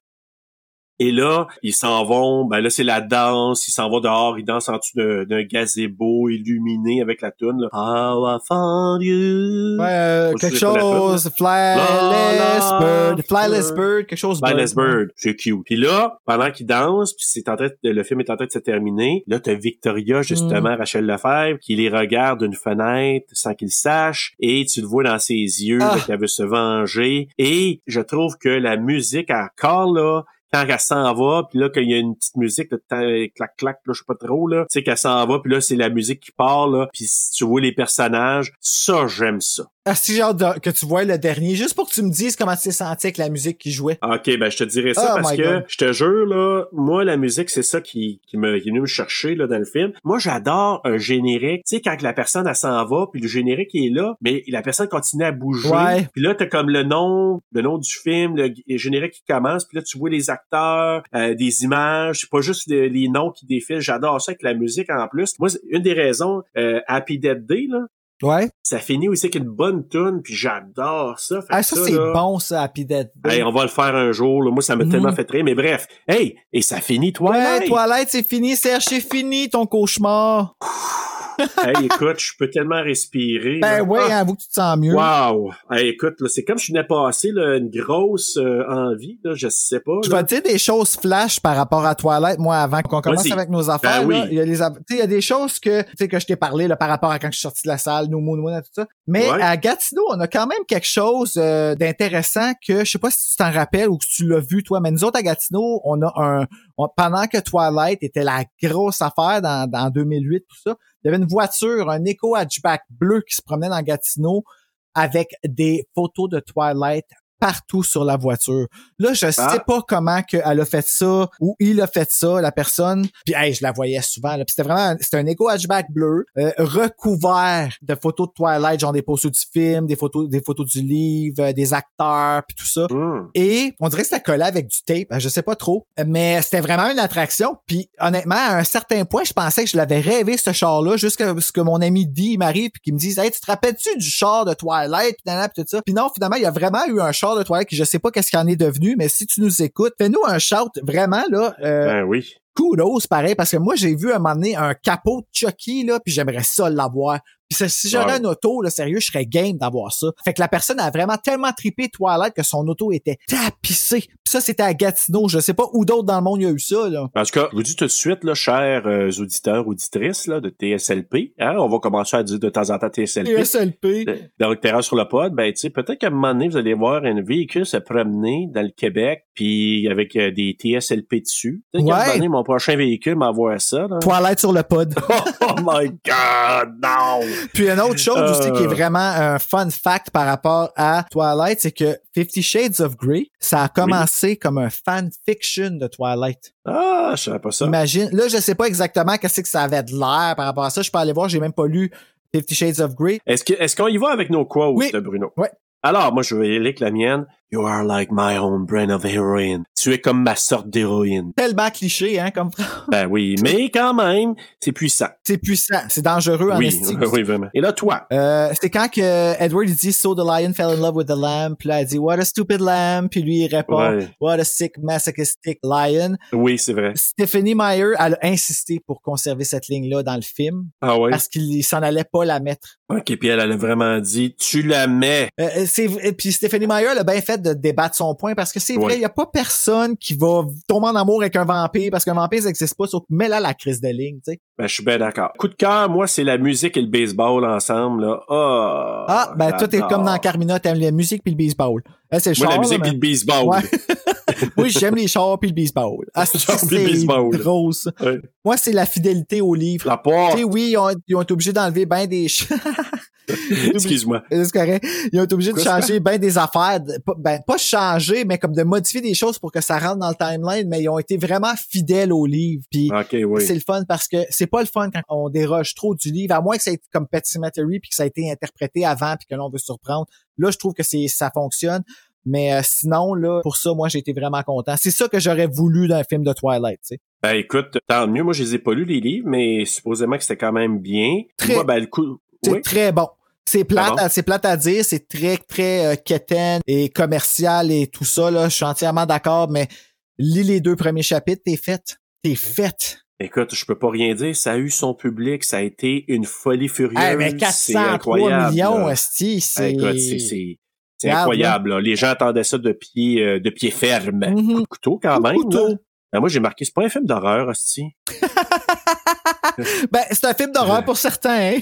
Speaker 2: Et là, ils s'en vont, ben là, c'est la danse, ils s'en vont dehors, ils dansent en dessous d'un d'un gazebo illuminé avec la toune, là. How I found you.
Speaker 1: Ouais, euh,
Speaker 2: Faut
Speaker 1: quelque
Speaker 2: que je connais la toune,
Speaker 1: chose, Flyless
Speaker 2: La, la,
Speaker 1: Bird, Flyless
Speaker 2: la,
Speaker 1: Bird, quelque chose.
Speaker 2: By Les Bird, c'est cute. Puis là, pendant qu'ils dansent, puis c'est en train de- le film est en train de se terminer, là t'as Victoria justement, Rachel Lefebvre, qui les regarde d'une fenêtre sans qu'ils sachent, et tu le vois dans ses yeux là,
Speaker 1: Ah.
Speaker 2: qu'elle veut se venger. Et je trouve que la musique encore là. Quand elle s'en va, puis là, qu'il y a une petite musique, là, ta- clac, clac, là, je sais pas trop, là. Tu sais, qu'elle s'en va, puis là, c'est la musique qui part, là. Puis si tu vois les personnages, ça, j'aime ça.
Speaker 1: Ah, si j'ai hâte de- que tu vois le dernier, juste pour que tu me dises comment tu t'es senti avec la musique qui jouait.
Speaker 2: OK, ben je te dirais ça
Speaker 1: Oh
Speaker 2: parce
Speaker 1: my
Speaker 2: que
Speaker 1: God.
Speaker 2: je te jure, là, moi, la musique, c'est ça qui, qui, me, qui est venu me chercher là, dans le film. Moi, j'adore un générique. Tu sais, quand la personne, elle s'en va, puis le générique il est là, mais la personne continue à bouger.
Speaker 1: Ouais.
Speaker 2: Puis là, t'as comme le nom, le nom du film, le, g- générique qui commence, puis là, tu vois les acteurs, euh, des images, c'est pas juste le- les noms qui défilent. J'adore ça avec la musique en plus. Moi, c'est une des raisons, euh, Happy Dead Day, là,
Speaker 1: Ouais.
Speaker 2: ça finit aussi avec une bonne tune, puis j'adore ça. Fait
Speaker 1: Ah,
Speaker 2: que
Speaker 1: ça,
Speaker 2: ça,
Speaker 1: c'est
Speaker 2: là,
Speaker 1: bon, ça, Happy Death Day.
Speaker 2: Hey, on va le faire un jour. là. Moi, ça m'a
Speaker 1: Mhm.
Speaker 2: tellement fait rire. Mais bref, hey, et ça finit, toi.
Speaker 1: Ouais, Toilette, c'est fini, Serge, c'est fini, ton cauchemar.
Speaker 2: hey, écoute, je peux tellement respirer.
Speaker 1: Ben
Speaker 2: là.
Speaker 1: ouais,
Speaker 2: Ah,
Speaker 1: avoue que tu te sens mieux.
Speaker 2: Wow! Hey, écoute, là, c'est comme je venais passer là, une grosse euh, envie, là, je sais pas.
Speaker 1: Je
Speaker 2: là.
Speaker 1: vais te dire des choses flash par rapport à Twilight, moi, avant qu'on commence
Speaker 2: Vas-y.
Speaker 1: avec nos affaires.
Speaker 2: Ben
Speaker 1: là.
Speaker 2: oui.
Speaker 1: il, y a les, av- tu sais, il y a des choses que, tu sais, que je t'ai parlé là, par rapport à quand je suis sorti de la salle, No Moon Moon et tout ça. Mais
Speaker 2: Ouais.
Speaker 1: à Gatineau, on a quand même quelque chose euh, d'intéressant que je sais pas si tu t'en rappelles ou que tu l'as vu, toi, mais nous autres à Gatineau, on a un. on- pendant que Twilight était la grosse affaire dans, dans 2008, tout ça, il y avait une voiture, un éco hatchback bleu qui se promenait dans Gatineau avec des photos de Twilight partout sur la voiture. Là, je
Speaker 2: Ah.
Speaker 1: sais pas comment que elle a fait ça ou il a fait ça, la personne. Puis hey, je la voyais souvent. là. Puis c'était vraiment un- c'était un éco hatchback bleu euh, recouvert de photos de Twilight, genre des posters du film, des photos des photos du livre, euh, des acteurs, puis tout ça.
Speaker 2: Hmm.
Speaker 1: Et on dirait que ça collait avec du tape, euh, je sais pas trop, mais c'était vraiment une attraction. Puis honnêtement, à un certain point, je pensais que je l'avais rêvé ce char-là jusqu'à ce que mon ami dit m'arrive puis qu'il me dise "Hey, tu te rappelles-tu du char de Twilight puis, nanana, puis tout ça Puis non, finalement, il y a vraiment eu un char de Twilight que je sais pas qu'est-ce qu'il en est devenu, mais si tu nous écoutes, fais-nous un shout vraiment là euh,
Speaker 2: Ben oui.
Speaker 1: Kudos, pareil, parce que moi, j'ai vu à un moment donné un capot de Chucky, là, puis j'aimerais ça l'avoir. Puis ça, si j'avais
Speaker 2: Ouais.
Speaker 1: un auto, là, sérieux, je serais game d'avoir ça. Fait que la personne a vraiment tellement tripé Twilight que son auto était tapissée. Puis ça, c'était à Gatineau. Je sais pas où d'autre dans le monde il y a eu ça, là.
Speaker 2: En tout cas, je vous dis tout de suite, là, chers euh, auditeurs, auditrices là, de TSLP, hein, on va commencer à dire de temps en temps TSLP. [LAUGHS]
Speaker 1: USLP.
Speaker 2: Euh, Donc, Terreur sur le pod, ben, tu sais, peut-être qu'à un moment donné, vous allez voir un véhicule se promener dans le Québec, puis avec euh, des TSLP dessus. Peut-être qu'à un
Speaker 1: Ouais.
Speaker 2: moment donné, mon prochain véhicule m'envoie ça. Là.
Speaker 1: Twilight sur le pod.
Speaker 2: [LAUGHS] oh my God, non!
Speaker 1: Puis une autre chose aussi
Speaker 2: Euh.
Speaker 1: qui est vraiment un fun fact par rapport à Twilight, c'est que Fifty Shades of Grey, ça a commencé comme un fanfiction de Twilight.
Speaker 2: Ah, je savais pas ça.
Speaker 1: Imagine. Là, je sais pas exactement qu'est-ce que ça avait de l'air par rapport à ça. Je peux aller voir, j'ai même pas lu Fifty Shades of Grey.
Speaker 2: Est-ce que- est-ce qu'on y va avec nos quotes,
Speaker 1: Oui.
Speaker 2: de Bruno?
Speaker 1: Ouais.
Speaker 2: Alors, moi, je vais y aller avec la mienne. You are like my own brand of heroin. Tu es comme ma sorte d'héroïne. [LAUGHS]
Speaker 1: Tellement cliché, hein, comme
Speaker 2: Ben oui, mais quand même, c'est puissant.
Speaker 1: c'est puissant, c'est dangereux en
Speaker 2: Oui,
Speaker 1: esti.
Speaker 2: [LAUGHS] oui, vraiment. Et là, toi,
Speaker 1: Euh, c'est quand que Edward il dit So the lion fell in love with the lamb, puis là elle dit What a stupid lamb, puis lui il répond
Speaker 2: Ouais.
Speaker 1: What a sick masochistic lion.
Speaker 2: oui, c'est vrai.
Speaker 1: Stephanie Meyer elle a insisté pour conserver cette ligne là dans le film
Speaker 2: Ah ouais?
Speaker 1: parce qu'il s'en allait pas la mettre.
Speaker 2: Ok, puis elle, elle a vraiment dit, tu la mets.
Speaker 1: Euh, euh, c'est v- et puis Stéphanie Meyer l'a bien fait de débattre son point parce que c'est
Speaker 2: Ouais.
Speaker 1: vrai, il n'y a pas personne qui va tomber en amour avec un vampire parce qu'un vampire ça n'existe pas, sauf mais là la crise de ligne, tu sais.
Speaker 2: Ben, je suis bien d'accord. Coup de cœur, moi, c'est la musique et le baseball ensemble, là. Ah!
Speaker 1: Ah, ben toi t'es
Speaker 2: j'adore.
Speaker 1: comme dans Carmina, t'aimes la musique puis le baseball. Là, c'est le
Speaker 2: Moi,
Speaker 1: char,
Speaker 2: la
Speaker 1: là,
Speaker 2: musique
Speaker 1: mais-
Speaker 2: puis le baseball. [LAUGHS]
Speaker 1: Ouais. [LAUGHS] Moi j'aime les chars puis le baseball. Ah, c'est
Speaker 2: Chars puis le
Speaker 1: c'est
Speaker 2: baseball. Ah.
Speaker 1: drôle, ça.
Speaker 2: Ouais.
Speaker 1: Moi c'est la fidélité au livre.
Speaker 2: Euh, La porte.
Speaker 1: Tu sais, oui, ils ont, ils ont été obligés d'enlever ben des ch- [LAUGHS]
Speaker 2: Excuse-moi.
Speaker 1: C'est correct. Ils ont été obligés de
Speaker 2: Quoi,
Speaker 1: changer ben des affaires. de- pas- ben, pas changer, mais comme de modifier des choses pour que ça rentre dans le timeline, mais ils ont été vraiment fidèles au livre. Puis
Speaker 2: Ok, Ah oui.
Speaker 1: c'est le fun parce que c'est pas le fun quand on déroge trop du livre, à moins que ça ait été comme Pet Cemetery puis que ça a été interprété avant puis que l'on veut surprendre. Là, je trouve que c'est ça fonctionne. Mais euh, sinon, là, pour ça, moi, j'ai été vraiment content. C'est ça que j'aurais voulu dans un film de Twilight, tu sais.
Speaker 2: Ben écoute, tant mieux. Moi, je les ai pas lus, les livres, mais supposément que c'était quand même bien.
Speaker 1: Très-
Speaker 2: Moi, ben, le coup...
Speaker 1: C'est
Speaker 2: Oui.
Speaker 1: très bon. C'est plate,
Speaker 2: Ah bon?
Speaker 1: à- c'est plate à dire, c'est très, très euh, quétaine et commercial et tout ça, là. Je suis entièrement d'accord, mais lis les deux premiers chapitres, t'es faite. T'es faite.
Speaker 2: Écoute, je peux pas rien dire. Ça a eu son public. Ça a été une folie furieuse.
Speaker 1: Hey, mais
Speaker 2: c'est
Speaker 1: 403
Speaker 2: incroyable.
Speaker 1: millions,
Speaker 2: là.
Speaker 1: esti, c'est...
Speaker 2: Hey, écoute, c'est- c'est c'est
Speaker 1: Regarde,
Speaker 2: incroyable. là. Les gens attendaient ça de pied, euh, de pied ferme. Coup
Speaker 1: Mhm.
Speaker 2: de couteau quand même. là. Ben, moi, j'ai marqué, c'est pas un film d'horreur, hostie.
Speaker 1: Ben, c'est un film d'horreur pour certains, hein?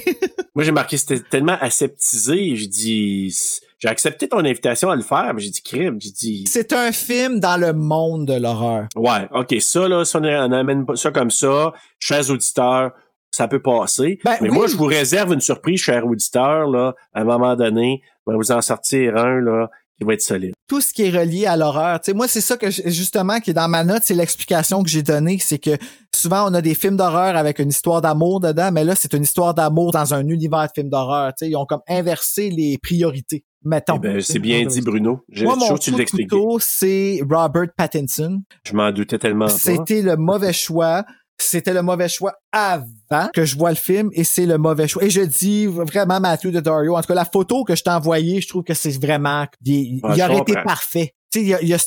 Speaker 2: Moi, j'ai marqué, c'était tellement aseptisé. J'ai dit, j'ai accepté ton invitation à le faire, mais j'ai dit, crime, j'ai dit,
Speaker 1: C'est un film dans le monde de l'horreur.
Speaker 2: ouais, ok, ça, là, si on, on amène pas ça comme ça, chers auditeurs, ça peut passer.
Speaker 1: Ben
Speaker 2: mais
Speaker 1: oui.
Speaker 2: moi, je vous réserve une surprise, chers auditeurs, là, à un moment donné, on va vous en sortir un, là, qui va être solide.
Speaker 1: tout ce qui est relié à l'horreur. Tu sais, moi, c'est ça que j- justement qui est dans ma note, c'est l'explication que j'ai donnée, c'est que souvent on a des films d'horreur avec une histoire d'amour dedans, mais là c'est une histoire d'amour dans un univers de films d'horreur. Tu sais, ils ont comme inversé les priorités. Mettons.
Speaker 2: Eh ben, c'est bien dit, Bruno. Je,
Speaker 1: Moi,
Speaker 2: je suis sûr
Speaker 1: mon
Speaker 2: que tu
Speaker 1: coup de
Speaker 2: l'expliques. bien.
Speaker 1: couteau, c'est Robert Pattinson.
Speaker 2: Je m'en doutais tellement pas.
Speaker 1: C'était le mauvais choix. C'était le mauvais choix avant que je vois le film et c'est le mauvais choix. Et je dis vraiment Matthew Dario. En tout cas, la photo que je t'ai envoyée, je trouve que c'est vraiment, il,
Speaker 2: Ouais,
Speaker 1: il
Speaker 2: je
Speaker 1: aurait été
Speaker 2: comprends.
Speaker 1: parfait. Tu sais, il y a, il y a ce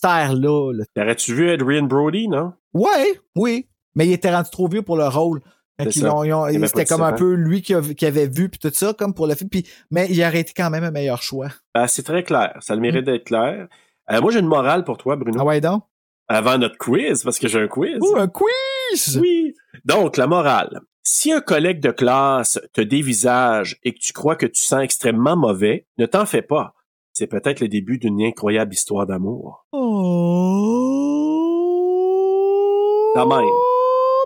Speaker 1: mystère-là. là.
Speaker 2: T'aurais-tu vu Adrian Brody, non?
Speaker 1: Ouais, oui. Mais il était rendu trop vieux pour le rôle. Fait
Speaker 2: C'est
Speaker 1: qu'ils
Speaker 2: ça.
Speaker 1: l'ont- ils ont-
Speaker 2: Il y avait
Speaker 1: C'était
Speaker 2: pas de
Speaker 1: comme un
Speaker 2: serpent.
Speaker 1: peu lui qui, a- qui avait vu puis tout ça, comme pour le film. Puis, mais il aurait été quand même un meilleur choix.
Speaker 2: Ben, c'est très clair. Ça a le
Speaker 1: Mm.
Speaker 2: mérite d'être clair. Euh, moi, j'ai une morale pour toi, Bruno.
Speaker 1: Ah ouais, donc?
Speaker 2: Avant notre quiz, parce que j'ai un quiz.
Speaker 1: Ou un quiz!
Speaker 2: Oui. Donc, la morale. Si un collègue de classe te dévisage et que tu crois que tu sens extrêmement mauvais, ne t'en fais pas. C'est peut-être le début d'une incroyable histoire d'amour.
Speaker 1: Oh!
Speaker 2: Quand même.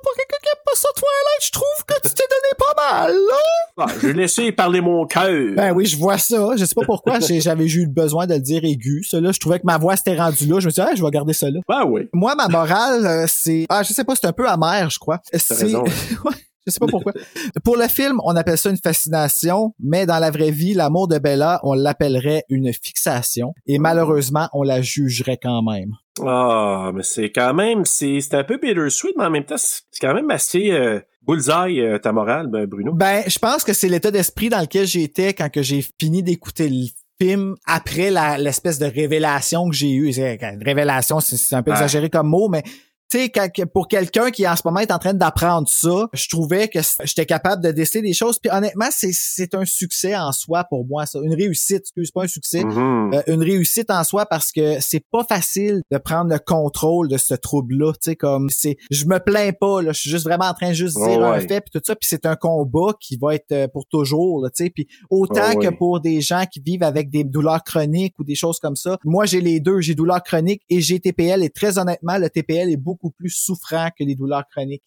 Speaker 1: Pour quelqu'un qui aime pas ça, Twilight, je trouve que tu t'es donné pas mal, là!
Speaker 2: Bon, Ah, je vais laisser [LAUGHS] parler mon cœur.
Speaker 1: Ben oui, je vois ça. Je sais pas pourquoi j'ai- j'avais eu le besoin de le dire aigu. Ça, là, je trouvais que ma voix s'était rendue là. Je me suis dit, ah, je vais garder ça là.
Speaker 2: Ben oui.
Speaker 1: Moi, ma morale, euh, c'est... Ah, je sais pas, c'est un peu amer, je crois. C'est...
Speaker 2: raison,
Speaker 1: Ouais, [LAUGHS] je sais pas pourquoi. Pour le film, on appelle ça une fascination, mais dans la vraie vie, l'amour de Bella, on l'appellerait une fixation. Et malheureusement, on la jugerait quand même.
Speaker 2: Ah, mais c'est quand même, c'est c'est un peu bittersweet, mais en même temps, c'est c'est quand même assez euh, bullseye euh, ta morale, ben, Bruno.
Speaker 1: Ben, je pense que c'est l'état d'esprit dans lequel j'étais quand que j'ai fini d'écouter le film après la- l'espèce de révélation que j'ai eue. C'est- Une révélation, c'est c'est un peu
Speaker 2: Ouais.
Speaker 1: exagéré comme mot, mais tu sais, quand que- pour quelqu'un qui en ce moment est en train d'apprendre ça, je trouvais que c- j'étais capable de déceler des choses. Puis honnêtement, c'est- c'est un succès en soi pour moi, ça. Une réussite, excuse pas un succès.
Speaker 2: Mhm.
Speaker 1: Euh, une réussite en soi parce que c'est pas facile de prendre le contrôle de ce trouble-là. Tu sais, comme c'est, je me plains pas, là, je suis juste vraiment en train de juste dire
Speaker 2: Oh
Speaker 1: un
Speaker 2: ouais.
Speaker 1: fait puis tout ça, puis c'est un combat qui va être euh, pour toujours. Là, tu sais, puis autant
Speaker 2: Oh
Speaker 1: que
Speaker 2: ouais.
Speaker 1: pour des gens qui vivent avec des douleurs chroniques ou des choses comme ça. Moi, j'ai les deux, j'ai douleurs chroniques et j'ai TPL. Et très honnêtement, le TPL est beaucoup plus souffrant que les douleurs chroniques.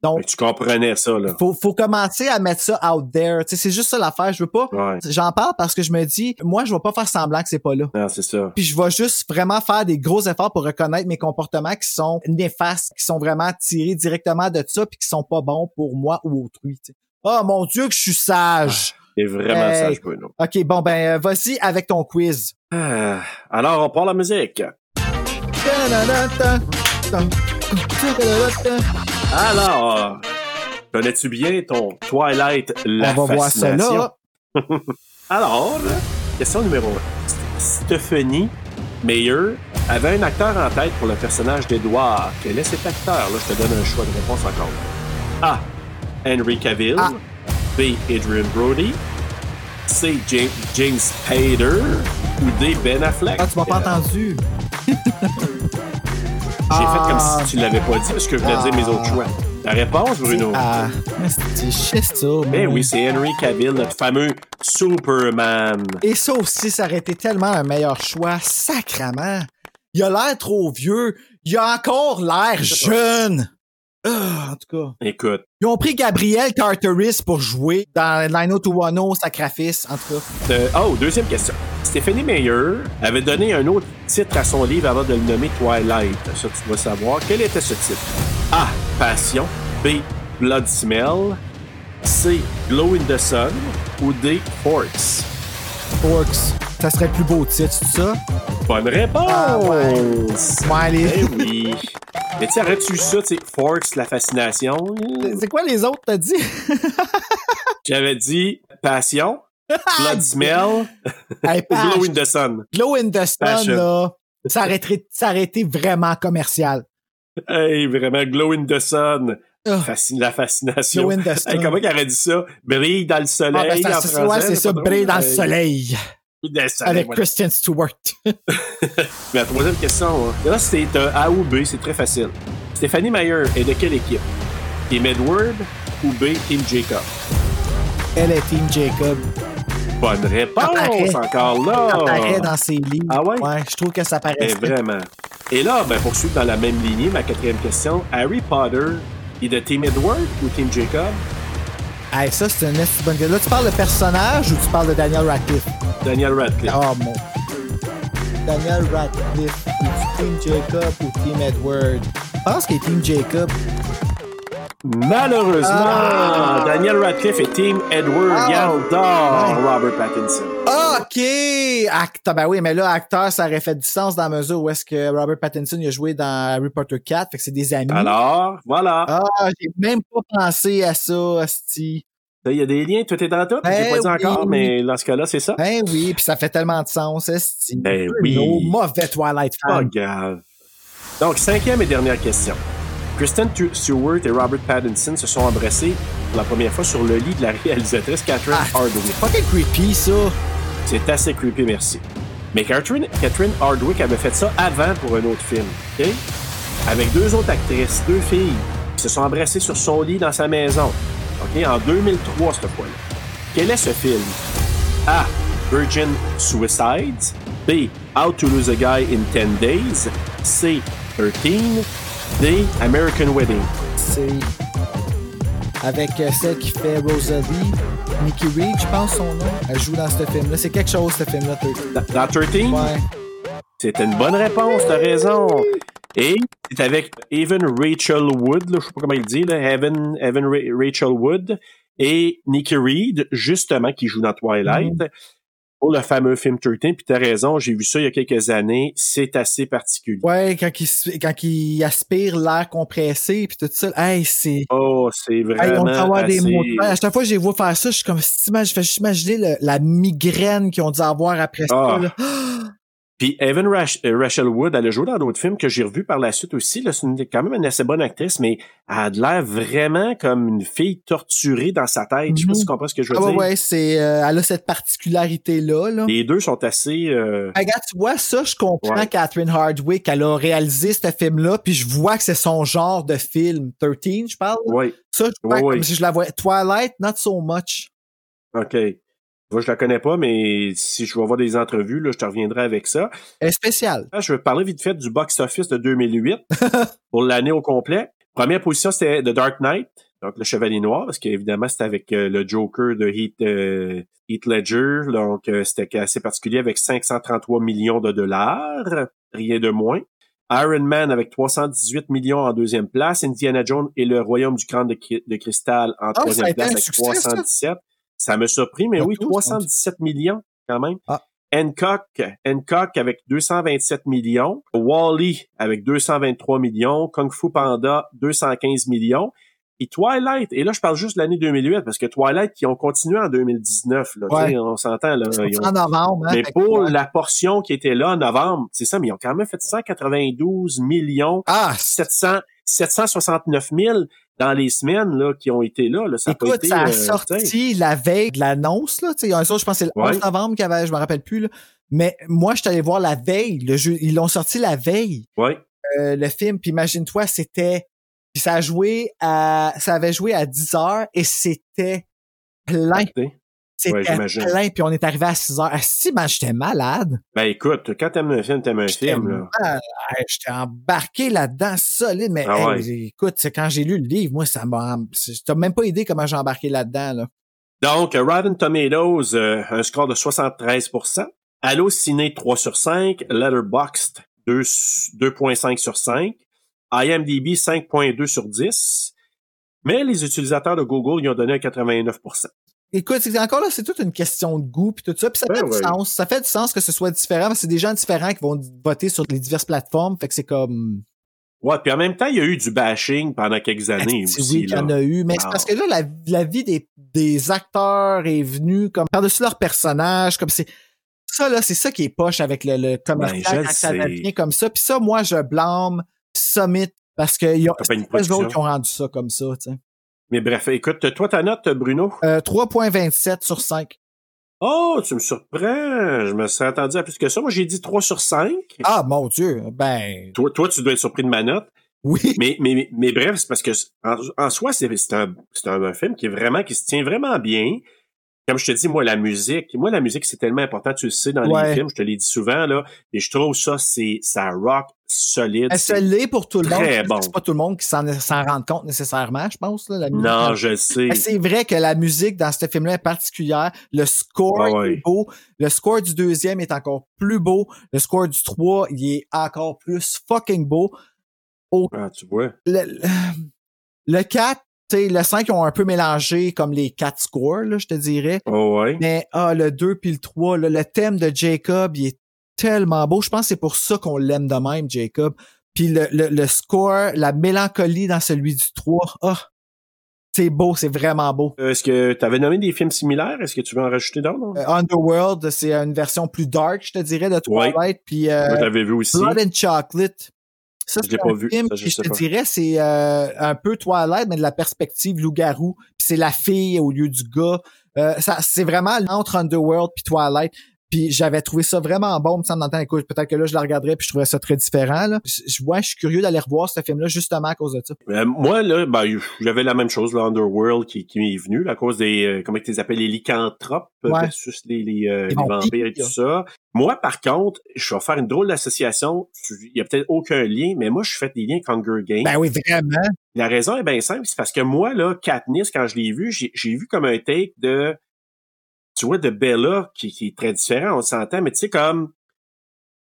Speaker 1: Donc,
Speaker 2: Fait que Ben, tu comprenais ça, là.
Speaker 1: faut, faut commencer à mettre ça out there. Tu sais, c'est juste ça l'affaire. Je veux pas.
Speaker 2: Ouais.
Speaker 1: J'en parle parce que je me dis, moi, je vais pas faire semblant que c'est pas là.
Speaker 2: Non, Ah, c'est ça.
Speaker 1: Puis je vais juste vraiment faire des gros efforts pour reconnaître mes comportements qui sont néfastes, qui sont vraiment tirés directement de ça, puis qui sont pas bons pour moi ou autrui. tu sais. Oh mon Dieu, que je suis sage.
Speaker 2: T'es vraiment
Speaker 1: Hey.
Speaker 2: sage, Bruno.
Speaker 1: Ok, bon ben euh, vas-y avec ton quiz.
Speaker 2: Ah, Alors, on prend la musique. Alors, connais-tu bien ton Twilight la
Speaker 1: On va voir ça
Speaker 2: fascination?
Speaker 1: là.
Speaker 2: Alors, question numéro 1. Stephanie Meyer avait un acteur en tête pour le personnage d'Edouard. Quel est cet acteur? Là, je te donne un choix de réponse encore. A. Henry Cavill.
Speaker 1: Ah.
Speaker 2: B. Adrian Brody. C. Ja- James Spader. Ou D. Ben Affleck.
Speaker 1: Ah, tu m'as pas entendu.
Speaker 2: J'ai fait comme
Speaker 1: Ah.
Speaker 2: si tu l'avais pas dit parce que je voulais dire mes autres choix. La réponse, Bruno.
Speaker 1: Ah, c'est chier ça.
Speaker 2: Ben
Speaker 1: moi.
Speaker 2: oui, c'est Henry Cavill, notre fameux Superman.
Speaker 1: Et ça aussi, ça aurait été tellement un meilleur choix, sacrament. Il a l'air trop vieux. Il a encore l'air jeune. Ah, en tout cas.
Speaker 2: Écoute,
Speaker 1: Ils ont pris Gabriel Carteris pour jouer dans Lino to Wano, Sacrifice, en tout cas.
Speaker 2: Euh, oh, deuxième question. Stéphanie Meyer avait donné un autre titre à son livre avant de le nommer Twilight. Ça, tu dois savoir. Quel était ce titre? A. Passion. B. Blood Smell. C. Glow in the Sun. Ou D. Forks.
Speaker 1: Forks. Ça serait le plus beau titre, c'est ça?
Speaker 2: Bonne réponse!
Speaker 1: Ah, ouais. Ouais, les-
Speaker 2: Eh oui. Mais tu sais, aurais-tu eu ça, tu sais, Forks, la fascination?
Speaker 1: C'est quoi les autres,
Speaker 2: [LAUGHS]
Speaker 1: t'as dit?
Speaker 2: J'avais dit Passion, Blood Smell,
Speaker 1: Hey,
Speaker 2: ou
Speaker 1: Pash, Ah.
Speaker 2: Glow in the Sun.
Speaker 1: Glow in the Sun,
Speaker 2: Passion.
Speaker 1: là. Ça aurait, été, ça aurait été vraiment commercial.
Speaker 2: Hey, vraiment, glow in the sun. Fascine- la fascination.
Speaker 1: Ah. Glow in the sun.
Speaker 2: Hey, comment qu'elle aurait dit ça? Brille dans le soleil.
Speaker 1: Ah, ben, ça,
Speaker 2: en
Speaker 1: c'est-
Speaker 2: français,
Speaker 1: ouais, c'est ça,
Speaker 2: pas
Speaker 1: brille
Speaker 2: drôle.
Speaker 1: dans le
Speaker 2: Hey,
Speaker 1: soleil.
Speaker 2: brille dans le soleil,
Speaker 1: Avec
Speaker 2: voilà.
Speaker 1: Kristen Stewart. [LAUGHS]
Speaker 2: La troisième question, hein. là, c'est un A ou B, c'est très facile. Stéphanie Meyer est de quelle équipe? Team Edward ou B, Team Jacob?
Speaker 1: Elle est Team Jacob.
Speaker 2: Bonne réponse,
Speaker 1: Apparaît.
Speaker 2: encore
Speaker 1: Ça paraît
Speaker 2: là!
Speaker 1: dans ses livres.
Speaker 2: Oh! Ah ouais?
Speaker 1: je trouve que ça paraît.
Speaker 2: Eh, vraiment. Et là, ben, poursuivre dans la même lignée, ma quatrième question. Harry Potter est de Team Edward ou Team Jacob?
Speaker 1: Hey, ça, c'est une esti bonne Là, tu parles de personnage ou tu parles de Daniel Radcliffe?
Speaker 2: Daniel Radcliffe.
Speaker 1: Oh mon. Daniel Radcliffe, est Team Jacob ou Team Edward? Je pense qu'il est Team Jacob.
Speaker 2: Malheureusement,
Speaker 1: Ah!
Speaker 2: Daniel Radcliffe et Team Edward. Yaldor, Robert Pattinson.
Speaker 1: Hmm. OK! Acteur, ben oui, mais là, acteur, ça aurait fait du sens dans la mesure où est-ce que Robert Pattinson il a joué dans Harry Potter 4, fait que c'est des amis.
Speaker 2: Alors, voilà.
Speaker 1: Ah, j'ai même pas pensé à ça, Asti.
Speaker 2: Là, Il y a des liens, tout est dans tout. J'ai
Speaker 1: Ben
Speaker 2: pas dit encore,
Speaker 1: oui.
Speaker 2: mais dans ce cas-là, c'est ça.
Speaker 1: Ben oui, puis ça fait tellement de sens, Asti.
Speaker 2: Ben oui.
Speaker 1: Nos mauvais Twilight
Speaker 2: Pas
Speaker 1: fans.
Speaker 2: grave. Donc, cinquième et dernière question. Kristen Tu- Stewart et Robert Pattinson se sont embrassés pour la première fois sur le lit de la réalisatrice Catherine
Speaker 1: Ah.
Speaker 2: Hardwick.
Speaker 1: Fucking creepy, ça.
Speaker 2: C'est assez creepy, merci. Mais Catherine, Catherine Hardwick avait fait ça avant pour un autre film, OK? Avec deux autres actrices, deux filles, qui se sont embrassées sur son lit dans sa maison, OK? En 2003, cette fois-là. Quel est ce film? A. Virgin Suicides. B. How to Lose a Guy in 10 Days. C. 13. D. American Wedding.
Speaker 1: C'est avec euh, celle qui fait Rosalie, Nikki Reed, je pense son nom. Elle joue dans ce film-là. C'est quelque chose, ce film-là.
Speaker 2: Dans, dans 13?
Speaker 1: Ouais.
Speaker 2: C'était une bonne réponse, t'as raison. Et c'est avec Evan Rachel Wood, là, je sais pas comment il dit, là, Evan, Evan Ra- Rachel Wood et Nikki Reed, justement, qui joue dans Twilight.
Speaker 1: Mm-hmm.
Speaker 2: Pour le fameux film 13, puis t'as raison, j'ai vu ça il y a quelques années, c'est assez particulier.
Speaker 1: Ouais, quand il, se- quand il aspire l'air compressé puis tout ça. Hey, c'est.
Speaker 2: Oh, c'est
Speaker 1: Hey, on
Speaker 2: vraiment
Speaker 1: peut avoir
Speaker 2: assez...
Speaker 1: des mots de tête. À chaque fois que je les vois faire ça, je suis comme, si t'imagines- je fais juste imaginer le- la migraine qu'ils ont dû avoir après
Speaker 2: Ah.
Speaker 1: ça. là.
Speaker 2: Puis Evan Rash- euh, Rachel Wood, elle a joué dans d'autres films que j'ai revus par la suite aussi. là. C'est une- quand même une assez bonne actrice, mais elle a de l'air vraiment comme une fille torturée dans sa tête. Je sais pas si tu comprends ce que je veux
Speaker 1: Ah ouais,
Speaker 2: dire.
Speaker 1: ouais, c'est, euh, elle a cette particularité-là. Là.
Speaker 2: Les deux sont assez... euh,
Speaker 1: Ben, regarde, tu vois, ça, je comprends
Speaker 2: Ouais.
Speaker 1: Catherine Hardwick, elle a réalisé ce film-là, puis je vois que c'est son genre de film. 13, je parle.
Speaker 2: Ouais.
Speaker 1: Ça, je vois
Speaker 2: Ouais, ouais.
Speaker 1: comme si je la voyais. Twilight, not so much.
Speaker 2: OK. Moi, je la connais pas, mais si je vais avoir des entrevues, là, je te reviendrai avec ça.
Speaker 1: Elle est spéciale.
Speaker 2: Ah, Je vais parler vite fait du box-office de
Speaker 1: [LAUGHS]
Speaker 2: 2008 pour l'année au complet. Première position, c'était The Dark Knight, donc le Chevalier Noir, parce qu'évidemment, c'était avec euh, le Joker de Heath, euh, Heath Ledger. Donc, euh, c'était assez particulier avec 533 millions de dollars, rien de moins. Iron Man avec 318 millions en deuxième place. Indiana Jones et le Royaume du Crâne de, Cri- de Cristal en
Speaker 1: Ah, ça a
Speaker 2: troisième
Speaker 1: été
Speaker 2: place
Speaker 1: un
Speaker 2: avec
Speaker 1: succès,
Speaker 2: 317. Ça me surpris, mais
Speaker 1: Pas
Speaker 2: oui,
Speaker 1: tout,
Speaker 2: 317 millions quand même.
Speaker 1: Ah.
Speaker 2: Hancock, Hancock avec 227 millions. Wally avec 223 millions. Kung Fu Panda, 215 millions. Et Twilight, et là je parle juste de l'année 2008, parce que Twilight, ils ont continué en 2019. Là,
Speaker 1: Ouais.
Speaker 2: Tu sais, On s'entend. là. Euh, ils ont-
Speaker 1: en novembre. hein,
Speaker 2: mais
Speaker 1: fait que-
Speaker 2: pour la portion qui était là en novembre, c'est ça, mais ils ont quand même fait 192 millions
Speaker 1: Ah,
Speaker 2: 700, 769 000 dans les semaines là, qui ont été là. là. Ça a pas
Speaker 1: Écoute,
Speaker 2: été,
Speaker 1: ça a
Speaker 2: euh, tu sais.
Speaker 1: sorti la veille de l'annonce, là. Tu sais, un autre, je pense que c'est le
Speaker 2: Ouais.
Speaker 1: 11 novembre qu'il y avait, je me rappelle plus, là. Mais moi, je suis allé voir la veille, le jeu, ils l'ont sorti la veille,
Speaker 2: Ouais.
Speaker 1: euh, le film, puis imagine-toi, c'était, puis ça a joué à, ça avait joué à 10 heures et c'était plein. C'était
Speaker 2: j'imagine.
Speaker 1: plein, puis on est arrivé à 6 heures. Ah, si, ben, j'étais malade.
Speaker 2: Ben écoute, quand t'aimes un film, t'aimes un film. Là.
Speaker 1: Ah, ah, J'étais embarqué là-dedans, solide, mais
Speaker 2: Ah
Speaker 1: hey, écoute, c'est quand j'ai lu le livre, moi, ça m'a, t'as même pas idée comment j'ai embarqué là-dedans, là.
Speaker 2: Donc, euh, Rotten Tomatoes, euh, un score de 73 Allo Ciné 3 sur 5, Letterboxd 2 s- 2.5 sur 5, IMDb 5.2 sur 10. Mais les utilisateurs de Google y ont donné un 89
Speaker 1: Écoute, c'est encore là, c'est toute une question de goût puis tout ça, puis ça
Speaker 2: Ben
Speaker 1: fait du
Speaker 2: oui.
Speaker 1: sens. Ça fait du sens que ce soit différent, mais c'est des gens différents qui vont voter sur les diverses plateformes, fait que c'est comme
Speaker 2: Ouais, puis en même temps, il y a eu du bashing pendant quelques années
Speaker 1: Asti,
Speaker 2: aussi.
Speaker 1: oui, qu'il y
Speaker 2: là.
Speaker 1: en a eu, mais c'est
Speaker 2: Ah.
Speaker 1: parce que là la, la vie des, des acteurs est venue comme par-dessus leur personnage, comme c'est Ça, là, c'est ça qui est poche avec le, le commercial
Speaker 2: Ben, je
Speaker 1: quand
Speaker 2: le
Speaker 1: ça va
Speaker 2: sais.
Speaker 1: bien comme ça. Puis ça, moi, je blâme Summit parce que y a,
Speaker 2: Compagnie de
Speaker 1: c'est eux autres
Speaker 2: production.
Speaker 1: qui ont rendu ça comme ça, tu sais.
Speaker 2: Mais bref, écoute, toi, ta note, Bruno?
Speaker 1: Euh, 3.27 sur 5.
Speaker 2: Oh, tu me surprends. Je me serais attendu à plus que ça. Moi, j'ai dit 3 sur 5.
Speaker 1: Ah, mon Dieu. Ben.
Speaker 2: Toi, toi, tu dois être surpris de ma note.
Speaker 1: Oui.
Speaker 2: [LAUGHS] Mais, mais, mais bref, c'est parce que c'est- en, en soi, c'est c'est un, c'est un, un film qui est vraiment, qui se tient vraiment bien. Comme je te dis, moi, la musique, moi, la musique, c'est tellement important, tu le sais, dans les
Speaker 1: Ouais.
Speaker 2: films, je te l'ai dit souvent, là. Et je trouve ça, c'est, ça rock solide.
Speaker 1: Est-ce que l'est pour tout le monde?
Speaker 2: très bon.
Speaker 1: C'est pas tout le monde qui s'en s'en rend compte nécessairement, je pense. Là, la musique.
Speaker 2: Non, je le sais.
Speaker 1: Mais c'est vrai que la musique dans ce film-là est particulière. Le score
Speaker 2: Ah ouais.
Speaker 1: est beau. Le score du deuxième est encore plus beau. Le score du trois, il est encore plus fucking beau. Au-
Speaker 2: Ah, tu vois.
Speaker 1: Le, le, 4, le 5, ils ont un peu mélangé comme les quatre scores, là, je te dirais.
Speaker 2: Oh, ouais.
Speaker 1: Mais ah, le 2 puis le 3, là, le thème de Jacob, il est tellement beau. Je pense que c'est pour ça qu'on l'aime de même, Jacob. Puis le, le, le score, la mélancolie dans celui du 3, ah, c'est beau, c'est vraiment beau.
Speaker 2: Euh, Est-ce que tu avais nommé des films similaires? Est-ce que tu veux en rajouter d'autres? non?
Speaker 1: Euh, Underworld, c'est une version plus dark, je te dirais, de
Speaker 2: Ouais.
Speaker 1: Twilight. Puis euh,
Speaker 2: Moi, je l'avais vu aussi.
Speaker 1: Blood and Chocolate. Ça,
Speaker 2: Je
Speaker 1: c'est
Speaker 2: l'ai pas
Speaker 1: un
Speaker 2: vu,
Speaker 1: film
Speaker 2: ça, je
Speaker 1: qui, je
Speaker 2: sais
Speaker 1: te
Speaker 2: pas.
Speaker 1: dirais, c'est euh, un peu Twilight, mais de la perspective loup-garou. Puis c'est la fille au lieu du gars. Euh, ça, c'est vraiment entre Underworld puis Twilight. Puis j'avais trouvé ça vraiment bon, me semble, dans le temps. Écoute, peut-être que là, je la regarderais puis je trouverais ça très différent. Là. Je, je- ouais, je suis curieux d'aller revoir ce film-là justement à cause de ça.
Speaker 2: Euh, moi, là, ben, j'avais la même chose, l'Underworld qui, qui est venu, là, à cause des, euh, comment tu les appelles, les lycanthropes euh,
Speaker 1: Ouais.
Speaker 2: versus les, les, euh,
Speaker 1: Les
Speaker 2: les
Speaker 1: vampires.
Speaker 2: vampires et tout ça. Moi, par contre, je vais faire une drôle d'association. Il y a peut-être aucun lien, mais moi, je fais des liens avec Hunger Games.
Speaker 1: Ben oui, vraiment.
Speaker 2: La raison est bien simple, c'est parce que moi, là, Katniss, quand je l'ai vu, j'ai j'ai vu comme un take de, tu vois, de Bella, qui, qui est très différent, on s'entend, mais tu sais, comme,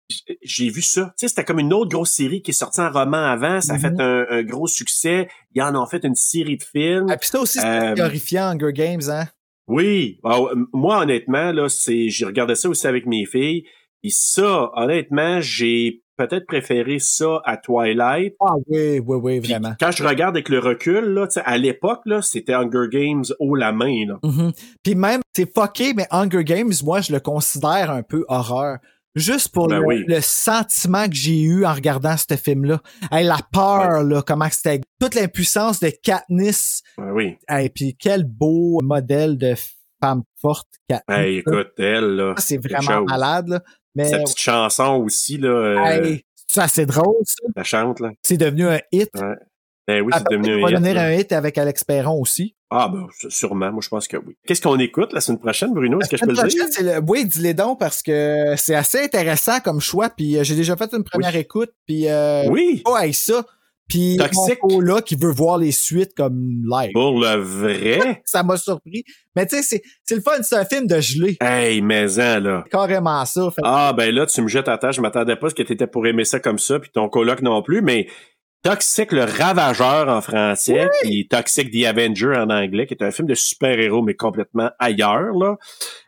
Speaker 2: j- j'ai vu ça. Tu sais, c'était comme une autre grosse série qui est sortie en roman avant, ça a
Speaker 1: Mhm.
Speaker 2: fait un, un gros succès, ils en ont fait une série de films.
Speaker 1: Ah, puis ça aussi, c'est
Speaker 2: Euh,
Speaker 1: horrifiant, Hunger Games, hein?
Speaker 2: oui. Ah ouais, m- moi, honnêtement, là, c'est, j'ai regardé ça aussi avec mes filles, et ça, honnêtement, j'ai peut-être préféré ça à Twilight,
Speaker 1: Ah oui, oui, oui, vraiment.
Speaker 2: quand je regarde avec le recul, là, tu sais, à l'époque, là, c'était Hunger Games haut la main. Là.
Speaker 1: Mhm. Puis même, c'est fucké, mais Hunger Games, moi, je le considère un peu horreur. Juste pour
Speaker 2: Ben
Speaker 1: le,
Speaker 2: oui.
Speaker 1: le sentiment que j'ai eu en regardant ce film-là. Hey, la peur, là, comment c'était... Toute l'impuissance de Katniss.
Speaker 2: Ben oui.
Speaker 1: Et puis quel beau modèle de femme forte, Katniss.
Speaker 2: Hey, écoute, elle, là.
Speaker 1: Ah, Ça, c'est
Speaker 2: quelque
Speaker 1: vraiment
Speaker 2: chose.
Speaker 1: malade, là. Mais
Speaker 2: Sa petite chanson aussi, là. euh,
Speaker 1: hey, ça, c'est drôle, ça.
Speaker 2: La chante, là.
Speaker 1: C'est devenu un hit.
Speaker 2: Ouais. Ben oui, c'est
Speaker 1: Après,
Speaker 2: devenu
Speaker 1: il va
Speaker 2: un hit.
Speaker 1: devenir
Speaker 2: là.
Speaker 1: un hit avec Alex Perron aussi.
Speaker 2: Ah, ben, s- sûrement. Moi, je pense que oui. Qu'est-ce qu'on écoute la semaine prochaine, Bruno? Est-ce que je peux le
Speaker 1: Prochaine,
Speaker 2: dire?
Speaker 1: c'est le- Oui, dis-les donc parce que c'est assez intéressant comme choix. Puis euh, j'ai déjà fait une première écoute. Puis euh,
Speaker 2: Oui.
Speaker 1: oh, hey, ça. Puis
Speaker 2: Toxique.
Speaker 1: là qui veut voir les suites comme live.
Speaker 2: Pour le vrai?
Speaker 1: Ça m'a surpris. Mais tu sais, c'est- c'est le fun. C'est un film de gelé.
Speaker 2: hey, maison, là.
Speaker 1: Carrément ça. Fait que
Speaker 2: Ah, ben là, tu me jettes à terre. Je m'attendais pas à ce que t'étais pour aimer ça comme ça, puis ton coloc non plus, mais Toxic le Ravageur en français, puis Toxic the Avenger en anglais, qui est un film de super-héros, mais complètement ailleurs, là,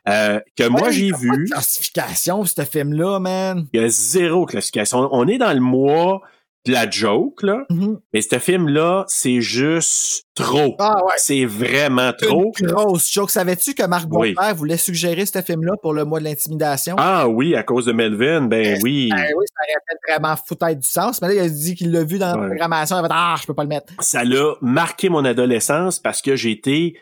Speaker 2: euh, que moi
Speaker 1: Ouais,
Speaker 2: j'ai
Speaker 1: il y a pas de
Speaker 2: vu.
Speaker 1: Classification, ce film-là, man.
Speaker 2: Il y a zéro classification. On est dans le mois de la joke, là,
Speaker 1: Mhm.
Speaker 2: mais ce film-là, c'est juste trop.
Speaker 1: Ah ouais.
Speaker 2: C'est vraiment trop.
Speaker 1: Une grosse joke. Savais-tu que Marc
Speaker 2: Oui.
Speaker 1: Boisvert voulait suggérer ce film-là pour le mois de l'intimidation?
Speaker 2: Ah oui, à cause de Melvin, ben oui.
Speaker 1: Ben oui, ça aurait fait vraiment foutre du sens. Mais là, il a dit qu'il l'a vu dans la
Speaker 2: Ouais.
Speaker 1: programmation. Il a fait Ah, je peux pas le mettre.
Speaker 2: ça l'a marqué mon adolescence parce que j'ai été,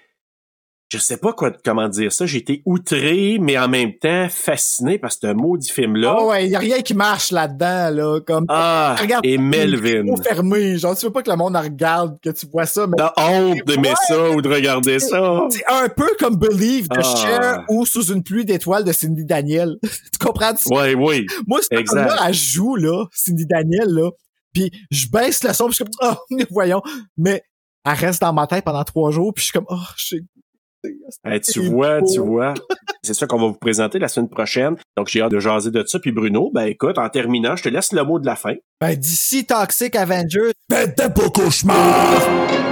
Speaker 2: je sais pas quoi, comment dire ça, j'ai été outré, mais en même temps fasciné par ce maudit film-là.
Speaker 1: Ah ouais, il y a rien qui marche là-dedans, là. Comme,
Speaker 2: Ah,
Speaker 1: regarde,
Speaker 2: et Melvin.
Speaker 1: Faut fermer. Genre, tu veux pas que le monde regarde, que tu vois ça, mais
Speaker 2: La honte d'aimer ça ou de regarder
Speaker 1: [LAUGHS]
Speaker 2: ça.
Speaker 1: c'est un peu comme Believe de
Speaker 2: Ah.
Speaker 1: Cher ou Sous une pluie d'étoiles de Cindy Daniel. [LAUGHS] tu comprends? -tu?
Speaker 2: Ouais, oui.
Speaker 1: Moi, cette
Speaker 2: exact.
Speaker 1: là elle joue, là, Cindy Daniel, là. Puis je baisse le son, puis je suis comme, [LAUGHS] oh, voyons. Mais elle reste dans ma tête pendant trois jours, puis je suis comme, oh, je sais.
Speaker 2: Eh, tu vois, tu vois. C'est ça qu'on va vous présenter la semaine prochaine. Donc, j'ai hâte de jaser de ça. Puis, Bruno, ben écoute, en terminant, je te laisse le mot de la fin.
Speaker 1: Ben, d'ici Toxic Avengers, faites pas ben, cauchemar!